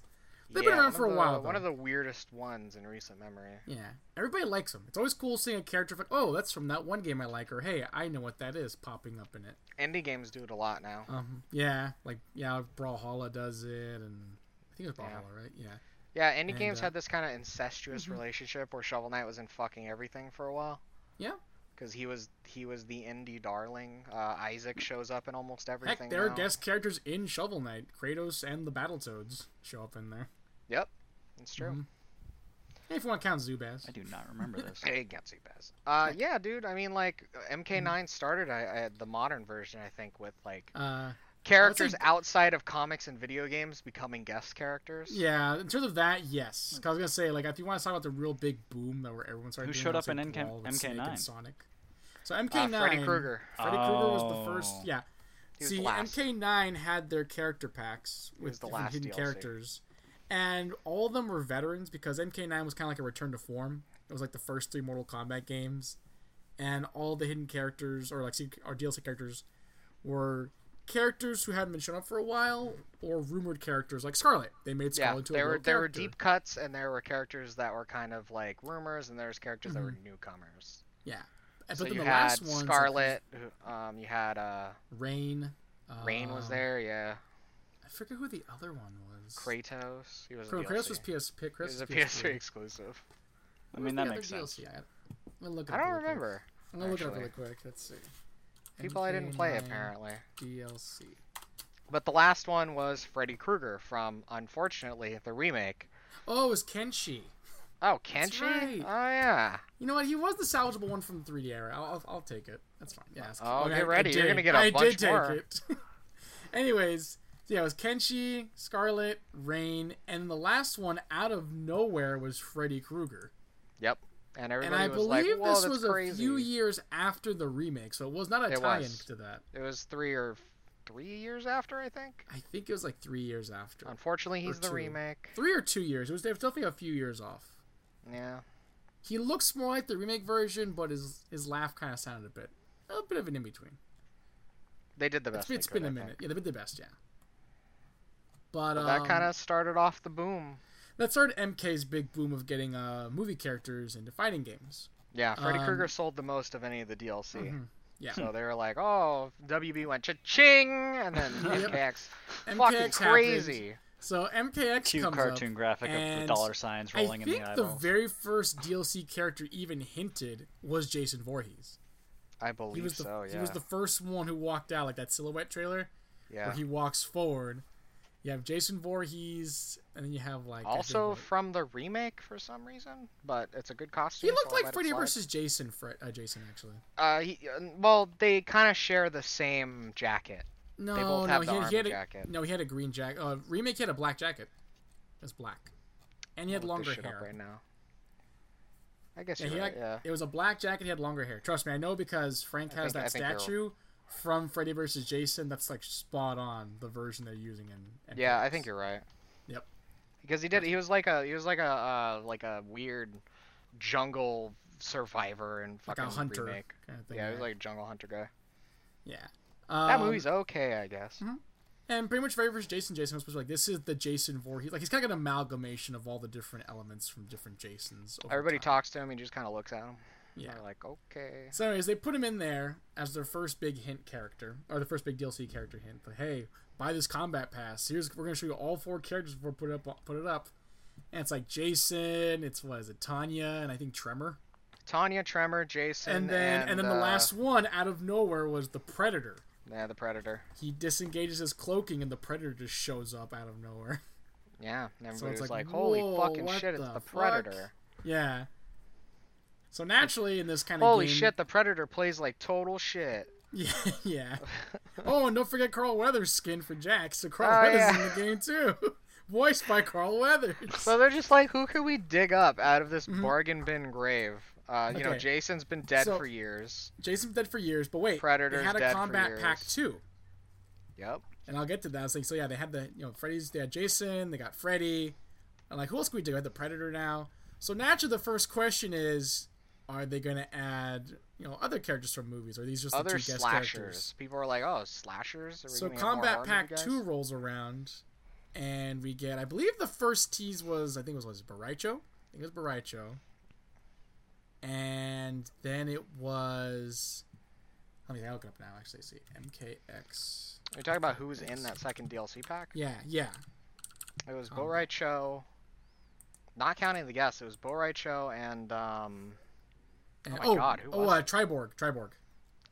Speaker 3: They've been
Speaker 1: Yeah,
Speaker 3: around
Speaker 1: one
Speaker 3: for
Speaker 1: of
Speaker 3: a
Speaker 1: the-
Speaker 3: while,
Speaker 1: One
Speaker 3: though.
Speaker 1: of the weirdest ones in recent memory.
Speaker 3: Yeah, everybody likes them. It's always cool seeing a character like, oh, that's from that one game I like, or hey, I know what that is, popping up in it.
Speaker 1: Indie games do it a lot now.
Speaker 3: Um, yeah, like yeah, Brawlhalla does it, and I think it was
Speaker 1: Yeah.
Speaker 3: Brawlhalla, right? Yeah.
Speaker 1: Yeah, indie
Speaker 3: And,
Speaker 1: games
Speaker 3: uh, Mm-hmm.
Speaker 1: had this kind of incestuous relationship where Shovel Knight was in fucking everything for a while.
Speaker 3: Yeah.
Speaker 1: Because he was he was the indie darling. Uh, Isaac shows up in almost everything.
Speaker 3: Mm. Heck, there are
Speaker 1: now.
Speaker 3: guest characters in Shovel Knight. Kratos and the Battletoads show up in there.
Speaker 1: It's true.
Speaker 3: Mhm. Hey, if you want to count Zubaz.
Speaker 2: I do not remember this.
Speaker 1: Hey, Gatsby Pass. Uh, yeah, dude. I mean, like
Speaker 3: Mm-hmm.
Speaker 1: MK9 started I, I, the modern version, I think, with like
Speaker 3: Uh,
Speaker 1: characters outside of comics and video games becoming guest characters.
Speaker 3: yeah, in terms of that, yes. 'Cause I was gonna say, like, if you want to talk about the real big boom that where everyone started,
Speaker 2: Who
Speaker 3: doing,
Speaker 2: showed
Speaker 3: I
Speaker 2: up
Speaker 3: would
Speaker 2: in
Speaker 3: say
Speaker 2: NK
Speaker 3: Brawl with Snake
Speaker 2: MK9?
Speaker 3: and Sonic. So
Speaker 1: Uh,
Speaker 3: MK9,
Speaker 1: Freddy Krueger.
Speaker 3: Freddy Krueger was the
Speaker 2: Oh.
Speaker 3: first. Yeah,
Speaker 1: He was
Speaker 3: See,
Speaker 1: the last.
Speaker 3: MK9 had their character packs
Speaker 1: was
Speaker 3: with
Speaker 1: the
Speaker 3: different
Speaker 1: last
Speaker 3: hidden
Speaker 1: DLC.
Speaker 3: characters, and all of them were veterans because MK9 was kind of like a return to form. It was like the first three Mortal Kombat games, and all the hidden characters or like sec- or DLC characters were characters who hadn't been shown up for a while or rumored characters like Scarlet. They made Scarlet
Speaker 1: yeah,
Speaker 3: into a
Speaker 1: there
Speaker 3: real
Speaker 1: were there were
Speaker 3: character.
Speaker 1: deep cuts, and there were characters that were kind of like rumors, and there was characters that were
Speaker 3: Mm-hmm.
Speaker 1: newcomers.
Speaker 3: Yeah, but
Speaker 1: so
Speaker 3: then
Speaker 1: you
Speaker 3: the
Speaker 1: had
Speaker 3: last one,
Speaker 1: Scarlet. who- Um, you had uh,
Speaker 3: Rain. Uh,
Speaker 1: Rain was there. Yeah.
Speaker 3: I forget who the other one was.
Speaker 1: Kratos. He was a DLC.
Speaker 3: Kratos was PS. P- Kratos
Speaker 1: He was a
Speaker 3: PS3.
Speaker 1: PS3 exclusive.
Speaker 2: I mean,
Speaker 3: What
Speaker 2: that
Speaker 3: was
Speaker 2: makes
Speaker 3: the other
Speaker 2: sense.
Speaker 3: DLC? I, I'm gonna look it
Speaker 1: I
Speaker 3: up
Speaker 1: don't
Speaker 3: really quick.
Speaker 1: remember.
Speaker 3: I'm gonna look it
Speaker 1: actually.
Speaker 3: up really quick. Let's see.
Speaker 1: People I didn't play
Speaker 3: MK9
Speaker 1: apparently.
Speaker 3: DLC.
Speaker 1: But the last one was Freddy Krueger from, unfortunately, the remake.
Speaker 3: Oh, it was Kenshi.
Speaker 1: Oh, Kenshi?
Speaker 3: right.
Speaker 1: Oh, yeah.
Speaker 3: You know what? He was the salvageable one from the 3D era. I'll, I'll, I'll take it. That's fine. Yeah. it's-
Speaker 1: Oh,
Speaker 3: okay,
Speaker 1: get
Speaker 3: I- I
Speaker 1: ready. You're
Speaker 3: did.
Speaker 1: gonna get a
Speaker 3: I
Speaker 1: bunch
Speaker 3: did take
Speaker 1: more.
Speaker 3: it. Anyways, so yeah, it was Kenshi, Scarlet, Rain, and the last one out of nowhere was Freddy Krueger.
Speaker 1: Yep. And
Speaker 3: And
Speaker 1: everybody
Speaker 3: I
Speaker 1: was like,
Speaker 3: believe
Speaker 1: whoa,
Speaker 3: this
Speaker 1: that's
Speaker 3: was
Speaker 1: crazy.
Speaker 3: a few years after the remake, so it was not a
Speaker 1: It
Speaker 3: tie-in
Speaker 1: was.
Speaker 3: to that.
Speaker 1: It was three or three years after, I think.
Speaker 3: I think it was like three years after.
Speaker 1: Unfortunately,
Speaker 3: Or
Speaker 1: he's the
Speaker 3: two.
Speaker 1: remake.
Speaker 3: Three or two years. It was definitely a few years off.
Speaker 1: Yeah.
Speaker 3: He looks more like the remake version, but his his laugh kind of sounded a bit, a bit of an in between.
Speaker 1: They did the best.
Speaker 3: It's, it's
Speaker 1: they could,
Speaker 3: been a
Speaker 1: I
Speaker 3: minute.
Speaker 1: think.
Speaker 3: Yeah, they did the best. Yeah. But,
Speaker 1: But
Speaker 3: um,
Speaker 1: that kind of started off the boom.
Speaker 3: that started MK's big boom of getting uh, movie characters into fighting games.
Speaker 1: Yeah, Freddy Krueger
Speaker 3: um,
Speaker 1: sold the most of any of the DLC.
Speaker 3: Mhm. Yeah.
Speaker 1: So they were like, "Oh, WB went cha-ching," and then
Speaker 3: Yep.
Speaker 1: MKX, fucking
Speaker 3: MKX
Speaker 1: crazy.
Speaker 3: So MKX
Speaker 2: Cute
Speaker 3: comes
Speaker 2: cartoon
Speaker 3: up.
Speaker 2: graphic of the
Speaker 3: and
Speaker 2: dollar signs rolling
Speaker 3: I
Speaker 2: in
Speaker 3: think
Speaker 2: the
Speaker 3: the
Speaker 2: eyeball.
Speaker 3: very first DLC character even hinted was Jason Voorhees.
Speaker 1: I believe
Speaker 3: He was the
Speaker 1: so. Yeah,
Speaker 3: he was the first one who walked out like that silhouette trailer
Speaker 1: yeah.
Speaker 3: where he walks forward. You have Jason Voorhees, and then you have like I
Speaker 1: also
Speaker 3: forget what-
Speaker 1: from the remake for some reason, but it's a good costume.
Speaker 3: he
Speaker 1: so
Speaker 3: looked
Speaker 1: I'll let it
Speaker 3: like Freddy
Speaker 1: slide.
Speaker 3: versus Jason. Fre- uh, Jason actually.
Speaker 1: Uh, he, uh, well, they kind of share the same jacket.
Speaker 3: No,
Speaker 1: both
Speaker 3: no,
Speaker 1: have the
Speaker 3: he,
Speaker 1: army
Speaker 3: he had a,
Speaker 1: jacket.
Speaker 3: No, he had a green jacket. Uh, remake he had a black jacket. It was black, and he had
Speaker 1: I'll look
Speaker 3: longer
Speaker 1: this shit
Speaker 3: hair.
Speaker 1: up right now. I guess
Speaker 3: Yeah,
Speaker 1: you're
Speaker 3: he
Speaker 1: right.
Speaker 3: had-
Speaker 1: Yeah.
Speaker 3: It was a black jacket. He had longer hair. Trust me, I know because Frank
Speaker 1: I
Speaker 3: has
Speaker 1: think- I think
Speaker 3: that
Speaker 1: you're right.
Speaker 3: statue from Freddy vs. Jason. That's like spot on the version they're using in. in
Speaker 1: Yeah, I
Speaker 3: comics.
Speaker 1: think you're right.
Speaker 3: Yep.
Speaker 1: Because he did. He was like a. He was like a. Uh, like a weird jungle survivor and
Speaker 3: like
Speaker 1: fucking
Speaker 3: a hunter
Speaker 1: remake.
Speaker 3: kind of thing.
Speaker 1: yeah, he
Speaker 3: right?
Speaker 1: was like a jungle hunter guy.
Speaker 3: yeah.
Speaker 1: That
Speaker 3: Um, mhm.
Speaker 1: movie's okay, I guess.
Speaker 3: And pretty much Freddy vs. Jason, Jason was supposed to be like this is the Jason Voorhees. Like he's kind of an amalgamation of all the different elements from different Jasons. over
Speaker 1: Everybody
Speaker 3: time.
Speaker 1: talks to him. He just kind of looks at him.
Speaker 3: Yeah.
Speaker 1: They're like, okay.
Speaker 3: So, anyways, they put him in there as their first big hint character, or the first big DLC character hint. Like, hey, buy this combat pass. Here's we're gonna show you all four characters before we put it up. Put it up. And it's like Jason. It's what is it? Tanya and I think Tremor.
Speaker 1: Tanya, Tremor, Jason,
Speaker 3: And then and, then the
Speaker 1: uh,
Speaker 3: last one out of nowhere was the Predator.
Speaker 1: Yeah, the Predator.
Speaker 3: He disengages his cloaking and the Predator just shows up out of nowhere.
Speaker 1: Yeah. And everybody
Speaker 3: it's
Speaker 1: was
Speaker 3: like,
Speaker 1: like, holy
Speaker 3: whoa,
Speaker 1: fucking
Speaker 3: what
Speaker 1: shit, it's
Speaker 3: the
Speaker 1: the
Speaker 3: fuck?
Speaker 1: Predator.
Speaker 3: yeah. So naturally, in this kind of
Speaker 1: Holy
Speaker 3: game,
Speaker 1: shit, the Predator plays like total shit.
Speaker 3: Yeah, yeah. Oh, and don't forget Carl Weathers' skin for Jack. So Carl
Speaker 1: Oh,
Speaker 3: Weathers
Speaker 1: yeah.
Speaker 3: is in the game too, voiced by Carl Weathers.
Speaker 1: So they're just like, who could we dig up out of this bargain bin grave? Uh, you know,
Speaker 3: Mm-hmm. Okay.
Speaker 1: Jason's been dead
Speaker 3: So-
Speaker 1: for years.
Speaker 3: Jason's dead for years, but wait,
Speaker 1: Predator's
Speaker 3: they had a
Speaker 1: dead for
Speaker 3: combat pack
Speaker 1: years.
Speaker 3: too,
Speaker 1: Yep.
Speaker 3: and I'll get to that. It's like, so yeah, they had the you know Freddy's, they had Jason, they got Freddy, and like who else can we do? They had the Predator now. So naturally, the first question is, are they going to add you know other characters from movies? Or are these just the
Speaker 1: Other
Speaker 3: two guest
Speaker 1: slashers.
Speaker 3: characters?
Speaker 1: People are like, oh, slashers? Are we
Speaker 3: So
Speaker 1: gonna get more horror
Speaker 3: Combat
Speaker 1: movie
Speaker 3: Pack
Speaker 1: guys?
Speaker 3: Two rolls around, and we get I believe the first tease was I think it was was it Baricho? I think it was Baricho. And then it was let me I look it up now actually see MKX.
Speaker 1: Are you talking about who was in that second DLC pack?
Speaker 3: Yeah, yeah.
Speaker 1: It was
Speaker 3: Um,
Speaker 1: Bo Cho. Not counting the guests, it was Bo Cho and, um...
Speaker 3: And,
Speaker 1: my God, who
Speaker 3: oh,
Speaker 1: was
Speaker 3: uh, Triborg, Triborg.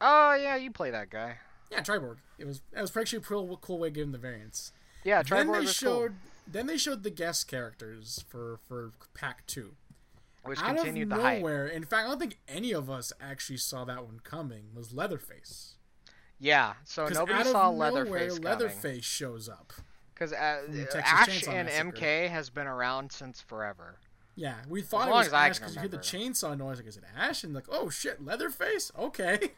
Speaker 1: Oh, yeah, you play that guy. Yeah,
Speaker 3: Yeah, Triborg. It was that was actually a pretty cool way of giving the variants.
Speaker 1: Triborg
Speaker 3: then they
Speaker 1: was
Speaker 3: showed then they showed the guest characters for for pack 2.
Speaker 1: cool, which
Speaker 3: out of
Speaker 1: continued the hype.
Speaker 3: nowhere. In fact, I don't think any of us actually saw that one coming. Was Leatherface?
Speaker 1: Yeah, so
Speaker 3: 'Cause
Speaker 1: Oh, nobody
Speaker 3: out of
Speaker 1: saw
Speaker 3: nowhere,
Speaker 1: Leatherface
Speaker 3: Leatherface shows up.
Speaker 1: Because uh,
Speaker 3: from the Texas
Speaker 1: Ash
Speaker 3: Chainsaw
Speaker 1: and
Speaker 3: Massacre.
Speaker 1: MK has been around since forever.
Speaker 3: Yeah, we thought it
Speaker 1: long
Speaker 3: was
Speaker 1: as I
Speaker 3: Ash
Speaker 1: can
Speaker 3: because you hear the
Speaker 1: remember.
Speaker 3: chainsaw noise. Like, is it Ash? And like, oh shit, Leatherface. Okay.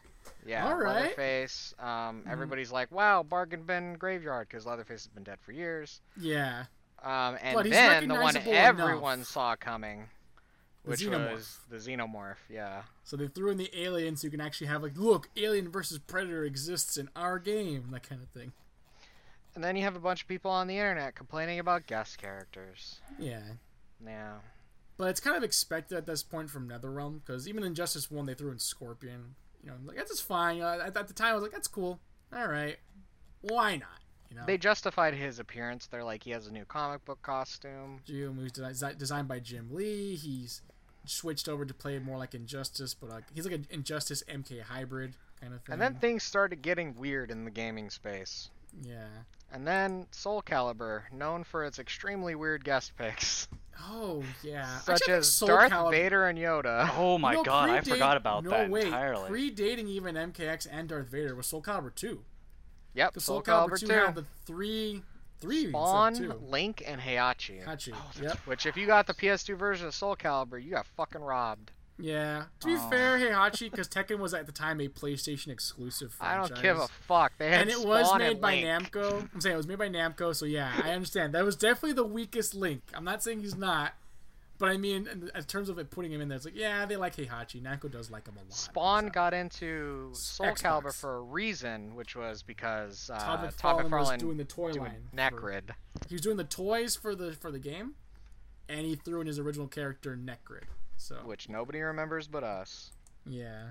Speaker 1: Yeah,
Speaker 3: All right. Hmm.
Speaker 1: Leatherface. Um, Everybody's like, wow, Bargain Bin Graveyard, because Leatherface has been dead for years.
Speaker 3: Yeah.
Speaker 1: Um, and
Speaker 3: But he's
Speaker 1: then the one
Speaker 3: recognizable enough.
Speaker 1: everyone saw coming,
Speaker 3: The
Speaker 1: which
Speaker 3: Xenomorph.
Speaker 1: was the Xenomorph. Yeah.
Speaker 3: So they threw in the alien, so you can actually have like, look, Alien versus Predator exists in our game, that kind of thing.
Speaker 1: And then you have a bunch of people on the internet complaining about guest characters.
Speaker 3: Yeah.
Speaker 1: Yeah.
Speaker 3: But it's kind of expected at this point from NetherRealm because even in Justice One they threw in Scorpion. You know, I'm like that's just fine. You know, at, at the time I was like, that's cool. All right, why not? You know,
Speaker 1: They justified his appearance. They're like, he has a new comic book costume.
Speaker 3: Jim was designed, designed by Jim Lee. He's switched over to play more like Injustice, but like he's like an Injustice MK hybrid kind of thing.
Speaker 1: And then things started getting weird in the gaming space.
Speaker 3: yeah.
Speaker 1: And then Soul Calibur, known for its extremely weird guest picks,
Speaker 3: Oh yeah.
Speaker 1: such
Speaker 3: Actually, I think
Speaker 1: as
Speaker 3: Soul
Speaker 1: Darth
Speaker 3: Calibur-
Speaker 1: Vader and Yoda.
Speaker 2: Oh my
Speaker 3: No,
Speaker 2: god, I
Speaker 3: predate-
Speaker 2: forgot about
Speaker 3: no,
Speaker 2: that
Speaker 3: wait,
Speaker 2: entirely.
Speaker 3: Predating even MKX and Darth Vader was Soul Calibur 2.
Speaker 1: Yep,
Speaker 3: Because
Speaker 1: Soul,
Speaker 3: Calibur
Speaker 1: Calibur 2.
Speaker 3: had the three, three instead of
Speaker 1: Spawn,
Speaker 3: two.
Speaker 1: Link, and Heihachi.
Speaker 3: Hachi.
Speaker 2: Oh, that's
Speaker 3: yep.
Speaker 1: Which, if you got the PS2 version of Soul Calibur, you got fucking robbed.
Speaker 3: Yeah. To be
Speaker 2: Oh.
Speaker 3: fair, Heihachi, because Tekken was at the time a PlayStation exclusive
Speaker 1: I
Speaker 3: franchise.
Speaker 1: don't give a fuck. They had
Speaker 3: and it
Speaker 1: Spawn
Speaker 3: was made
Speaker 1: and
Speaker 3: by
Speaker 1: Link.
Speaker 3: Namco. I'm saying it was made by Namco, so yeah, I understand. That was definitely the weakest link. I'm not saying he's not, but I mean, in, in terms of it putting him in there, it's like, yeah, they like Heihachi. Namco does like him a lot.
Speaker 1: Spawn
Speaker 3: So.
Speaker 1: got into Soul
Speaker 3: Xbox.
Speaker 1: Calibur for a reason, which was because uh,
Speaker 3: Todd
Speaker 1: Todd
Speaker 3: McFarlane was
Speaker 1: McFarlane
Speaker 3: doing the toy
Speaker 1: doing
Speaker 3: line. for-
Speaker 1: Necrid.
Speaker 3: he was doing the toys for the for the game, and he threw in his original character Necrid. So
Speaker 1: which nobody remembers but us.
Speaker 3: yeah,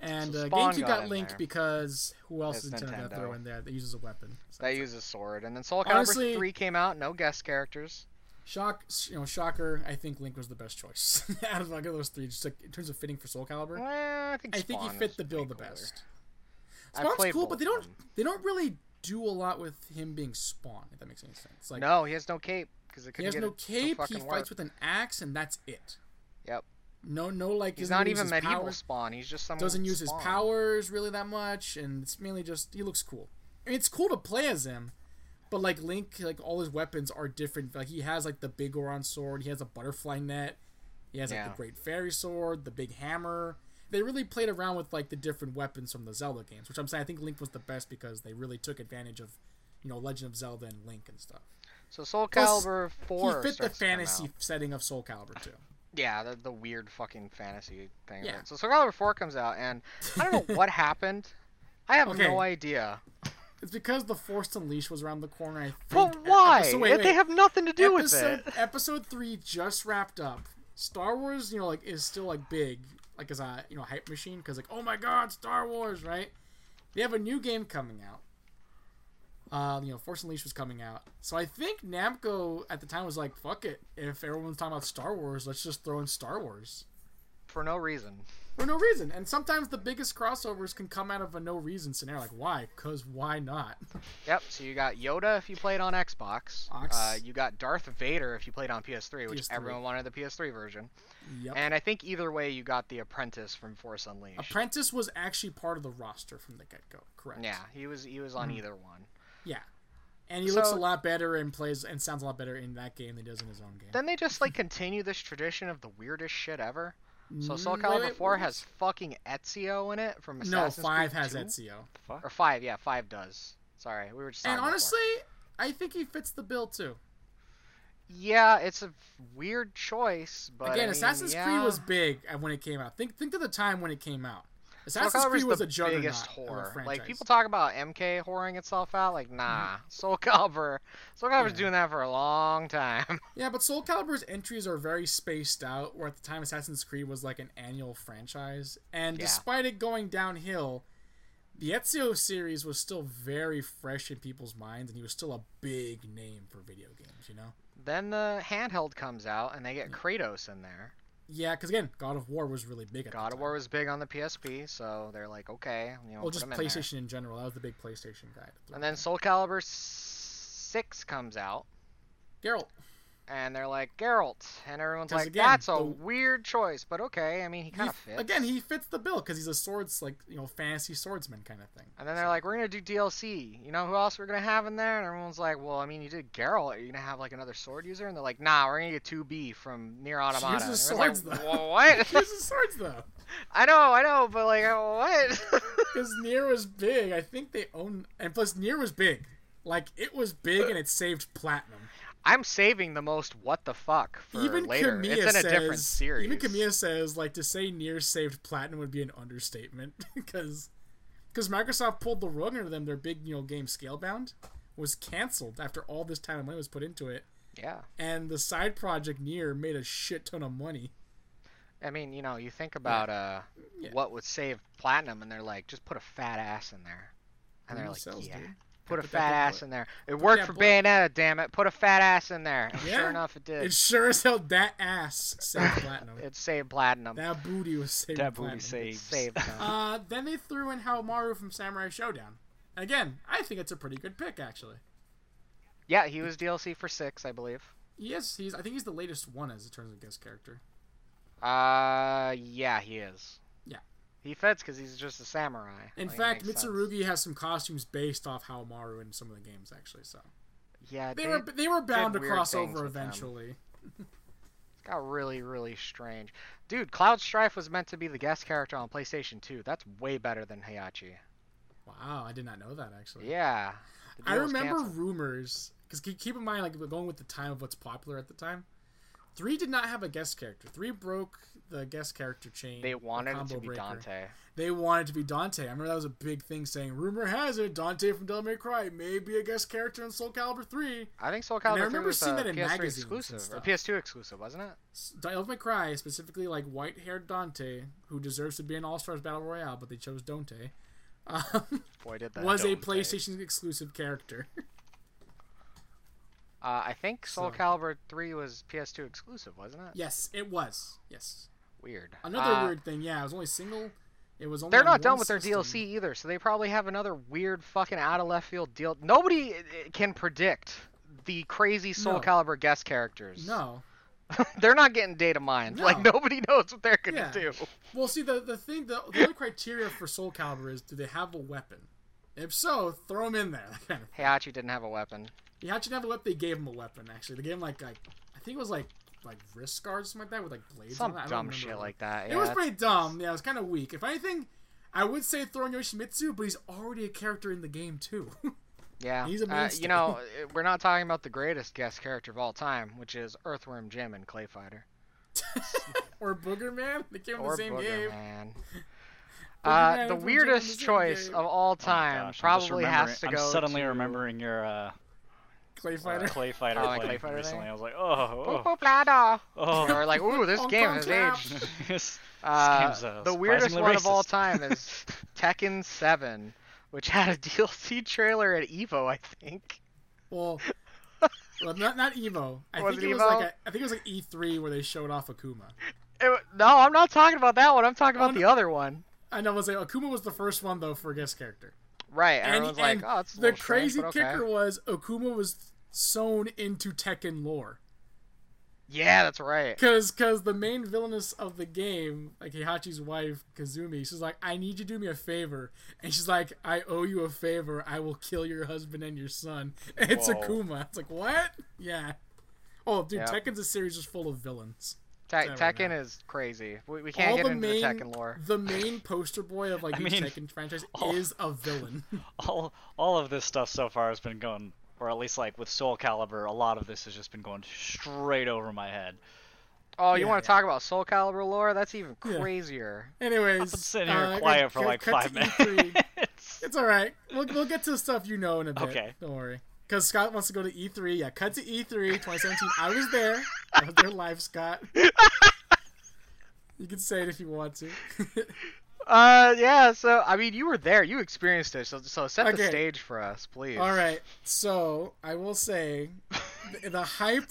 Speaker 3: and
Speaker 1: So
Speaker 3: uh,
Speaker 1: Spawn
Speaker 3: GameCube
Speaker 1: got
Speaker 3: got
Speaker 1: in
Speaker 3: Link
Speaker 1: there.
Speaker 3: because who else
Speaker 1: It's
Speaker 3: is Nintendo, gonna
Speaker 1: Nintendo.
Speaker 3: throw in there that uses a weapon? So
Speaker 1: That
Speaker 3: it's like-
Speaker 1: uses Sword, and then Soul Calibur
Speaker 3: Honestly-
Speaker 1: three came out, no guest characters.
Speaker 3: shock, you know, shocker. I think Link was the best choice out of like those three, just like in terms of fitting for Soul Calibur.
Speaker 1: Well, I think
Speaker 3: I think he
Speaker 1: Spawn
Speaker 3: fit
Speaker 1: is
Speaker 3: the bill the
Speaker 1: pretty cooler.
Speaker 3: best.
Speaker 1: I
Speaker 3: Spawn's
Speaker 1: played
Speaker 3: cool,
Speaker 1: both
Speaker 3: but they
Speaker 1: of
Speaker 3: don't
Speaker 1: 'em.
Speaker 3: they don't really do a lot with him being Spawn. If that makes any sense, like
Speaker 1: No, he has no cape because it
Speaker 3: he
Speaker 1: couldn't
Speaker 3: has
Speaker 1: get
Speaker 3: no
Speaker 1: it to
Speaker 3: cape. He
Speaker 1: fucking
Speaker 3: fights
Speaker 1: work.
Speaker 3: with an axe, and that's it.
Speaker 1: Yep.
Speaker 3: No, no, like
Speaker 1: He's
Speaker 3: doesn't
Speaker 1: not
Speaker 3: use
Speaker 1: even
Speaker 3: his
Speaker 1: medieval
Speaker 3: powers.
Speaker 1: Spawn. He's just someone.
Speaker 3: doesn't
Speaker 1: with
Speaker 3: use his
Speaker 1: Spawn.
Speaker 3: powers really that much, and it's mainly just he looks cool. I mean, it's cool to play as him, but like Link, like all his weapons are different. Like he has like the big Oron sword, he has a butterfly net, he has like
Speaker 1: Yeah.
Speaker 3: the Great Fairy sword, the big hammer. They really played around with like the different weapons from the Zelda games, which I'm saying I think Link was the best because they really took advantage of, you know, Legend of Zelda and Link and stuff.
Speaker 1: So Soul
Speaker 3: Plus,
Speaker 1: Calibur four.
Speaker 3: he fit the
Speaker 1: starts to come out.
Speaker 3: fantasy setting of Soul Calibur too.
Speaker 1: Yeah, the, the weird fucking fantasy thing.
Speaker 3: Yeah.
Speaker 1: Yeah. So Soul Calibur 4 comes out, and I don't know what happened. I have
Speaker 3: Okay.
Speaker 1: no idea.
Speaker 3: It's because the Force Unleashed was around the corner. I think.
Speaker 1: But why?
Speaker 3: So wait,
Speaker 1: They
Speaker 3: wait.
Speaker 1: have nothing to do
Speaker 3: episode,
Speaker 1: with it.
Speaker 3: episode three just wrapped up. Star Wars, you know, like is still like big, like as a you know hype machine because like oh my god, Star Wars, right? They have a new game coming out. Uh, you know, Force Unleashed was coming out, so I think Namco at the time was like, "Fuck it! If everyone's talking about Star Wars, let's just throw in Star Wars
Speaker 1: For no reason.
Speaker 3: for no reason." And sometimes the biggest crossovers can come out of a no reason scenario, like why? Cause why not?
Speaker 1: Yep, so you got Yoda if you played on Xbox.
Speaker 3: Ox.
Speaker 1: Uh, you got Darth Vader if you played on PS3, which
Speaker 3: PS3.
Speaker 1: everyone wanted the PS3 version.
Speaker 3: Yep.
Speaker 1: And I think either way, you got the Apprentice from Force Unleashed.
Speaker 3: Apprentice was actually part of the roster from the get go, correct?
Speaker 1: yeah, he was he was on
Speaker 3: Hmm.
Speaker 1: either one.
Speaker 3: Yeah. And he looks a
Speaker 1: So-
Speaker 3: lot better and plays and sounds a lot better in that game than he does in his own game.
Speaker 1: Then they just like continue this tradition of the weirdest shit ever. So Soul
Speaker 3: Mm, wait,
Speaker 1: Calibur
Speaker 3: wait,
Speaker 1: 4
Speaker 3: what
Speaker 1: has fucking Ezio in it from
Speaker 3: no,
Speaker 1: Assassin's
Speaker 3: five
Speaker 1: Creed
Speaker 3: has
Speaker 1: 2.
Speaker 3: Ezio.
Speaker 2: Fuck.
Speaker 1: Or five, yeah, five does. Sorry, we were just.
Speaker 3: And
Speaker 1: talking about four.
Speaker 3: honestly, I think he fits the bill too.
Speaker 1: yeah, it's a weird choice, but
Speaker 3: Again,
Speaker 1: I mean,
Speaker 3: Assassin's
Speaker 1: yeah,
Speaker 3: Creed was big at- when it came out. Think think to the time when it came out. Assassin's
Speaker 1: Soul Calibur's
Speaker 3: Creed was
Speaker 1: the
Speaker 3: a juggernaut
Speaker 1: biggest
Speaker 3: of a
Speaker 1: whore.
Speaker 3: franchise. Mm-hmm.
Speaker 1: Like people talk about MK whoring itself out, like nah, Soul Calibur, Soul Calibur's
Speaker 3: Yeah.
Speaker 1: doing that for a long time.
Speaker 3: yeah, but Soul Calibur's entries are very spaced out. Where at the time Assassin's Creed was like an annual franchise, and
Speaker 1: Yeah.
Speaker 3: despite it going downhill, the Ezio series was still very fresh in people's minds, and he was still a big name for video games. You know.
Speaker 1: then the handheld comes out, and they get Kratos in there.
Speaker 3: Yeah, because again, God of War was really big. At
Speaker 1: God
Speaker 3: the
Speaker 1: of War
Speaker 3: time.
Speaker 1: was big on the PSP, so they're like, okay, you know,
Speaker 3: well,
Speaker 1: put
Speaker 3: just
Speaker 1: him in there.
Speaker 3: PlayStation in general. That was the big PlayStation guy.
Speaker 1: And then Soul Calibur s- six comes out.
Speaker 3: Geralt.
Speaker 1: and they're like Geralt, and everyone's
Speaker 3: 'Cause
Speaker 1: like,
Speaker 3: again,
Speaker 1: "That's a
Speaker 3: the-
Speaker 1: weird choice," but okay. I mean, he
Speaker 3: he-
Speaker 1: kind of fits.
Speaker 3: Again, he fits the bill because he's a swords like you know fantasy swordsman kind of thing.
Speaker 1: And then they're like, "We're gonna do DLC. You know who else we're gonna have in there?" And everyone's like, "Well, I mean, you did Geralt. Are you gonna have like another sword user?" And they're like, "Nah, we're gonna get two B from Near Automata."
Speaker 3: uses
Speaker 1: And everyone's
Speaker 3: swords,
Speaker 1: like,
Speaker 3: though.
Speaker 1: "Wha-
Speaker 3: he
Speaker 1: What?
Speaker 3: uses swords though,
Speaker 1: I know, I know, but like, what?"
Speaker 3: because Nier was big. I think they own, and plus Nier was big. Like it was big and it saved platinum.
Speaker 1: I'm saving the most what the fuck for
Speaker 3: even
Speaker 1: later.
Speaker 3: Kamiya
Speaker 1: it's in a
Speaker 3: says,
Speaker 1: different series.
Speaker 3: Even Kamiya says like to say Nier saved platinum would be an understatement because because Microsoft pulled the rug under them. Their big you know game Scalebound was canceled after all this time and money was put into it,
Speaker 1: Yeah,
Speaker 3: and the side project Nier made a shit ton of money.
Speaker 1: I mean, you know, you think about uh,
Speaker 3: Yeah.
Speaker 1: what would save platinum, and they're like, "Just put a fat ass in there," and they're
Speaker 3: Who
Speaker 1: like,
Speaker 3: sells,
Speaker 1: "Yeah."
Speaker 3: dude?
Speaker 1: Put a
Speaker 3: put that
Speaker 1: fat
Speaker 3: bullet-
Speaker 1: ass in there. It worked
Speaker 3: that
Speaker 1: for
Speaker 3: bullet-
Speaker 1: Bayonetta, damn it. Put a fat ass in there. And
Speaker 3: Yeah.
Speaker 1: Sure enough, it did.
Speaker 3: It sure as hell that ass saved platinum.
Speaker 1: It saved platinum.
Speaker 3: that booty was saved.
Speaker 2: That
Speaker 3: platinum.
Speaker 2: booty
Speaker 1: It
Speaker 2: saves.
Speaker 1: saved them.
Speaker 3: Uh, then they threw in How Maru from Samurai Showdown. Again, I think it's a pretty good pick actually.
Speaker 1: yeah, he was DLC for six, I believe.
Speaker 3: Yes, he's. I think he's the latest one as it turns out guest character.
Speaker 1: Uh, yeah, he is.
Speaker 3: Yeah.
Speaker 1: He fits because he's just a samurai.
Speaker 3: In
Speaker 1: Like, it
Speaker 3: fact,
Speaker 1: Oh, makes sense.
Speaker 3: Mitsurugi has some costumes based off How Maru in some of the games actually. So
Speaker 1: Yeah,
Speaker 3: they
Speaker 1: they
Speaker 3: were they were bound to
Speaker 1: weird
Speaker 3: cross
Speaker 1: things
Speaker 3: over
Speaker 1: with them.
Speaker 3: eventually.
Speaker 1: got really, really strange. Dude, Cloud Strife was meant to be the guest character on PlayStation 2. That's way better than Heihachi.
Speaker 3: Wow, I did not know that actually.
Speaker 1: Yeah. the
Speaker 3: I
Speaker 1: deal was
Speaker 3: remember
Speaker 1: canceled.
Speaker 3: rumors because keep in mind, like we're going with the time of what's popular at the time. Three did not have a guest character. Three broke the guest character chain.
Speaker 1: they
Speaker 3: the
Speaker 1: wanted it
Speaker 3: combo
Speaker 1: to be
Speaker 3: breaker.
Speaker 1: Dante.
Speaker 3: They wanted to be Dante. I remember that was a big thing saying, rumor has it, Dante from Devil May Cry may be a guest character in Soul Calibur 3.
Speaker 1: I think Soul
Speaker 3: I
Speaker 1: Calibur 3
Speaker 3: remember
Speaker 1: was
Speaker 3: seeing
Speaker 1: a
Speaker 3: that in
Speaker 1: PS3
Speaker 3: magazines and
Speaker 1: exclusive or
Speaker 3: stuff.
Speaker 1: PS2 exclusive, wasn't it?
Speaker 3: S- Devil May Cry, specifically like white haired Dante, who deserves to be in All Stars Battle Royale, but they chose Dante,
Speaker 1: Uh,
Speaker 3: um,
Speaker 1: Boy, did that.
Speaker 3: was a
Speaker 2: Dante.
Speaker 3: PlayStation exclusive character.
Speaker 1: Uh, I think Soul
Speaker 3: So-
Speaker 1: Calibur 3 was PS2 exclusive, wasn't it?
Speaker 3: yes, it was. Yes.
Speaker 1: Weird.
Speaker 3: Another
Speaker 1: Uh,
Speaker 3: weird thing, yeah, it was only single. It was only
Speaker 1: They're
Speaker 3: on
Speaker 1: not done
Speaker 3: one
Speaker 1: with their
Speaker 3: system.
Speaker 1: DLC either, so they probably have another weird fucking out of left field deal. Nobody uh, can predict the crazy Soul
Speaker 3: No.
Speaker 1: Calibur guest characters.
Speaker 3: No.
Speaker 1: they're not getting data mined. Like
Speaker 3: No.
Speaker 1: nobody knows what they're gonna
Speaker 3: Yeah.
Speaker 1: do.
Speaker 3: Well, see, the the thing, the, the only criteria for Soul Calibur is do they have a weapon? If so, throw them in there. That kind of
Speaker 1: Heihachi didn't have a weapon.
Speaker 3: Yeah, actually never left. They gave him a weapon. Actually, they gave him like, like I think it was like like wrist guards, or something like that, with like blades.
Speaker 1: Some
Speaker 3: on it. I don't
Speaker 1: dumb
Speaker 3: remember
Speaker 1: shit
Speaker 3: what-
Speaker 1: like that.
Speaker 3: it was
Speaker 1: yeah.
Speaker 3: pretty dumb. Yeah, it was kind of weak. If anything, I would say throwing Yoshimitsu, but he's already a character in the game too.
Speaker 1: Yeah,
Speaker 3: He's a
Speaker 1: uh,
Speaker 3: mainstay.
Speaker 1: you know, uh, we're not talking about the greatest guest character of all time, which is Earthworm Jim and Clay Fighter.
Speaker 3: or Booger Man. They came in the
Speaker 1: Or
Speaker 3: same
Speaker 1: Booger
Speaker 3: game.
Speaker 1: Man.
Speaker 3: Man
Speaker 1: Uh,
Speaker 3: and
Speaker 1: the
Speaker 3: Earthworm Jim in the
Speaker 1: weirdest
Speaker 3: same
Speaker 1: choice
Speaker 3: game.
Speaker 1: of all
Speaker 2: Oh my
Speaker 1: time
Speaker 2: gosh, I'm just
Speaker 1: probably
Speaker 2: remembering-
Speaker 1: has to
Speaker 2: I'm
Speaker 1: go.
Speaker 2: suddenly
Speaker 1: to...
Speaker 2: remembering your uh,
Speaker 3: Clay Fighter.
Speaker 2: Clay Fighter
Speaker 1: Oh, my
Speaker 2: play
Speaker 1: Clay Fighter
Speaker 2: recently.
Speaker 1: thing?
Speaker 2: I was like, oh,
Speaker 1: Boop,
Speaker 2: oh,
Speaker 1: boop, la, da.
Speaker 2: oh.
Speaker 1: Or like, ooh, this
Speaker 3: Hong
Speaker 1: game
Speaker 3: Kong
Speaker 1: has
Speaker 3: clap.
Speaker 1: aged.
Speaker 2: This
Speaker 1: Uh,
Speaker 2: game's, uh,
Speaker 1: the weirdest
Speaker 2: surprisingly
Speaker 1: one of all
Speaker 2: racist.
Speaker 1: time is Tekken 7, which had a DLC trailer at Evo, I think.
Speaker 3: Well, well, not not Evo. I
Speaker 1: Was
Speaker 3: think
Speaker 1: it
Speaker 3: it was
Speaker 1: Evo?
Speaker 3: like a, I think it was like E three where they showed off Akuma.
Speaker 1: It wa- no, I'm not talking about that one. I'm talking about
Speaker 3: Oh,
Speaker 1: the other one.
Speaker 3: I know. I was like Akuma was the first one though for a guest character.
Speaker 1: Right,
Speaker 3: And-
Speaker 1: everyone's
Speaker 3: and
Speaker 1: like, "Oh, it's a
Speaker 3: the
Speaker 1: little strange,
Speaker 3: crazy
Speaker 1: but okay."
Speaker 3: kicker was Okuma was sewn into Tekken lore
Speaker 1: Yeah, that's right.
Speaker 3: because because the main villainess of the game, like Heihachi's wife Kazumi, she's like, "I need you to do me a favor," and she's like, "I owe you a favor. I will kill your husband and your son." And it's
Speaker 2: Whoa.
Speaker 3: Akuma. It's like what? Yeah. Oh, dude,
Speaker 1: Yeah.
Speaker 3: Tekken's a series just full of villains.
Speaker 1: Te-
Speaker 3: right
Speaker 1: Tekken is crazy. We, we can't get into the Tekken lore.
Speaker 3: the main poster boy of like each
Speaker 2: mean, oh.
Speaker 3: Tekken franchise
Speaker 2: all-
Speaker 3: is a villain.
Speaker 2: all all of this stuff so far has been going, or at least like with Soul Calibur, a lot of this has just been going straight over my head.
Speaker 1: Oh, you
Speaker 3: Yeah,
Speaker 1: want
Speaker 3: yeah.
Speaker 1: to talk about Soul Calibur lore? That's even
Speaker 3: Yeah.
Speaker 1: crazier.
Speaker 3: Anyways,
Speaker 2: I've been sitting here
Speaker 3: uh,
Speaker 2: quiet
Speaker 3: cut-
Speaker 2: for
Speaker 3: cut-
Speaker 2: like
Speaker 3: cut
Speaker 2: five
Speaker 3: to E E3.
Speaker 2: minutes.
Speaker 3: It's all right. We'll, we'll get to the stuff you know in a bit.
Speaker 2: Okay.
Speaker 3: Don't worry. Because Scott wants to go to E3. Yeah, cut to E E3 2017. I was there. I was there live, Scott. You can say it if you want to.
Speaker 1: Uh, yeah. So I mean, you were there. You experienced it. So, so set the
Speaker 3: Okay.
Speaker 1: stage for us, please.
Speaker 3: all right. So I will say th- the hype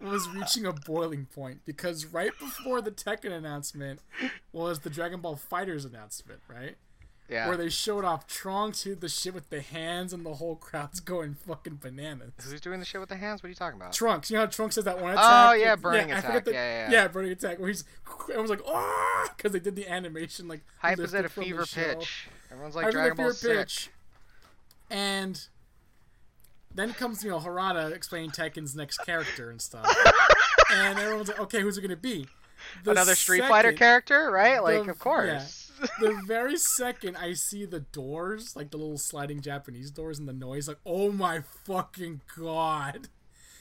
Speaker 3: was reaching a boiling point because right before the Tekken announcement was the Dragon Ball Fighters announcement, right?
Speaker 1: Yeah.
Speaker 3: Where they showed off Trong to the shit with the hands and the whole crowd's going fucking bananas.
Speaker 1: Who's doing the shit with the hands? What are you talking about?
Speaker 3: Trunks. You know how Trunks has that one attack?
Speaker 1: Oh, yeah,
Speaker 3: Like,
Speaker 1: burning
Speaker 3: I forget
Speaker 1: attack.
Speaker 3: the-
Speaker 1: Yeah, yeah, yeah.
Speaker 3: yeah. burning attack. Where he's everyone's like, oh, because they did the animation like
Speaker 1: Hype is at
Speaker 3: lifted
Speaker 1: a
Speaker 3: from the
Speaker 1: fever
Speaker 3: show.
Speaker 1: pitch. Everyone's
Speaker 3: Hype
Speaker 1: like
Speaker 3: is at a
Speaker 1: Dragon Ball
Speaker 3: fever
Speaker 1: sick.
Speaker 3: pitch. And then comes you know Harada explaining Tekken's next character and stuff, and everyone's like, okay, who's it gonna be? The
Speaker 1: Another Street Fighter
Speaker 3: second-
Speaker 1: character, right? Like,
Speaker 3: the-
Speaker 1: of course.
Speaker 3: the very second I see the doors, like the little sliding Japanese doors and the noise, like, oh my fucking god.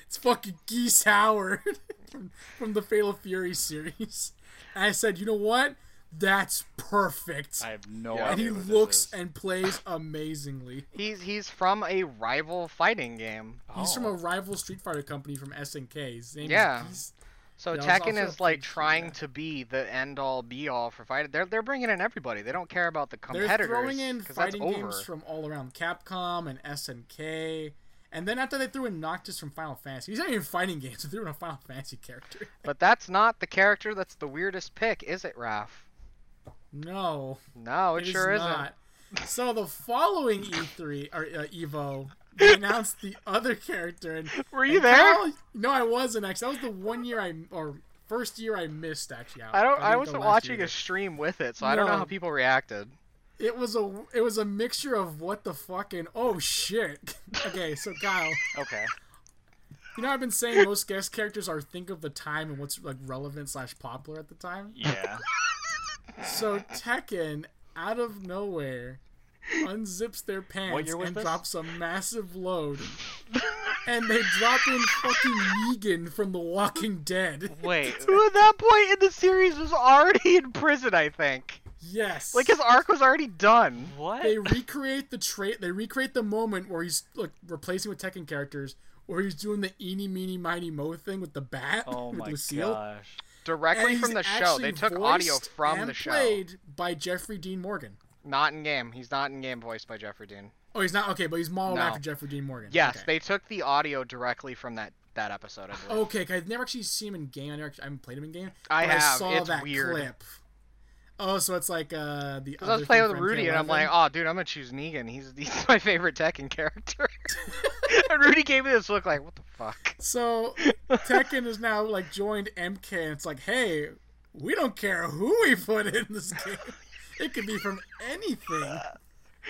Speaker 3: It's fucking Geese Howard from, from the Fatal Fury series. And I said, you know what? That's perfect.
Speaker 2: I have no
Speaker 1: Yeah.
Speaker 2: idea.
Speaker 3: and he
Speaker 2: what this
Speaker 3: looks
Speaker 2: is.
Speaker 3: and plays amazingly.
Speaker 1: He's he's from a rival fighting game.
Speaker 3: He's from a
Speaker 2: Oh.
Speaker 3: rival Street Fighter company from SNK. His name
Speaker 1: Yeah.
Speaker 3: is Geese.
Speaker 1: So
Speaker 3: Yeah, it's
Speaker 1: Tekken
Speaker 3: also a
Speaker 1: is like
Speaker 3: free shooter,
Speaker 1: trying
Speaker 3: yeah.
Speaker 1: to be the end all be all for fighting. They're they're bringing in everybody. They don't care about the
Speaker 3: They're
Speaker 1: competitors.
Speaker 3: throwing in
Speaker 1: 'cause that's
Speaker 3: fighting
Speaker 1: over.
Speaker 3: games from all around Capcom and SNK. And then after they threw in Noctis from Final Fantasy, he's not even fighting games. They threw in a Final Fantasy character.
Speaker 1: But that's not the character. That's the weirdest pick, is it, Raph?
Speaker 3: No,
Speaker 1: No, it,
Speaker 3: it
Speaker 1: sure
Speaker 3: is
Speaker 1: isn't.
Speaker 3: not. So the following E3 or uh, Evo, they announced the other character. And,
Speaker 1: Were you
Speaker 3: and
Speaker 1: there?
Speaker 3: Kyle- no, I wasn't actually. That was the one year I or first year I missed actually.
Speaker 1: I don't.
Speaker 3: didn't
Speaker 1: I
Speaker 3: go
Speaker 1: wasn't
Speaker 3: last year
Speaker 1: watching
Speaker 3: either.
Speaker 1: a stream with it, so I don't know
Speaker 3: No.
Speaker 1: how people reacted.
Speaker 3: It was a it was a mixture of what the fucking oh shit. okay, so Kyle.
Speaker 2: Okay.
Speaker 3: You know, I've been saying most guest characters are think of the time and what's like relevant slash popular at the time.
Speaker 2: Yeah.
Speaker 3: So Tekken, out of nowhere, unzips their pants
Speaker 2: year was
Speaker 3: and
Speaker 2: this?
Speaker 3: drops a massive load, and they drop in fucking Negan from The Walking Dead.
Speaker 2: Wait.
Speaker 1: Who at that point in the series was already in prison, I think.
Speaker 3: Yes,
Speaker 1: Like his arc was already done.
Speaker 2: What?
Speaker 3: they recreate the trait. They recreate the moment where he's like replacing with Tekken characters, where he's doing the eeny meeny miny mo thing with the bat
Speaker 2: oh
Speaker 3: with
Speaker 2: my
Speaker 3: Lucille.
Speaker 2: gosh.
Speaker 3: And
Speaker 1: Directly
Speaker 3: he's
Speaker 1: from the show. They
Speaker 3: actually
Speaker 1: took audio
Speaker 3: voiced
Speaker 1: from
Speaker 3: and
Speaker 1: the show.
Speaker 3: Played by Jeffrey Dean Morgan.
Speaker 1: Not in game. He's not in game voiced by Jeffrey Dean.
Speaker 3: Oh, he's not okay, but he's modeled
Speaker 1: No.
Speaker 3: after Jeffrey Dean Morgan.
Speaker 1: Yes,
Speaker 3: okay. Oh,
Speaker 1: they took the audio directly from that that episode. I believe.
Speaker 3: Okay, 'cause I've never actually seen him in game. I, never, actually- I haven't played him in game.
Speaker 1: I
Speaker 3: but
Speaker 1: have.
Speaker 3: I saw
Speaker 1: It's
Speaker 3: that
Speaker 1: weird.
Speaker 3: clip. Oh, so it's like uh the.
Speaker 1: I was
Speaker 3: other
Speaker 1: playing
Speaker 3: thing
Speaker 1: with
Speaker 3: for
Speaker 1: Rudy, and I'm
Speaker 3: MK11.
Speaker 1: like, "Oh, dude, I'm gonna choose Negan. He's he's my favorite Tekken character." and Rudy gave me this look, like, "What the fuck?"
Speaker 3: So Tekken is now like joined MK, and it's like, hey, we don't care who we put in this game. It could be from anything.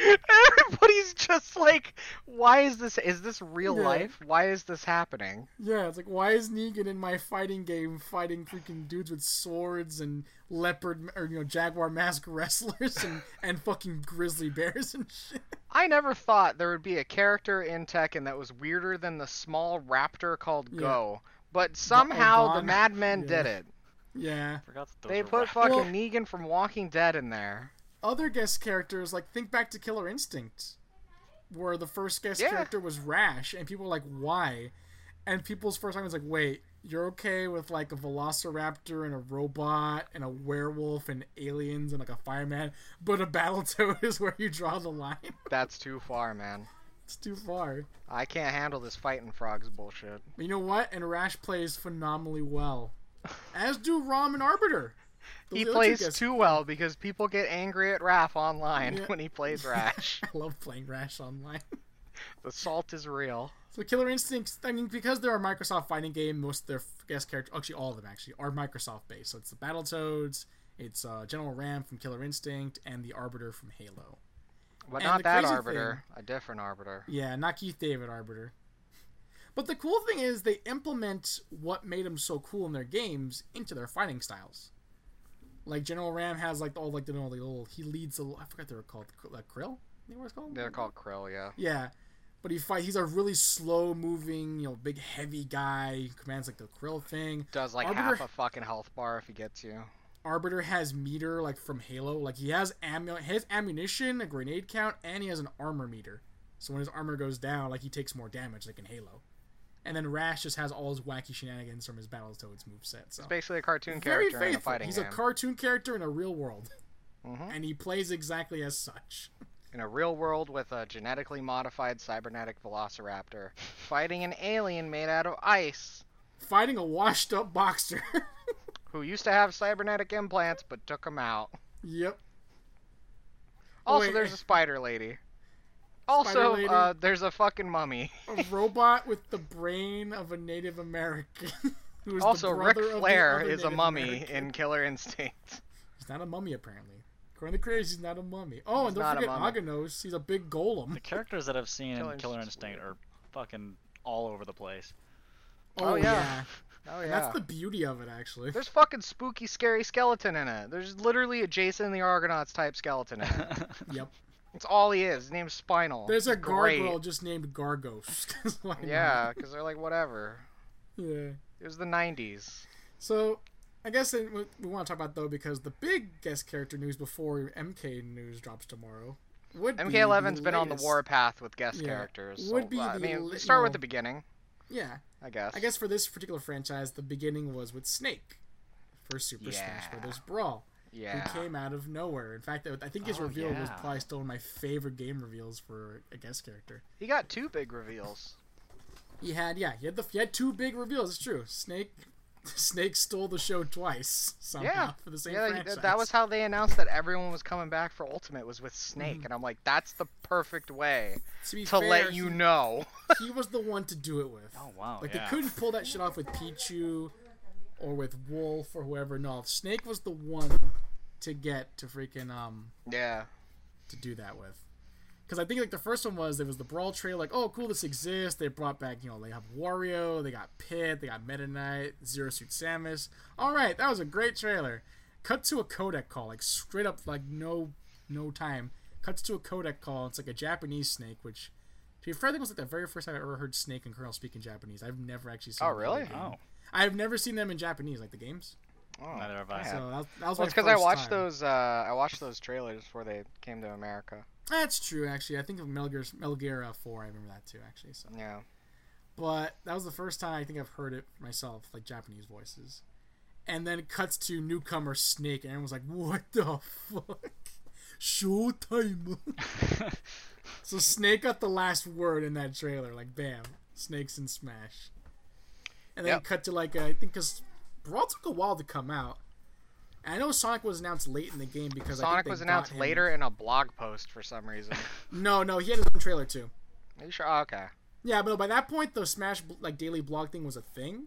Speaker 1: Everybody's just like, "Why is this? Is this real
Speaker 3: Yeah.
Speaker 1: life? Why is this happening?"
Speaker 3: Yeah, it's like, why is Negan in my fighting game fighting freaking dudes with swords and leopard or you know jaguar mask wrestlers and and fucking grizzly bears and shit?
Speaker 1: I never thought there would be a character in Tekken that was weirder than the small raptor called
Speaker 3: Yeah.
Speaker 1: Go, but somehow the
Speaker 3: Gon.
Speaker 1: Mad Men
Speaker 3: Yeah.
Speaker 1: did it.
Speaker 3: Yeah.
Speaker 2: Forgot that those
Speaker 1: They
Speaker 2: were
Speaker 1: put
Speaker 2: rap-
Speaker 1: fucking
Speaker 3: Well-
Speaker 1: Negan from Walking Dead in there.
Speaker 3: Other guest characters like think back to Killer Instinct, where the first guest
Speaker 1: Yeah.
Speaker 3: character was Rash, and people were like, why? And people's first time was like, wait, you're okay with like a Velociraptor and a robot and a werewolf and aliens and like a fireman, but a battle toad is where you draw the line.
Speaker 1: That's too far, man.
Speaker 3: it's too far.
Speaker 1: I can't handle this fighting frogs bullshit.
Speaker 3: But you know what? And Rash plays phenomenally well. As do Rom and Arbiter. Those
Speaker 1: he
Speaker 3: are the other two
Speaker 1: plays
Speaker 3: guests.
Speaker 1: too well because people get angry at Raph online
Speaker 3: Yeah.
Speaker 1: when he plays Rash.
Speaker 3: I love playing Rash online.
Speaker 1: the salt is real.
Speaker 3: So Killer Instincts, I mean, because they're a Microsoft fighting game, most of their f- guest characters, actually all of them actually, are Microsoft based. So it's the Battletoads, it's uh, General Ram from Killer Instinct, and the Arbiter from Halo.
Speaker 1: But
Speaker 3: And
Speaker 1: not
Speaker 3: the
Speaker 1: that
Speaker 3: crazy
Speaker 1: arbiter, a different arbiter.
Speaker 3: Yeah, not Keith David Arbiter. But the cool thing is they implement what made them so cool in their games into their fighting styles. Like General Ram has like all like the, all the little he leads the I forgot they were called Kr- like Krill. I think what it's called.
Speaker 1: They're called Krill, yeah.
Speaker 3: Yeah, but he fight. He's a really slow moving, you know, big heavy guy. He commands like the Krill thing.
Speaker 1: Does like
Speaker 3: Arbiter-
Speaker 1: half a fucking health bar if he gets you.
Speaker 3: Arbiter has meter like from Halo. Like he has ammo, his ammunition, a grenade count, and he has an armor meter. So when his armor goes down, like he takes more damage, like in Halo. And then Rash just has all his wacky shenanigans from his Battletoads moveset. So
Speaker 1: He's basically a cartoon
Speaker 3: very
Speaker 1: character in a
Speaker 3: faithful.
Speaker 1: fighting
Speaker 3: He's
Speaker 1: game.
Speaker 3: a cartoon character in a real world,
Speaker 1: Mhm.
Speaker 3: and he plays exactly as such.
Speaker 1: in a real world with a genetically modified cybernetic velociraptor, fighting an alien made out of ice
Speaker 3: Fighting a washed-up boxer.
Speaker 1: who used to have cybernetic implants but took them out.
Speaker 3: yep. Oh,
Speaker 1: Also,
Speaker 3: wait,
Speaker 1: there's
Speaker 3: eh.
Speaker 1: a spider lady. Also,
Speaker 3: lady?
Speaker 1: Uh, there's a fucking mummy.
Speaker 3: a robot with the brain of a Native American. Who is
Speaker 1: Also,
Speaker 3: the
Speaker 1: Ric
Speaker 3: brother of the
Speaker 1: Flair
Speaker 3: other
Speaker 1: is a
Speaker 3: Native
Speaker 1: mummy
Speaker 3: American.
Speaker 1: in Killer Instinct.
Speaker 3: He's not a mummy apparently. According to Crazy, he's not a mummy. Oh,
Speaker 1: He's
Speaker 3: and don't
Speaker 1: not a
Speaker 3: forget
Speaker 1: mummy.
Speaker 3: Aganos. He's a big
Speaker 2: The
Speaker 3: golem.
Speaker 2: characters that I've seen
Speaker 1: Killer
Speaker 2: in Killer
Speaker 1: Instinct's
Speaker 2: Instinct
Speaker 1: weird.
Speaker 2: are fucking all over the place.
Speaker 1: Oh,
Speaker 3: Oh,
Speaker 1: yeah.
Speaker 3: yeah.
Speaker 1: Oh yeah.
Speaker 3: And That's the beauty of it actually.
Speaker 1: There's fucking spooky, scary skeleton in it. There's literally a Jason the Argonauts type skeleton in it.
Speaker 3: Yep.
Speaker 1: It's all he is. His name's Spinal.
Speaker 3: There's a
Speaker 1: It's great.
Speaker 3: gargoyle just named Gargos. 'Cause why not?
Speaker 1: Yeah, because they're like whatever.
Speaker 3: Yeah.
Speaker 1: It was the 90s.
Speaker 3: So, I guess it, we, we want to talk about though because the big guest character news before MK news drops tomorrow would be the
Speaker 1: MK11's been on the
Speaker 3: latest-
Speaker 1: warpath with guest
Speaker 3: Yeah.
Speaker 1: characters. So,
Speaker 3: Would be
Speaker 1: uh, I
Speaker 3: the
Speaker 1: mean,
Speaker 3: la-
Speaker 1: start
Speaker 3: you
Speaker 1: with
Speaker 3: know-
Speaker 1: the beginning.
Speaker 3: Yeah,
Speaker 1: I guess.
Speaker 3: I guess for this particular franchise, the beginning was with Snake for Super Smash
Speaker 1: Yeah.
Speaker 3: Brothers Brawl,
Speaker 1: Yeah.
Speaker 3: who came out of nowhere. In fact, I think his
Speaker 2: Oh,
Speaker 3: reveal was
Speaker 2: yeah.
Speaker 3: probably still one of my favorite game reveals for a guest character.
Speaker 4: He got two big reveals.
Speaker 3: He had yeah, he had the he had two big reveals. It's true. Snake, Snake stole the show twice somehow
Speaker 1: Yeah.
Speaker 3: for the same
Speaker 1: Yeah, like,
Speaker 3: franchise.
Speaker 1: th- that was how they announced that everyone was coming back for Ultimate was with Snake, and I'm like, that's the perfect way
Speaker 3: Mm-hmm. to, be
Speaker 1: to
Speaker 3: fair,
Speaker 1: let you
Speaker 3: he-
Speaker 1: know.
Speaker 3: he was the one to do it with.
Speaker 2: Oh wow.
Speaker 3: Like
Speaker 2: yeah.
Speaker 3: they couldn't pull that shit off with Pichu or with Wolf or whoever. No, Snake was the one to get to freaking um
Speaker 1: yeah.
Speaker 3: to do that with. Because I think like the first one was there was the brawl trail like oh cool this exists they brought back you know they have Wario they got Pit they got Meta Knight Zero Suit Samus all right that was a great trailer cut to a codec call like straight up like no no time cuts to a codec call it's like a Japanese snake which to be fair I think it was like the very first time I ever heard Snake and Colonel speak in Japanese I've never actually seen
Speaker 1: Oh,
Speaker 3: them play
Speaker 1: really?
Speaker 3: the game.
Speaker 2: Oh,
Speaker 3: I've never seen them in Japanese like the games
Speaker 1: Oh,
Speaker 2: neither of
Speaker 1: I
Speaker 2: us.
Speaker 1: Yeah.
Speaker 3: so that was, that was
Speaker 1: Well,
Speaker 3: my
Speaker 1: it's because I
Speaker 3: first
Speaker 1: watched
Speaker 3: time.
Speaker 1: those. Uh, I watched those trailers before they came to America.
Speaker 3: that's true actually I think of Metal Gear Metal Gear uh, Four I remember that too actually so.
Speaker 1: Yeah.
Speaker 3: but that was the first time I think I've heard it myself, like Japanese voices. And then it cuts to newcomer Snake, and everyone's like, "What the fuck? Showtime!" so Snake got the last word in that trailer, like bam, Snakes in Smash. And then
Speaker 1: Yep.
Speaker 3: it cut to like uh, I think because Brawl took a while to come out. And I know Sonic was announced late in the game because I think
Speaker 1: Sonic
Speaker 3: they
Speaker 1: was
Speaker 3: got
Speaker 1: announced
Speaker 3: him-
Speaker 1: later in a blog post for some reason.
Speaker 3: No, no, he had his own trailer too.
Speaker 1: Are you sure? Oh, okay.
Speaker 3: Yeah, but by that point, the Smash like daily blog thing was a thing.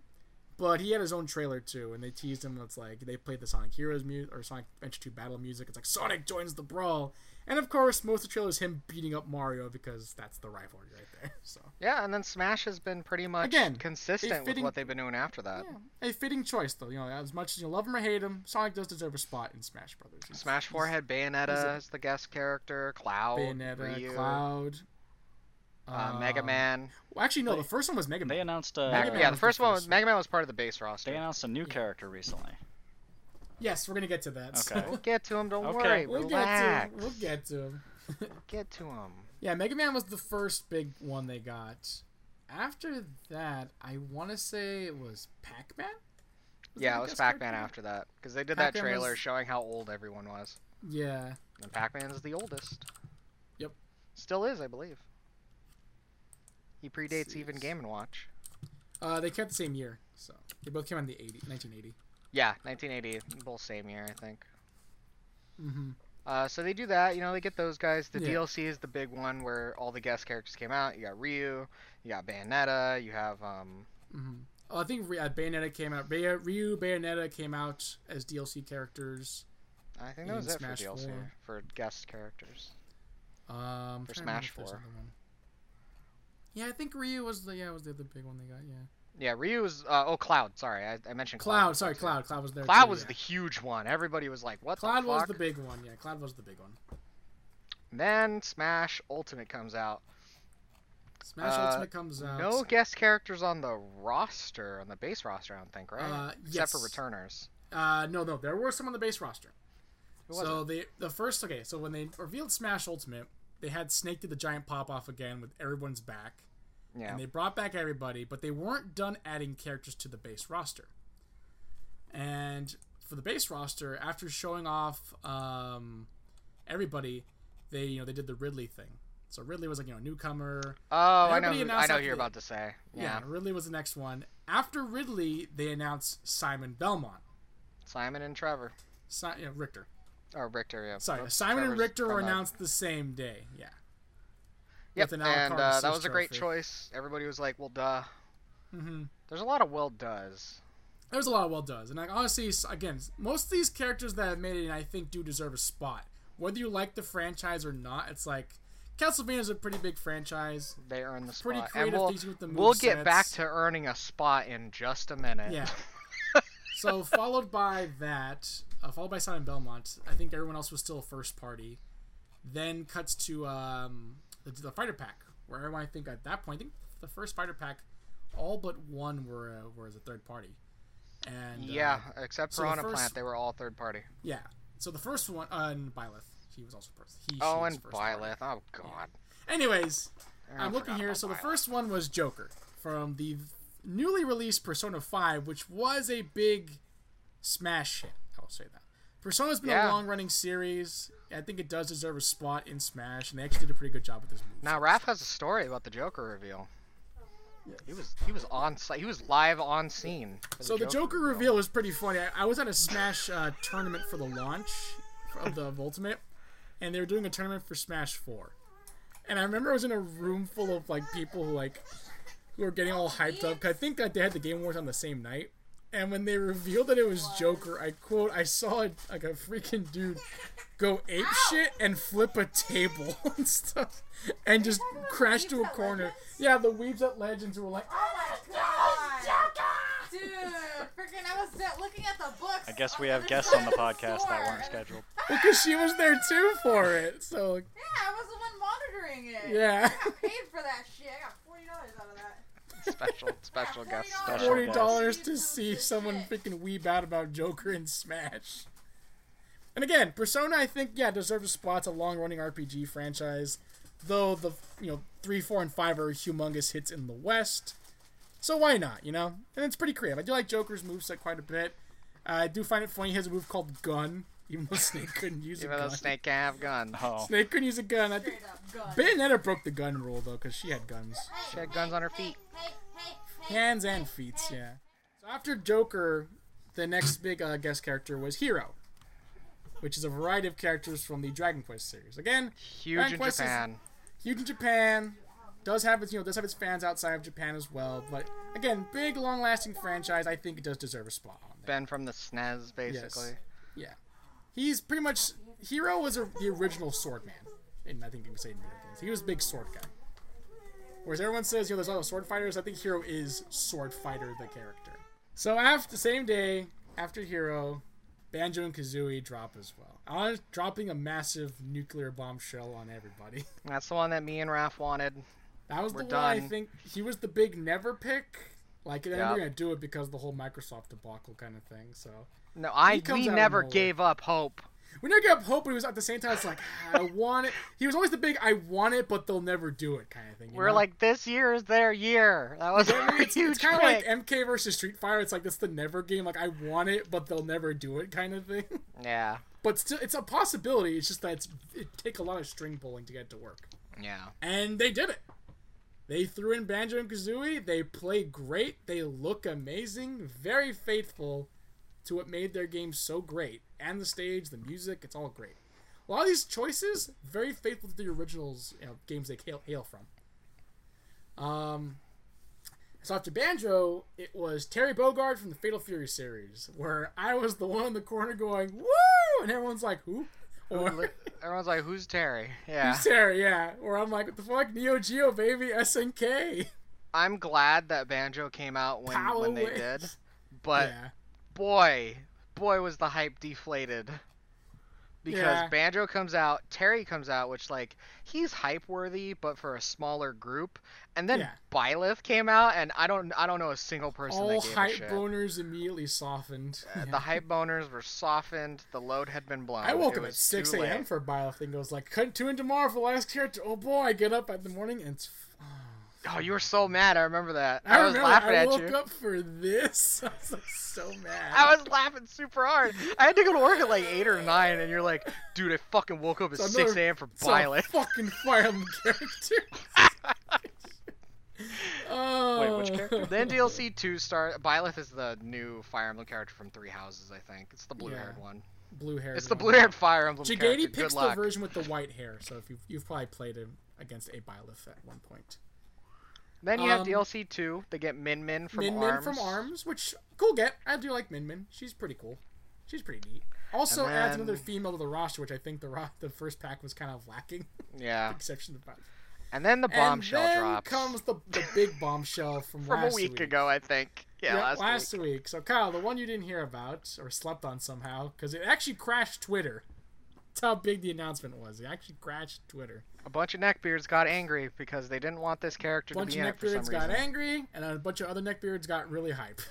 Speaker 3: But he had his own trailer too, and they teased him. It's like they played the Sonic Heroes music or Sonic Adventure 2 battle music. It's like Sonic joins the brawl, and of course, most of the trailer is him beating up Mario because that's the rivalry right there. So
Speaker 1: Yeah, and then Smash has been pretty much
Speaker 3: Again, a
Speaker 1: consistent with
Speaker 3: fitting-
Speaker 1: what they've been doing after that.
Speaker 3: yeah, a fitting choice though. You know, as much as you love him or hate him, Sonic does deserve a spot in Smash Brothers. He's-
Speaker 1: Smash Four had
Speaker 3: he's a-
Speaker 1: Bayonetta as the guest character, Cloud,
Speaker 3: Bayonetta,
Speaker 1: Ryu,
Speaker 3: Cloud,
Speaker 1: uh,
Speaker 3: um,
Speaker 1: Mega Man.
Speaker 3: Well, actually, no, the first one was Mega
Speaker 2: They
Speaker 3: Man.
Speaker 2: announced a
Speaker 3: Mega Man
Speaker 1: yeah, the
Speaker 3: was the
Speaker 1: first one was
Speaker 3: first one.
Speaker 1: Mega Man was part of the base roster.
Speaker 2: they announced a new character recently.
Speaker 3: Yes, we're gonna get to that. so-
Speaker 2: Okay.
Speaker 1: We'll get to him. Don't worry.
Speaker 2: Okay.
Speaker 3: we'll get to
Speaker 1: Relax.
Speaker 3: him. We'll get to him.
Speaker 1: Get to him.
Speaker 3: Yeah, Mega Man was the first big one they got. After that, I want to say it was Pac Man.
Speaker 1: Yeah, it was Pac-Man after that because they did that
Speaker 3: Pac-Man
Speaker 1: trailer
Speaker 3: was-
Speaker 1: showing how old everyone was,
Speaker 3: Yeah,
Speaker 1: and Pac-Man is the oldest.
Speaker 3: Yep.
Speaker 1: Still is, I believe. He predates
Speaker 3: see,
Speaker 1: even
Speaker 3: let's-
Speaker 1: Game and Watch.
Speaker 3: uh, they came out the same year, so they both came out in the 80, 1980.
Speaker 1: Yeah, 1980, both same year, I think.
Speaker 3: Mm-hmm.
Speaker 1: Uh, so they do that, you know, they get those guys. The
Speaker 3: Yeah.
Speaker 1: DLC is the big one where all the guest characters came out. You got Ryu, you got Bayonetta, you have um
Speaker 3: Mm-hmm. Oh, I think Ry- uh, Bayonetta came out. Bay- Ryu Bayonetta came out as DLC characters.
Speaker 1: I think that was
Speaker 3: In
Speaker 1: it
Speaker 3: Smash
Speaker 1: for DLC
Speaker 3: 4.
Speaker 1: for guest characters.
Speaker 3: Um, I'm
Speaker 1: For
Speaker 3: trying to remember
Speaker 1: Smash
Speaker 3: if there's
Speaker 1: 4.
Speaker 3: another one. Yeah, I think Ryu was the yeah was the other big one they got. Yeah,
Speaker 1: Yeah, Ryu was uh, oh Cloud, sorry. I, I mentioned
Speaker 3: Cloud.
Speaker 1: Cloud.
Speaker 3: Sorry,
Speaker 1: too.
Speaker 3: Cloud. Cloud was there.
Speaker 1: Cloud
Speaker 3: too,
Speaker 1: was
Speaker 3: yeah.
Speaker 1: the huge one. Everybody was like, "What
Speaker 3: Cloud
Speaker 1: the
Speaker 3: was
Speaker 1: fuck?"
Speaker 3: the big one. Yeah, Cloud was the big one.
Speaker 1: Then Smash Ultimate comes out.
Speaker 3: Smash
Speaker 1: Uh,
Speaker 3: Ultimate comes out.
Speaker 1: No guest characters on the roster, on the base roster, I don't think, right?
Speaker 3: Uh,
Speaker 1: Except for
Speaker 3: yes.
Speaker 1: returners.
Speaker 3: Uh, no, no, there were some on the base roster.
Speaker 1: Who was
Speaker 3: So the the first okay, so when they revealed Smash Ultimate, they had Snake do the giant pop off again with everyone's back,
Speaker 1: it? Yeah.
Speaker 3: and they brought back everybody, but they weren't done adding characters to the base roster. And for the base roster, after showing off um, everybody, they you know they did the Ridley thing. So Ridley was like you know newcomer.
Speaker 1: Oh, I know.
Speaker 3: everybody
Speaker 1: Who, I
Speaker 3: announced
Speaker 1: know
Speaker 3: after
Speaker 1: who you're
Speaker 3: the-
Speaker 1: about to say. Yeah.
Speaker 3: Yeah. Ridley was the next one. After Ridley, they announced Simon Belmont,
Speaker 1: Simon and Trevor,
Speaker 3: si- you know, Richter.
Speaker 1: or Richter. Yeah.
Speaker 3: Sorry,
Speaker 1: Both
Speaker 3: Simon and
Speaker 1: Trevor's
Speaker 3: Richter
Speaker 1: from
Speaker 3: were
Speaker 1: the-
Speaker 3: announced the same day. Yeah.
Speaker 1: Yep.
Speaker 3: with an a la
Speaker 1: and
Speaker 3: carte
Speaker 1: uh, that
Speaker 3: assist
Speaker 1: was a great
Speaker 3: trophy.
Speaker 1: choice. Everybody was like, "Well, duh."
Speaker 3: Mm-hmm.
Speaker 1: There's a lot of well does.
Speaker 3: There's a lot of well does, and like honestly, s- again, s- most of these characters that have made it, in, I think, do deserve a spot. Whether you like the franchise or not, it's like Castlevania's a pretty big franchise.
Speaker 1: They earn the spot.
Speaker 3: Pretty
Speaker 1: and
Speaker 3: creative
Speaker 1: we'll,
Speaker 3: things with the
Speaker 1: we'll get back
Speaker 3: movesets.
Speaker 1: to earning a spot in just a minute.
Speaker 3: Yeah. So followed by that, uh, followed by Simon Belmont. I think everyone else was still first party. Then cuts to um, the, the fighter pack, where everyone I think at that point, I think the first fighter pack, all but one were uh, were the third party. And uh,
Speaker 1: yeah. Except
Speaker 3: so
Speaker 1: for
Speaker 3: the
Speaker 1: on a
Speaker 3: first-
Speaker 1: plant, they were all third party.
Speaker 3: yeah. So the first one, uh, and Byleth, he was also first. He, she
Speaker 1: Oh,
Speaker 3: was
Speaker 1: and
Speaker 3: first party.
Speaker 1: Byleth. Oh God.
Speaker 3: Anyways,
Speaker 1: I
Speaker 3: I'm looking
Speaker 1: forgot
Speaker 3: here.
Speaker 1: about
Speaker 3: So the
Speaker 1: Byleth.
Speaker 3: first one was Joker from the newly released Persona 5, which was a big smash hit. I will say that. Persona's been
Speaker 1: Yeah.
Speaker 3: a long running series. I think it does deserve a spot in Smash, and they actually did a pretty good job with this movie.
Speaker 1: Now Raph has a story about the Joker reveal. He was he was on site. He was live on scene. for
Speaker 3: So the Joker reveal was pretty funny. I, I was at a Smash uh, tournament for the launch of the Ultimate, and they were doing a tournament for Smash Four. And I remember I was in a room full of like people who like who were getting all hyped up. 'cause I think that they had the Game Awards on the same night. And when they revealed that it was Joker, I quote, I saw a, like a freaking dude go ape shit and flip a table and stuff, and just
Speaker 5: talking about
Speaker 3: crash
Speaker 5: Weebs
Speaker 3: to a
Speaker 5: at
Speaker 3: corner.
Speaker 5: Legends?
Speaker 3: Yeah, the weebs at Legends were like,
Speaker 5: Oh my god! Dude, freaking, I was de- looking at the books.
Speaker 2: I guess we
Speaker 5: on
Speaker 2: have
Speaker 5: the
Speaker 2: guests
Speaker 5: side
Speaker 2: on the
Speaker 5: of
Speaker 2: podcast that
Speaker 5: store.
Speaker 2: weren't scheduled.
Speaker 3: because "Oh, she was there too for it. So
Speaker 5: Yeah, I was the one monitoring it.
Speaker 3: Yeah.
Speaker 5: I got paid for that shit. I got forty dollars out of that.
Speaker 1: special special guest
Speaker 5: $40.
Speaker 1: special
Speaker 3: forty
Speaker 2: guest.
Speaker 3: dollars to
Speaker 5: Jesus,
Speaker 3: see
Speaker 5: this
Speaker 3: someone
Speaker 5: shit.
Speaker 3: freaking weeb out about Joker and Smash. And again, Persona, I think yeah deserves a spot. It's a long-running RPG franchise, though the you know three, four, and five are humongous hits in the West. So why not? You know, and it's pretty creative. I do like Joker's moveset quite a bit. I do find it funny he has a move called Gun, even though Snake couldn't use a
Speaker 1: Even though
Speaker 3: gun.
Speaker 1: Snake can have guns.
Speaker 2: Oh,
Speaker 3: Snake couldn't use a gun. I think
Speaker 5: Straight up gun.
Speaker 3: Bayonetta broke the gun rule though, because she had guns.
Speaker 1: She had guns on her feet.
Speaker 3: hands and feet. Yeah. So after Joker, the next big uh, guest character was Hero, which is a variety of characters from the Dragon Quest series. Again,
Speaker 1: Huge in
Speaker 3: Quest is-
Speaker 1: Japan.
Speaker 3: huge in Japan, does have its you know does have its fans outside of Japan as well. But again, big long-lasting franchise. I think it does deserve a spot on there.
Speaker 1: Ben from the SNES, basically.
Speaker 3: Yeah. He's pretty much Hero was a, the original sword man, and I think you can say in video games. He was a big sword guy. Whereas everyone says, you know, there's other sword fighters, I think Hero is sword fighter the character. So after the same day, after Hero, Banjo and Kazooie drop as well. I'm dropping a massive nuclear bombshell on everybody.
Speaker 1: That's the one that me and Raph wanted.
Speaker 3: That was
Speaker 1: We're
Speaker 3: the one I
Speaker 1: done.
Speaker 3: think he was the big never pick. Like, and then
Speaker 1: Yeah.
Speaker 3: we're gonna do it because of the whole Microsoft debacle kind of thing. So
Speaker 1: No, I
Speaker 3: comes
Speaker 1: we
Speaker 3: out of
Speaker 1: never
Speaker 3: nowhere.
Speaker 1: gave up hope.
Speaker 3: We never gave up hope, but he was at the same time. It's like "Ah, I want it. He was always the big "I want it, but they'll never do it" kind of thing. you
Speaker 1: We're
Speaker 3: know?
Speaker 1: like, this year is their year. That was
Speaker 3: Yeah, I
Speaker 1: our
Speaker 3: mean, it's,
Speaker 1: huge
Speaker 3: it's kind of
Speaker 1: pick.
Speaker 3: like MK versus Street Fighter. It's like that's the never game. Like I want it, but they'll never do it kind of thing.
Speaker 1: Yeah,
Speaker 3: But still, it's a possibility. It's just that it's, it take a lot of string pulling to get it to work,
Speaker 1: yeah.
Speaker 3: and they did it. They threw in Banjo and Kazooie. They play great. They look amazing. Very faithful to what made their game so great, and the stage, the music. It's all great. a lot of these choices very faithful to the originals you know, games they hail, hail from. Um, so after Banjo, it was Terry Bogard from the Fatal Fury series, where I was the one in the corner going "woo," and everyone's like "who," or
Speaker 1: Everyone's like, who's Terry? Yeah.
Speaker 3: Terry, yeah, or I'm like "what the fuck, Neo Geo baby, SNK."
Speaker 1: I'm glad that Banjo came out when,
Speaker 3: Power
Speaker 1: when they
Speaker 3: Waves.
Speaker 1: did, but
Speaker 3: yeah,
Speaker 1: boy, boy was the hype deflated. Because
Speaker 3: Yeah.
Speaker 1: Banjo comes out, Terry comes out, which like he's hype worthy, but for a smaller group. And then
Speaker 3: Yeah.
Speaker 1: Byleth came out, and I don't, I don't know a single person
Speaker 3: all
Speaker 1: that gave a
Speaker 3: hype
Speaker 1: shit.
Speaker 3: boners immediately softened.
Speaker 1: Uh,
Speaker 3: Yeah.
Speaker 1: The hype boners were softened. The load had been blown.
Speaker 3: I woke
Speaker 1: It
Speaker 3: up at
Speaker 1: was
Speaker 3: 6
Speaker 1: too
Speaker 3: a.m.
Speaker 1: late.
Speaker 3: for a bio thing. Goes like, cut two in tomorrow for the last character. Oh boy, I get up at the morning and it's.
Speaker 1: Oh, you were so mad. I remember that.
Speaker 3: I,
Speaker 1: I, was
Speaker 3: remember
Speaker 1: laughing
Speaker 3: I
Speaker 1: at
Speaker 3: woke
Speaker 1: you.
Speaker 3: up for this. I was like, so mad.
Speaker 1: I was laughing super hard. I had to go to work at like eight or nine, and you're like, "Dude, I fucking woke up at
Speaker 3: So
Speaker 1: six
Speaker 3: another-
Speaker 1: a.m. for
Speaker 3: It's a
Speaker 1: Byleth."
Speaker 3: fucking Fire Emblem character. oh.
Speaker 2: Wait, which character?
Speaker 1: then DLC two start. Byleth is the new Fire Emblem character from Three Houses, I think. It's the blue-haired
Speaker 3: Yeah.
Speaker 1: one.
Speaker 3: Blue hair.
Speaker 1: It's the blue-haired Fire Emblem character.
Speaker 3: Jigati
Speaker 1: Good
Speaker 3: picks the
Speaker 1: luck.
Speaker 3: version with the white hair, so if you've, you've probably played him against a Byleth at one point.
Speaker 1: Then you
Speaker 3: um,
Speaker 1: have DLC two. They get Min Min from
Speaker 3: Min
Speaker 1: Arms.
Speaker 3: Min from Arms, which cool get. I do like Min Min. She's pretty cool. She's pretty neat. Also
Speaker 1: And
Speaker 3: adds
Speaker 1: then-
Speaker 3: another female to the roster, which I think the ro- the first pack was kind of lacking,
Speaker 1: Yeah.
Speaker 3: exception of
Speaker 1: And then the bombshell
Speaker 3: and then
Speaker 1: drops
Speaker 3: comes the, the big bombshell from,
Speaker 1: from
Speaker 3: last
Speaker 1: a week, ago, I think. Yeah,
Speaker 3: Yeah,
Speaker 1: last, week.
Speaker 3: week. So Kyle, the one you didn't hear about or slept on somehow, because it actually crashed Twitter. That's how big the announcement was. It actually crashed Twitter.
Speaker 1: A bunch of neckbeards got angry because they didn't want this character
Speaker 3: A bunch
Speaker 1: to
Speaker 3: of
Speaker 1: be in it for some
Speaker 3: neckbeards
Speaker 1: reason.
Speaker 3: got angry, and a bunch of other neckbeards got really hype.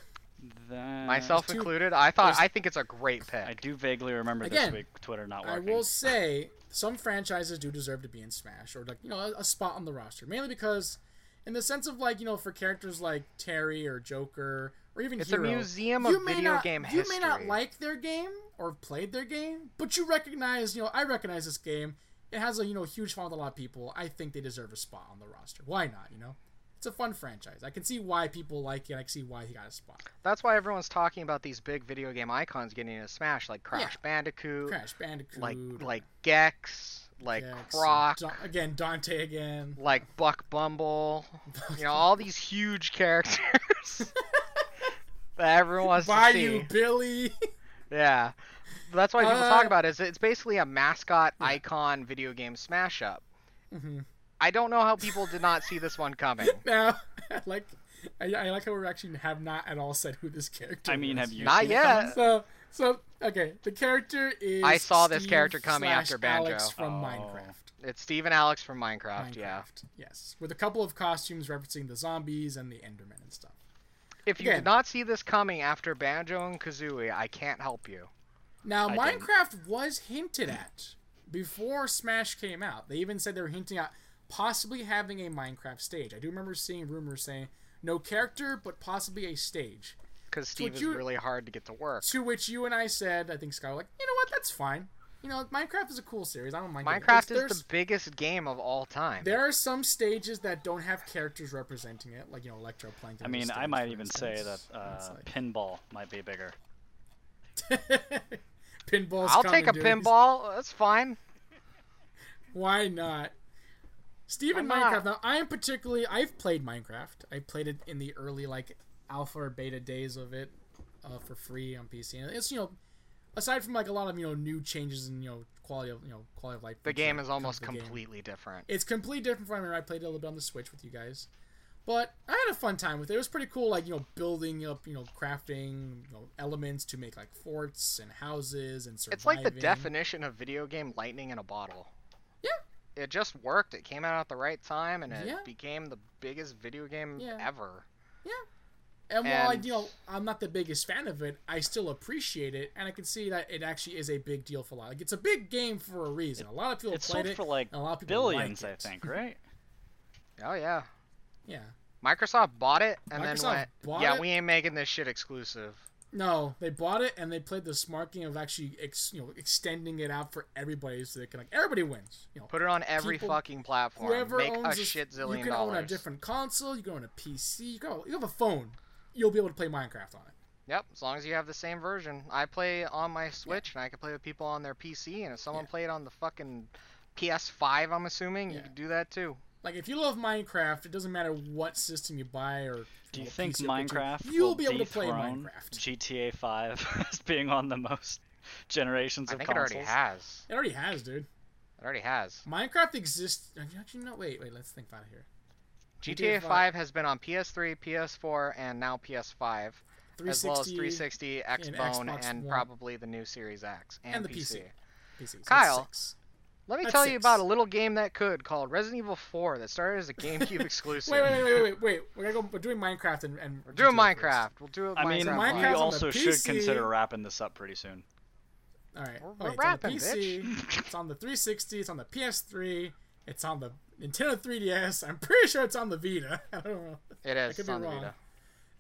Speaker 2: that...
Speaker 1: Myself
Speaker 3: There's two-
Speaker 1: included. I thought.
Speaker 3: there's-
Speaker 1: I think it's a great pick.
Speaker 2: I do vaguely remember
Speaker 3: Again,
Speaker 2: this week Twitter not
Speaker 3: I
Speaker 2: working.
Speaker 3: will say some franchises do deserve to be in Smash or like you know a, a spot on the roster, mainly because in the sense of like you know for characters like Terry or Joker or even
Speaker 1: It's a
Speaker 3: Hero,
Speaker 1: museum of
Speaker 3: you may
Speaker 1: video
Speaker 3: not
Speaker 1: game
Speaker 3: you
Speaker 1: history.
Speaker 3: may not like their game or have played their game, but you recognize you know I recognize this game. It has a you know huge following with a lot of people. I think they deserve a spot on the roster. Why not? You know, it's a fun franchise. I can see why people like it. I can see why he got a spot.
Speaker 1: That's why everyone's talking about these big video game icons getting a smash, like Crash
Speaker 3: Yeah.
Speaker 1: Bandicoot,
Speaker 3: Crash Bandicoot,
Speaker 1: like
Speaker 3: or
Speaker 1: like Gex, like
Speaker 3: Jax,
Speaker 1: Croc,
Speaker 3: Da- uh, again Dante again.
Speaker 1: like Buck Bumble. you know, all these huge characters that everyone wants to see.
Speaker 3: Bayou Billy.
Speaker 1: Yeah. That's why people talk
Speaker 3: Uh,
Speaker 1: about it. Is it's basically a mascot icon video game smash up.
Speaker 3: hmm
Speaker 1: I don't know how people did not see this one coming.
Speaker 3: Now, I like, I, I like how we actually have not at all said who this character.
Speaker 2: I mean,
Speaker 3: is.
Speaker 2: have you?
Speaker 1: Not
Speaker 2: seen it
Speaker 1: yet.
Speaker 2: coming?
Speaker 3: So, so okay. The character is.
Speaker 1: I saw this
Speaker 3: Steve
Speaker 1: character coming
Speaker 3: slash
Speaker 1: after Banjo.
Speaker 3: Alex from
Speaker 2: Oh.
Speaker 3: Minecraft.
Speaker 1: It's Steve and Alex from Minecraft,
Speaker 3: Minecraft.
Speaker 1: yeah.
Speaker 3: Yes, with a couple of costumes referencing the zombies and the Enderman and stuff.
Speaker 1: If you
Speaker 3: Again.
Speaker 1: did not see this coming after Banjo and Kazooie, I can't help you.
Speaker 3: Now,
Speaker 2: I didn't.
Speaker 3: Minecraft was hinted at before Smash came out. They even said they were hinting at possibly having a Minecraft stage. I do remember seeing rumors saying no character, but possibly a stage.
Speaker 1: Because Steve is
Speaker 3: you-
Speaker 1: really hard to get to work.
Speaker 3: To which you and I said, I think Scott, were like, you know what? That's fine. You know, Minecraft is a cool series. I don't mind. getting it."
Speaker 1: Minecraft is
Speaker 3: There's-
Speaker 1: the biggest game of all time.
Speaker 3: There are some stages that don't have characters representing it, like you know, electroplankton.
Speaker 2: I mean,
Speaker 3: is a
Speaker 2: I
Speaker 3: stage,
Speaker 2: might
Speaker 3: for
Speaker 2: even say that
Speaker 3: instance.
Speaker 2: uh,
Speaker 3: It's
Speaker 2: pinball might be bigger. uh,
Speaker 3: like- pinballs.
Speaker 1: I'll take a
Speaker 3: coming, dude.
Speaker 1: pinball. That's fine.
Speaker 3: Why not? Steven
Speaker 1: Why
Speaker 3: Minecraft.
Speaker 1: not?
Speaker 3: Now, I am particularly. I've played Minecraft. I played it in the early like alpha or beta days of it, uh, for free on PC. And it's you know, aside from like a lot of you know new changes in you know quality of you know quality of life.
Speaker 1: The
Speaker 3: features that
Speaker 1: game is
Speaker 3: come
Speaker 1: almost
Speaker 3: with the game.
Speaker 1: completely different.
Speaker 3: It's completely different from when I played it a little bit on the Switch with you guys. But I had a fun time with it. It was pretty cool, like, you know, building up, you know, crafting you know, elements to make, like, forts and houses and surviving.
Speaker 1: It's like the definition of video game lightning in a bottle.
Speaker 3: Yeah.
Speaker 1: It just worked. It came out at the right time and it
Speaker 3: Yeah.
Speaker 1: became the biggest video game
Speaker 3: Yeah.
Speaker 1: ever.
Speaker 3: And while I,
Speaker 1: and-
Speaker 3: you know, I'm not the biggest fan of it, I still appreciate it, and I can see that it actually is a big deal for a lot. Like, it's a big game for a reason. a lot of people
Speaker 2: It's
Speaker 3: played
Speaker 2: sold
Speaker 3: it,
Speaker 2: for like
Speaker 3: and a lot of people
Speaker 2: billions,
Speaker 3: liked
Speaker 2: I
Speaker 3: it.
Speaker 2: think, right?
Speaker 1: Oh yeah.
Speaker 3: Yeah.
Speaker 1: Microsoft bought it and
Speaker 3: Microsoft
Speaker 1: then
Speaker 3: bought
Speaker 1: went, "Yeah,
Speaker 3: it?
Speaker 1: we ain't making this shit exclusive."
Speaker 3: No, they bought it and they played the smart game of actually, ex, you know, extending it out for everybody, so they can like everybody wins. You know,
Speaker 1: Put it on every
Speaker 3: People-
Speaker 1: fucking platform.
Speaker 3: whoever
Speaker 1: Make
Speaker 3: owns
Speaker 1: a
Speaker 3: this-
Speaker 1: shit zillion
Speaker 3: you can
Speaker 1: dollars.
Speaker 3: own a different console you can own a pc you, can, you have a phone you'll be able to play minecraft on it
Speaker 1: Yep, as long as you have the same version. I play on my Switch and I can play with people on their PC, and if someone
Speaker 3: Yeah.
Speaker 1: played on the fucking PS5, I'm assuming you
Speaker 3: Yeah.
Speaker 1: could do that too.
Speaker 3: like if you love minecraft it doesn't matter what system you buy or
Speaker 2: Do you
Speaker 3: what
Speaker 2: think
Speaker 3: PC or what you-
Speaker 2: Minecraft
Speaker 3: you'll
Speaker 2: will
Speaker 3: be able to play
Speaker 2: dethrone
Speaker 3: minecraft
Speaker 2: GTA 5 as being on the most generations
Speaker 1: I
Speaker 2: of
Speaker 1: think
Speaker 2: consoles?
Speaker 1: it already has.
Speaker 3: it already has dude
Speaker 1: It already has.
Speaker 3: minecraft exists actually no wait wait let's think about it here GTA
Speaker 1: GTA
Speaker 3: five.
Speaker 1: 5 has been on PS3, PS4, and now PS5, as well as
Speaker 3: 360
Speaker 1: 360,
Speaker 3: and
Speaker 1: Xbone,
Speaker 3: Xbox
Speaker 1: and,
Speaker 3: One.
Speaker 1: probably the new Series X and,
Speaker 3: And the
Speaker 1: PC.
Speaker 3: PC. PC, so that's
Speaker 1: Kyle.
Speaker 3: six.
Speaker 1: Let me
Speaker 3: That's
Speaker 1: tell you
Speaker 3: six.
Speaker 1: about a little game that could called Resident Evil 4 that started as a GameCube exclusive.
Speaker 3: wait wait wait wait wait wait we're gonna go we're doing minecraft and, and
Speaker 1: We're doing
Speaker 3: GTA first.
Speaker 1: Minecraft. We'll do it.
Speaker 2: I mean,
Speaker 1: Minecraft.
Speaker 3: Minecraft's on
Speaker 2: we
Speaker 3: the
Speaker 1: Live.
Speaker 2: also should
Speaker 3: PC.
Speaker 2: consider wrapping this up pretty soon.
Speaker 3: All
Speaker 1: We're-
Speaker 3: right. Okay,
Speaker 1: we're
Speaker 3: it's
Speaker 1: rapping,
Speaker 3: on the PC, It's on the 360. It's on the PS3. It's on the Nintendo 3DS. I'm pretty sure it's on the Vita. I don't know.
Speaker 1: It is.
Speaker 3: could
Speaker 1: It's
Speaker 3: be
Speaker 1: on the
Speaker 3: wrong.
Speaker 1: Vita.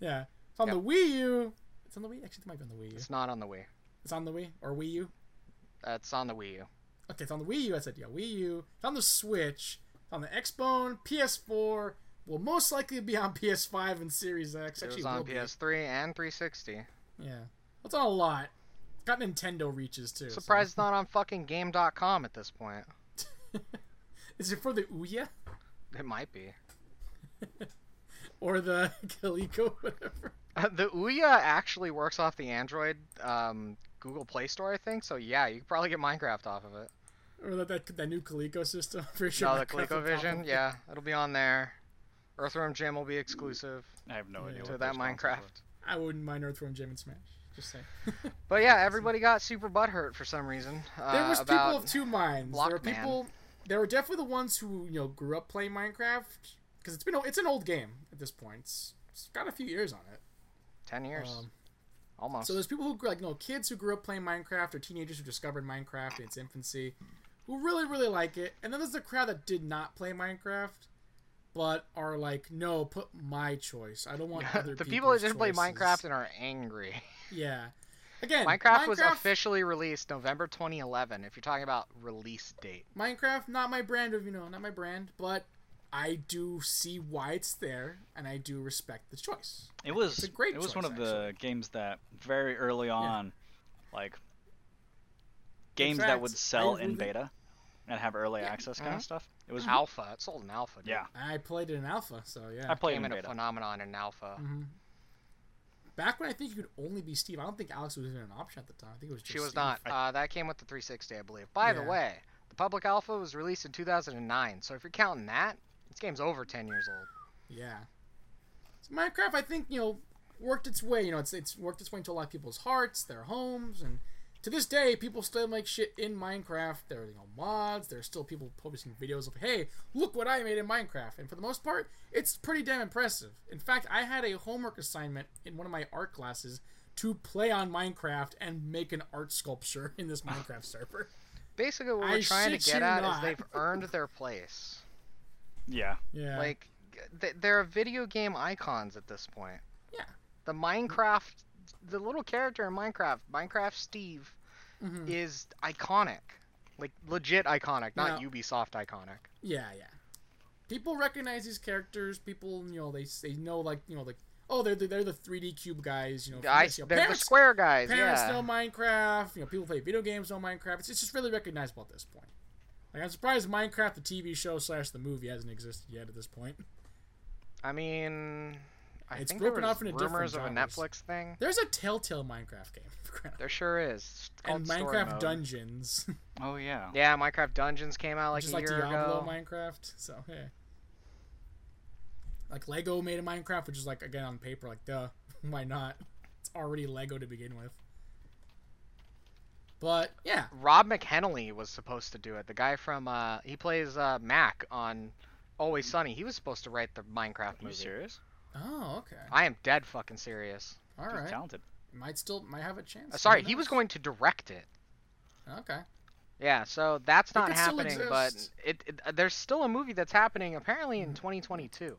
Speaker 3: Yeah. It's on the Wii U. It's on the Wii. Actually, it might be on the Wii U.
Speaker 1: It's not on the Wii.
Speaker 3: It's on the Wii or Wii U.
Speaker 1: It's on the Wii U.
Speaker 3: Okay, it's on the Wii U. I said yeah, Wii U. It's on the Switch. It's on the Xbone, PS4. Will most likely be on PS5 and Series X.
Speaker 1: It
Speaker 3: Actually,
Speaker 1: was on
Speaker 3: will be.
Speaker 1: PS3 and 360.
Speaker 3: Yeah. It's on a lot. It's got Nintendo reaches too. so-
Speaker 1: Surprised it's not on fucking Game.com at this point.
Speaker 3: Is it for the Ouya
Speaker 1: It might be.
Speaker 3: or the Coleco, whatever?
Speaker 1: Uh, the Ouya actually works off the Android um, Google Play Store, I think. So yeah, you could probably get Minecraft off of it.
Speaker 3: Or that, that that new Coleco system for sure.
Speaker 1: No, the
Speaker 3: Minecraft will pop up.
Speaker 1: ColecoVision, yeah, it'll be on there. Earthworm Jim will be exclusive
Speaker 2: I have no
Speaker 3: Yeah.
Speaker 2: idea.
Speaker 1: to
Speaker 2: what
Speaker 1: that
Speaker 2: those consoles
Speaker 1: Minecraft.
Speaker 2: were.
Speaker 3: I wouldn't mind Earthworm Jim and Smash. Just saying.
Speaker 1: But yeah, everybody got super butthurt for some reason. Uh,
Speaker 3: There was
Speaker 1: about...
Speaker 3: people of two minds. There were
Speaker 1: Blockman.
Speaker 3: people. There were definitely the ones who you know grew up playing Minecraft because it's been it's an old game at this point. It's, it's got a few years on it.
Speaker 1: ten years
Speaker 3: Um,
Speaker 1: almost.
Speaker 3: so there's people who grew- like you know kids who grew up playing Minecraft or teenagers who discovered Minecraft in its infancy, who really really like it. And then there's the crowd that did not play Minecraft, but are like, no, put my choice. I don't want other
Speaker 1: the people that
Speaker 3: people's
Speaker 1: just play
Speaker 3: choices."
Speaker 1: Minecraft and are angry.
Speaker 3: yeah, again,
Speaker 1: Minecraft was
Speaker 3: Minecraft-
Speaker 1: officially released November 2011. If you're talking about release date,
Speaker 3: Minecraft, not my brand of you know, not my brand, but I do see why it's there, and I do respect the choice.
Speaker 2: It was
Speaker 3: a great
Speaker 2: it was one
Speaker 3: choice,
Speaker 2: of the games that very early on, like games that would
Speaker 3: fact, I Uh-huh.
Speaker 2: sell in
Speaker 3: really-
Speaker 2: beta and have early access kind
Speaker 1: Mhm.
Speaker 2: of stuff. It was
Speaker 1: alpha. It sold in alpha. Dude.
Speaker 2: yeah.
Speaker 3: I played it in alpha, so yeah.
Speaker 2: I played
Speaker 1: Came in
Speaker 2: in
Speaker 1: a
Speaker 2: beta.
Speaker 1: phenomenon in alpha.
Speaker 3: Mhm. Back when I think you could only be Steve, I don't think Alex was even an option at the time. I think it was just
Speaker 1: She was
Speaker 3: Steve.
Speaker 1: not. Uh, that came with the 360, I believe. By the
Speaker 3: Yeah.
Speaker 1: way, the public alpha was released in 2009. So if you're counting that, this game's over 10 years old.
Speaker 3: Yeah. So Minecraft, I think you know, worked its way. You know, it's it's worked its way into a lot of people's hearts, their homes, and to this day, people still make shit in Minecraft. There are you know mods. There are still people publishing videos of, hey, look what I made in Minecraft. And for the most part, it's pretty damn impressive. In fact, I had a homework assignment in one of my art classes to play on Minecraft and make an art sculpture in this Minecraft server.
Speaker 1: Basically, what
Speaker 3: I
Speaker 1: we're trying to
Speaker 3: shit
Speaker 1: get
Speaker 3: you
Speaker 1: at
Speaker 3: not.
Speaker 1: is they've earned their place.
Speaker 2: Yeah.
Speaker 3: Yeah.
Speaker 1: Like, th- they're video game icons at this point.
Speaker 3: Yeah.
Speaker 1: The Minecraft, the little character in Minecraft, Minecraft Steve,
Speaker 3: Mhm.
Speaker 1: is iconic. Like, legit iconic, not
Speaker 3: Now-
Speaker 1: Ubisoft iconic.
Speaker 3: Yeah, yeah. People recognize these characters. People, you know, they they know like you know like oh they're the, they're the 3D cube guys. You know, from
Speaker 1: I,
Speaker 3: this, you know,
Speaker 1: they're the
Speaker 3: parents,
Speaker 1: square guys,
Speaker 3: parents
Speaker 1: yeah.
Speaker 3: know Minecraft. You know, people play video games know Minecraft. It's, it's just really recognizable at this point. Like I'm surprised Minecraft the TV show slash the movie hasn't existed yet at this point.
Speaker 1: I mean, I
Speaker 3: It's
Speaker 1: think there
Speaker 3: broken
Speaker 1: was
Speaker 3: off into different
Speaker 1: rumors of a
Speaker 3: genres.
Speaker 1: Netflix thing.
Speaker 3: There's a Telltale Minecraft game for crying out
Speaker 1: There sure is. It's
Speaker 3: loud.
Speaker 1: called
Speaker 3: and
Speaker 1: Story
Speaker 3: Minecraft
Speaker 1: Mode.
Speaker 3: Dungeons,
Speaker 2: Oh yeah.
Speaker 1: Yeah, Minecraft Dungeons came out like
Speaker 3: just
Speaker 1: a
Speaker 3: like
Speaker 1: year
Speaker 3: Diablo
Speaker 1: ago.
Speaker 3: Minecraft. So yeah. Like Lego made a Minecraft, which is like again on paper, like duh, why not? It's already Lego to begin with. But yeah,
Speaker 1: Rob McHenley was supposed to do it. The guy from uh, he plays uh, Mac on Always Sunny. He was supposed to write the Minecraft
Speaker 2: Are you
Speaker 1: movie.
Speaker 2: serious?
Speaker 3: oh okay,
Speaker 1: I am dead fucking serious.
Speaker 3: all
Speaker 2: He's
Speaker 3: right,
Speaker 2: talented.
Speaker 3: might still might have a chance.
Speaker 1: Uh, sorry,
Speaker 3: Who
Speaker 1: he was
Speaker 3: knows?
Speaker 1: going to direct it.
Speaker 3: Okay,
Speaker 1: Yeah, so that's
Speaker 3: It
Speaker 1: not
Speaker 3: could still
Speaker 1: happening. But
Speaker 3: exist.
Speaker 1: it, it there's still a movie that's happening apparently in 2022,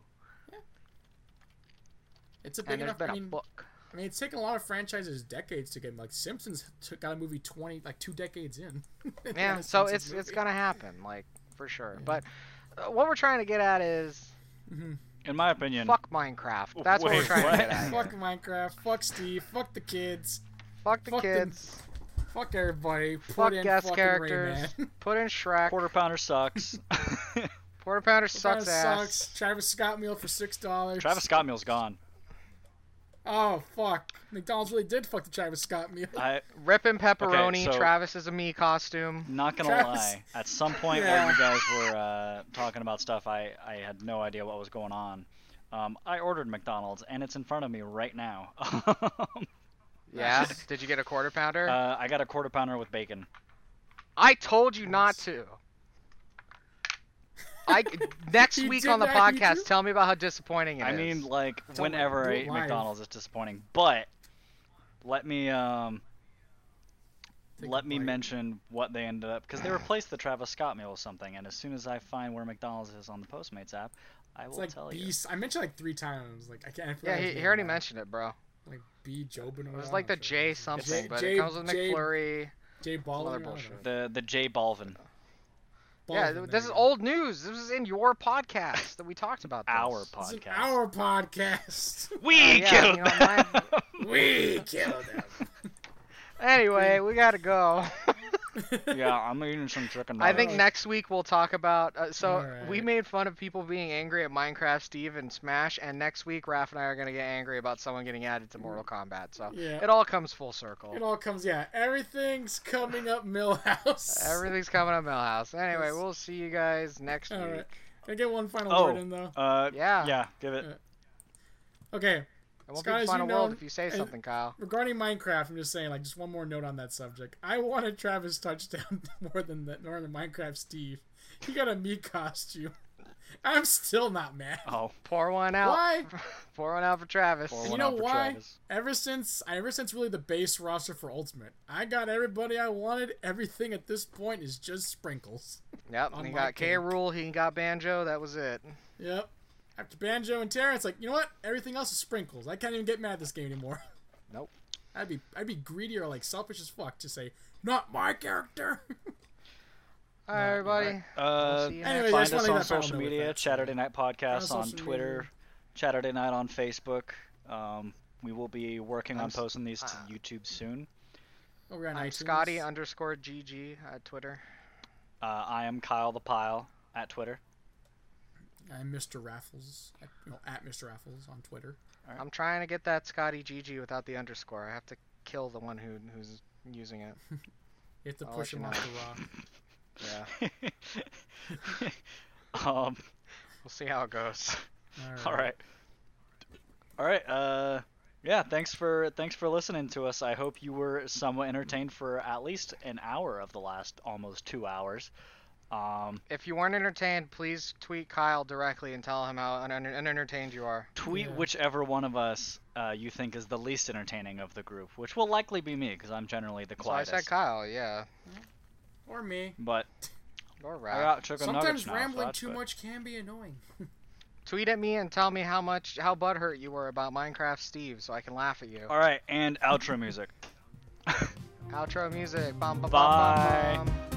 Speaker 3: it's a big
Speaker 1: and there's
Speaker 3: enough.
Speaker 1: been
Speaker 3: I
Speaker 1: a
Speaker 3: mean,
Speaker 1: book.
Speaker 3: I mean, it's taken a lot of franchises decades to get. Like Simpsons took got a movie twenty, like two decades in. They got
Speaker 1: Yeah,
Speaker 3: a
Speaker 1: so
Speaker 3: Simpsons
Speaker 1: it's it's
Speaker 3: movie.
Speaker 1: gonna happen, like for sure.
Speaker 3: Yeah.
Speaker 1: But uh, what we're trying to get at is
Speaker 3: Mhm.
Speaker 2: In my opinion,
Speaker 1: fuck Minecraft. That's what we're
Speaker 2: Wait,
Speaker 1: trying
Speaker 2: what?
Speaker 1: to get at.
Speaker 3: Fuck
Speaker 1: here.
Speaker 3: Minecraft. Fuck Steve. Fuck the kids.
Speaker 1: Fuck the
Speaker 3: fuck the-
Speaker 1: kids.
Speaker 3: Fuck everybody. Put
Speaker 1: Fuck
Speaker 3: in
Speaker 1: guest
Speaker 3: fucking
Speaker 1: characters.
Speaker 3: Rayman.
Speaker 1: Put in Shrek.
Speaker 2: quarter pounder sucks.
Speaker 1: Porter Pounder sucks
Speaker 3: Kinda
Speaker 1: ass.
Speaker 3: sucks. Travis Scott meal for six dollars.
Speaker 2: Travis Scott meal's gone.
Speaker 3: Oh fuck! McDonald's really did fuck the Travis Scott meal.
Speaker 2: I
Speaker 1: Ripping pepperoni.
Speaker 2: so-
Speaker 1: Travis is a me costume.
Speaker 2: not gonna
Speaker 3: Travis-
Speaker 2: lie. At some point
Speaker 3: Yeah.
Speaker 2: where you guys were uh, talking about stuff, I I had no idea what was going on. Um, I ordered McDonald's and it's in front of me right now.
Speaker 1: Yeah. Did you get a quarter pounder?
Speaker 2: Uh, I got a quarter pounder with bacon.
Speaker 1: I told you not to. I next
Speaker 3: You
Speaker 1: week
Speaker 3: did
Speaker 1: on the
Speaker 3: not, you
Speaker 1: podcast,
Speaker 3: did-
Speaker 1: tell me about how disappointing it is.
Speaker 2: I mean, like
Speaker 3: Don't
Speaker 2: whenever
Speaker 3: do
Speaker 2: I
Speaker 3: it
Speaker 2: eat
Speaker 3: live.
Speaker 2: McDonald's, it's disappointing. But let me um
Speaker 3: Take
Speaker 2: let
Speaker 3: a
Speaker 2: me
Speaker 3: bite.
Speaker 2: mention what they ended up because they replaced the Travis Scott meal with something. And as soon as I find where McDonald's is on the Postmates app, I will
Speaker 3: It's like
Speaker 2: tell
Speaker 3: B.
Speaker 2: you.
Speaker 3: I mentioned like three times. Like I can't. I
Speaker 1: yeah,
Speaker 3: forgot his
Speaker 1: he, he
Speaker 3: name
Speaker 1: already
Speaker 3: now.
Speaker 1: mentioned it, bro.
Speaker 3: Like B. Jobin.
Speaker 1: It was like the J something,
Speaker 3: J-
Speaker 1: but
Speaker 3: J-
Speaker 1: it comes with
Speaker 3: J-
Speaker 1: McFlurry.
Speaker 3: J. Ball.
Speaker 1: Other bullshit.
Speaker 2: The the J Balvin
Speaker 1: Yeah, th- this is old news. This is in your podcast that we talked about. This.
Speaker 2: hour
Speaker 3: It's
Speaker 2: podcast.
Speaker 3: an hour podcast.
Speaker 2: We
Speaker 1: yeah,
Speaker 2: killed
Speaker 1: you know, mine-
Speaker 2: them!
Speaker 3: we killed him.
Speaker 1: Anyway, we gotta go.
Speaker 2: yeah, I'm eating some chicken.
Speaker 1: I
Speaker 2: nuggets.
Speaker 1: think next week we'll talk about. Uh, so we
Speaker 3: Alright.
Speaker 1: made fun of people being angry at Minecraft, Steve, and Smash, and next week Raph and I are gonna get angry about someone getting added to Mortal Kombat. So
Speaker 3: Mm. Yeah.
Speaker 1: it all comes full circle.
Speaker 3: It all comes. Yeah, everything's coming up. Millhouse.
Speaker 1: Everything's coming up, Millhouse. Anyway,
Speaker 3: Yes.
Speaker 1: we'll see you guys next
Speaker 3: All
Speaker 1: week.
Speaker 3: right. Can I get one final
Speaker 2: Oh.
Speaker 3: word in though?
Speaker 2: Uh,
Speaker 1: Yeah.
Speaker 2: yeah, give it.
Speaker 3: Yeah. Okay.
Speaker 1: It won't
Speaker 3: Scott,
Speaker 1: be
Speaker 3: as
Speaker 1: the final
Speaker 3: you know,
Speaker 1: world if you say
Speaker 3: and-
Speaker 1: something, Kyle.
Speaker 3: regarding Minecraft, I'm just saying, like, just one more note on that subject. I want a Travis touchdown more than that, more than Minecraft Steve. He got a me costume. I'm still not mad.
Speaker 2: Oh,
Speaker 1: Pour one out.
Speaker 3: Why?
Speaker 1: Pour one out for Travis.
Speaker 2: pour
Speaker 3: you
Speaker 2: one
Speaker 3: know
Speaker 2: out for
Speaker 3: why?
Speaker 2: Travis.
Speaker 3: Ever since, ever since really the base roster for Ultimate, I got everybody I wanted. Everything at this point is just sprinkles.
Speaker 1: Yep.
Speaker 3: On
Speaker 1: he
Speaker 3: my
Speaker 1: got K.
Speaker 3: cake.
Speaker 1: Rule. He got Banjo. That was it.
Speaker 3: Yep. After Banjo and Terra, it's like, you know what? Everything else is sprinkles. I can't even get mad at this game anymore.
Speaker 2: Nope.
Speaker 3: I'd be I'd be greedy or like selfish as fuck to say, not my character.
Speaker 1: All right, everybody.
Speaker 2: Uh,
Speaker 1: see you
Speaker 3: Anyway,
Speaker 2: find
Speaker 3: just wanna
Speaker 2: us
Speaker 3: leave
Speaker 2: on
Speaker 3: that final
Speaker 2: social
Speaker 3: note with
Speaker 2: media,
Speaker 3: that.
Speaker 2: Saturday Night Podcast
Speaker 3: On
Speaker 2: on
Speaker 3: social
Speaker 2: Twitter, Saturday Night on Facebook. Um, we will be working
Speaker 1: I'm
Speaker 2: on
Speaker 1: s-
Speaker 2: posting these to
Speaker 1: uh,
Speaker 2: YouTube soon.
Speaker 3: Oh, we're on
Speaker 1: I'm
Speaker 3: iTunes.
Speaker 1: Scotty underscore GG at Twitter.
Speaker 2: Uh, I am Kyle the Pile at Twitter.
Speaker 3: I'm Mr. Raffles. At, no, at Mr. Raffles on Twitter.
Speaker 1: I'm trying to get that Scotty GG without the underscore. I have to kill the one who who's using it.
Speaker 3: You have to
Speaker 1: I'll
Speaker 3: push
Speaker 1: let
Speaker 3: him
Speaker 1: you
Speaker 3: off
Speaker 1: know.
Speaker 3: the rock.
Speaker 1: Yeah.
Speaker 2: um,
Speaker 1: we'll see how it goes.
Speaker 2: all right, all right. Uh, yeah, thanks for thanks for listening to us. I hope you were somewhat entertained for at least an hour of the last almost two hours. Um,
Speaker 1: If you weren't entertained, please tweet Kyle directly and tell him how un- un- unentertained you are.
Speaker 2: tweet
Speaker 3: Yeah.
Speaker 2: whichever one of us uh, you think is the least entertaining of the group, which will likely be me because I'm generally the
Speaker 1: So I
Speaker 2: quietest.
Speaker 1: said Kyle, yeah.
Speaker 3: Or me.
Speaker 2: but
Speaker 1: Or
Speaker 2: I
Speaker 1: Ralph.
Speaker 2: got chicken nuggets
Speaker 3: Sometimes
Speaker 2: now, so
Speaker 3: rambling
Speaker 2: that's
Speaker 3: too
Speaker 2: good.
Speaker 3: much can be annoying.
Speaker 1: Tweet at me and tell me how much how butthurt you were about Minecraft Steve, so I can laugh at you.
Speaker 2: All right, and outro music.
Speaker 1: Outro music. Bum, bum, bum,
Speaker 2: Bye.
Speaker 1: Bum, bum.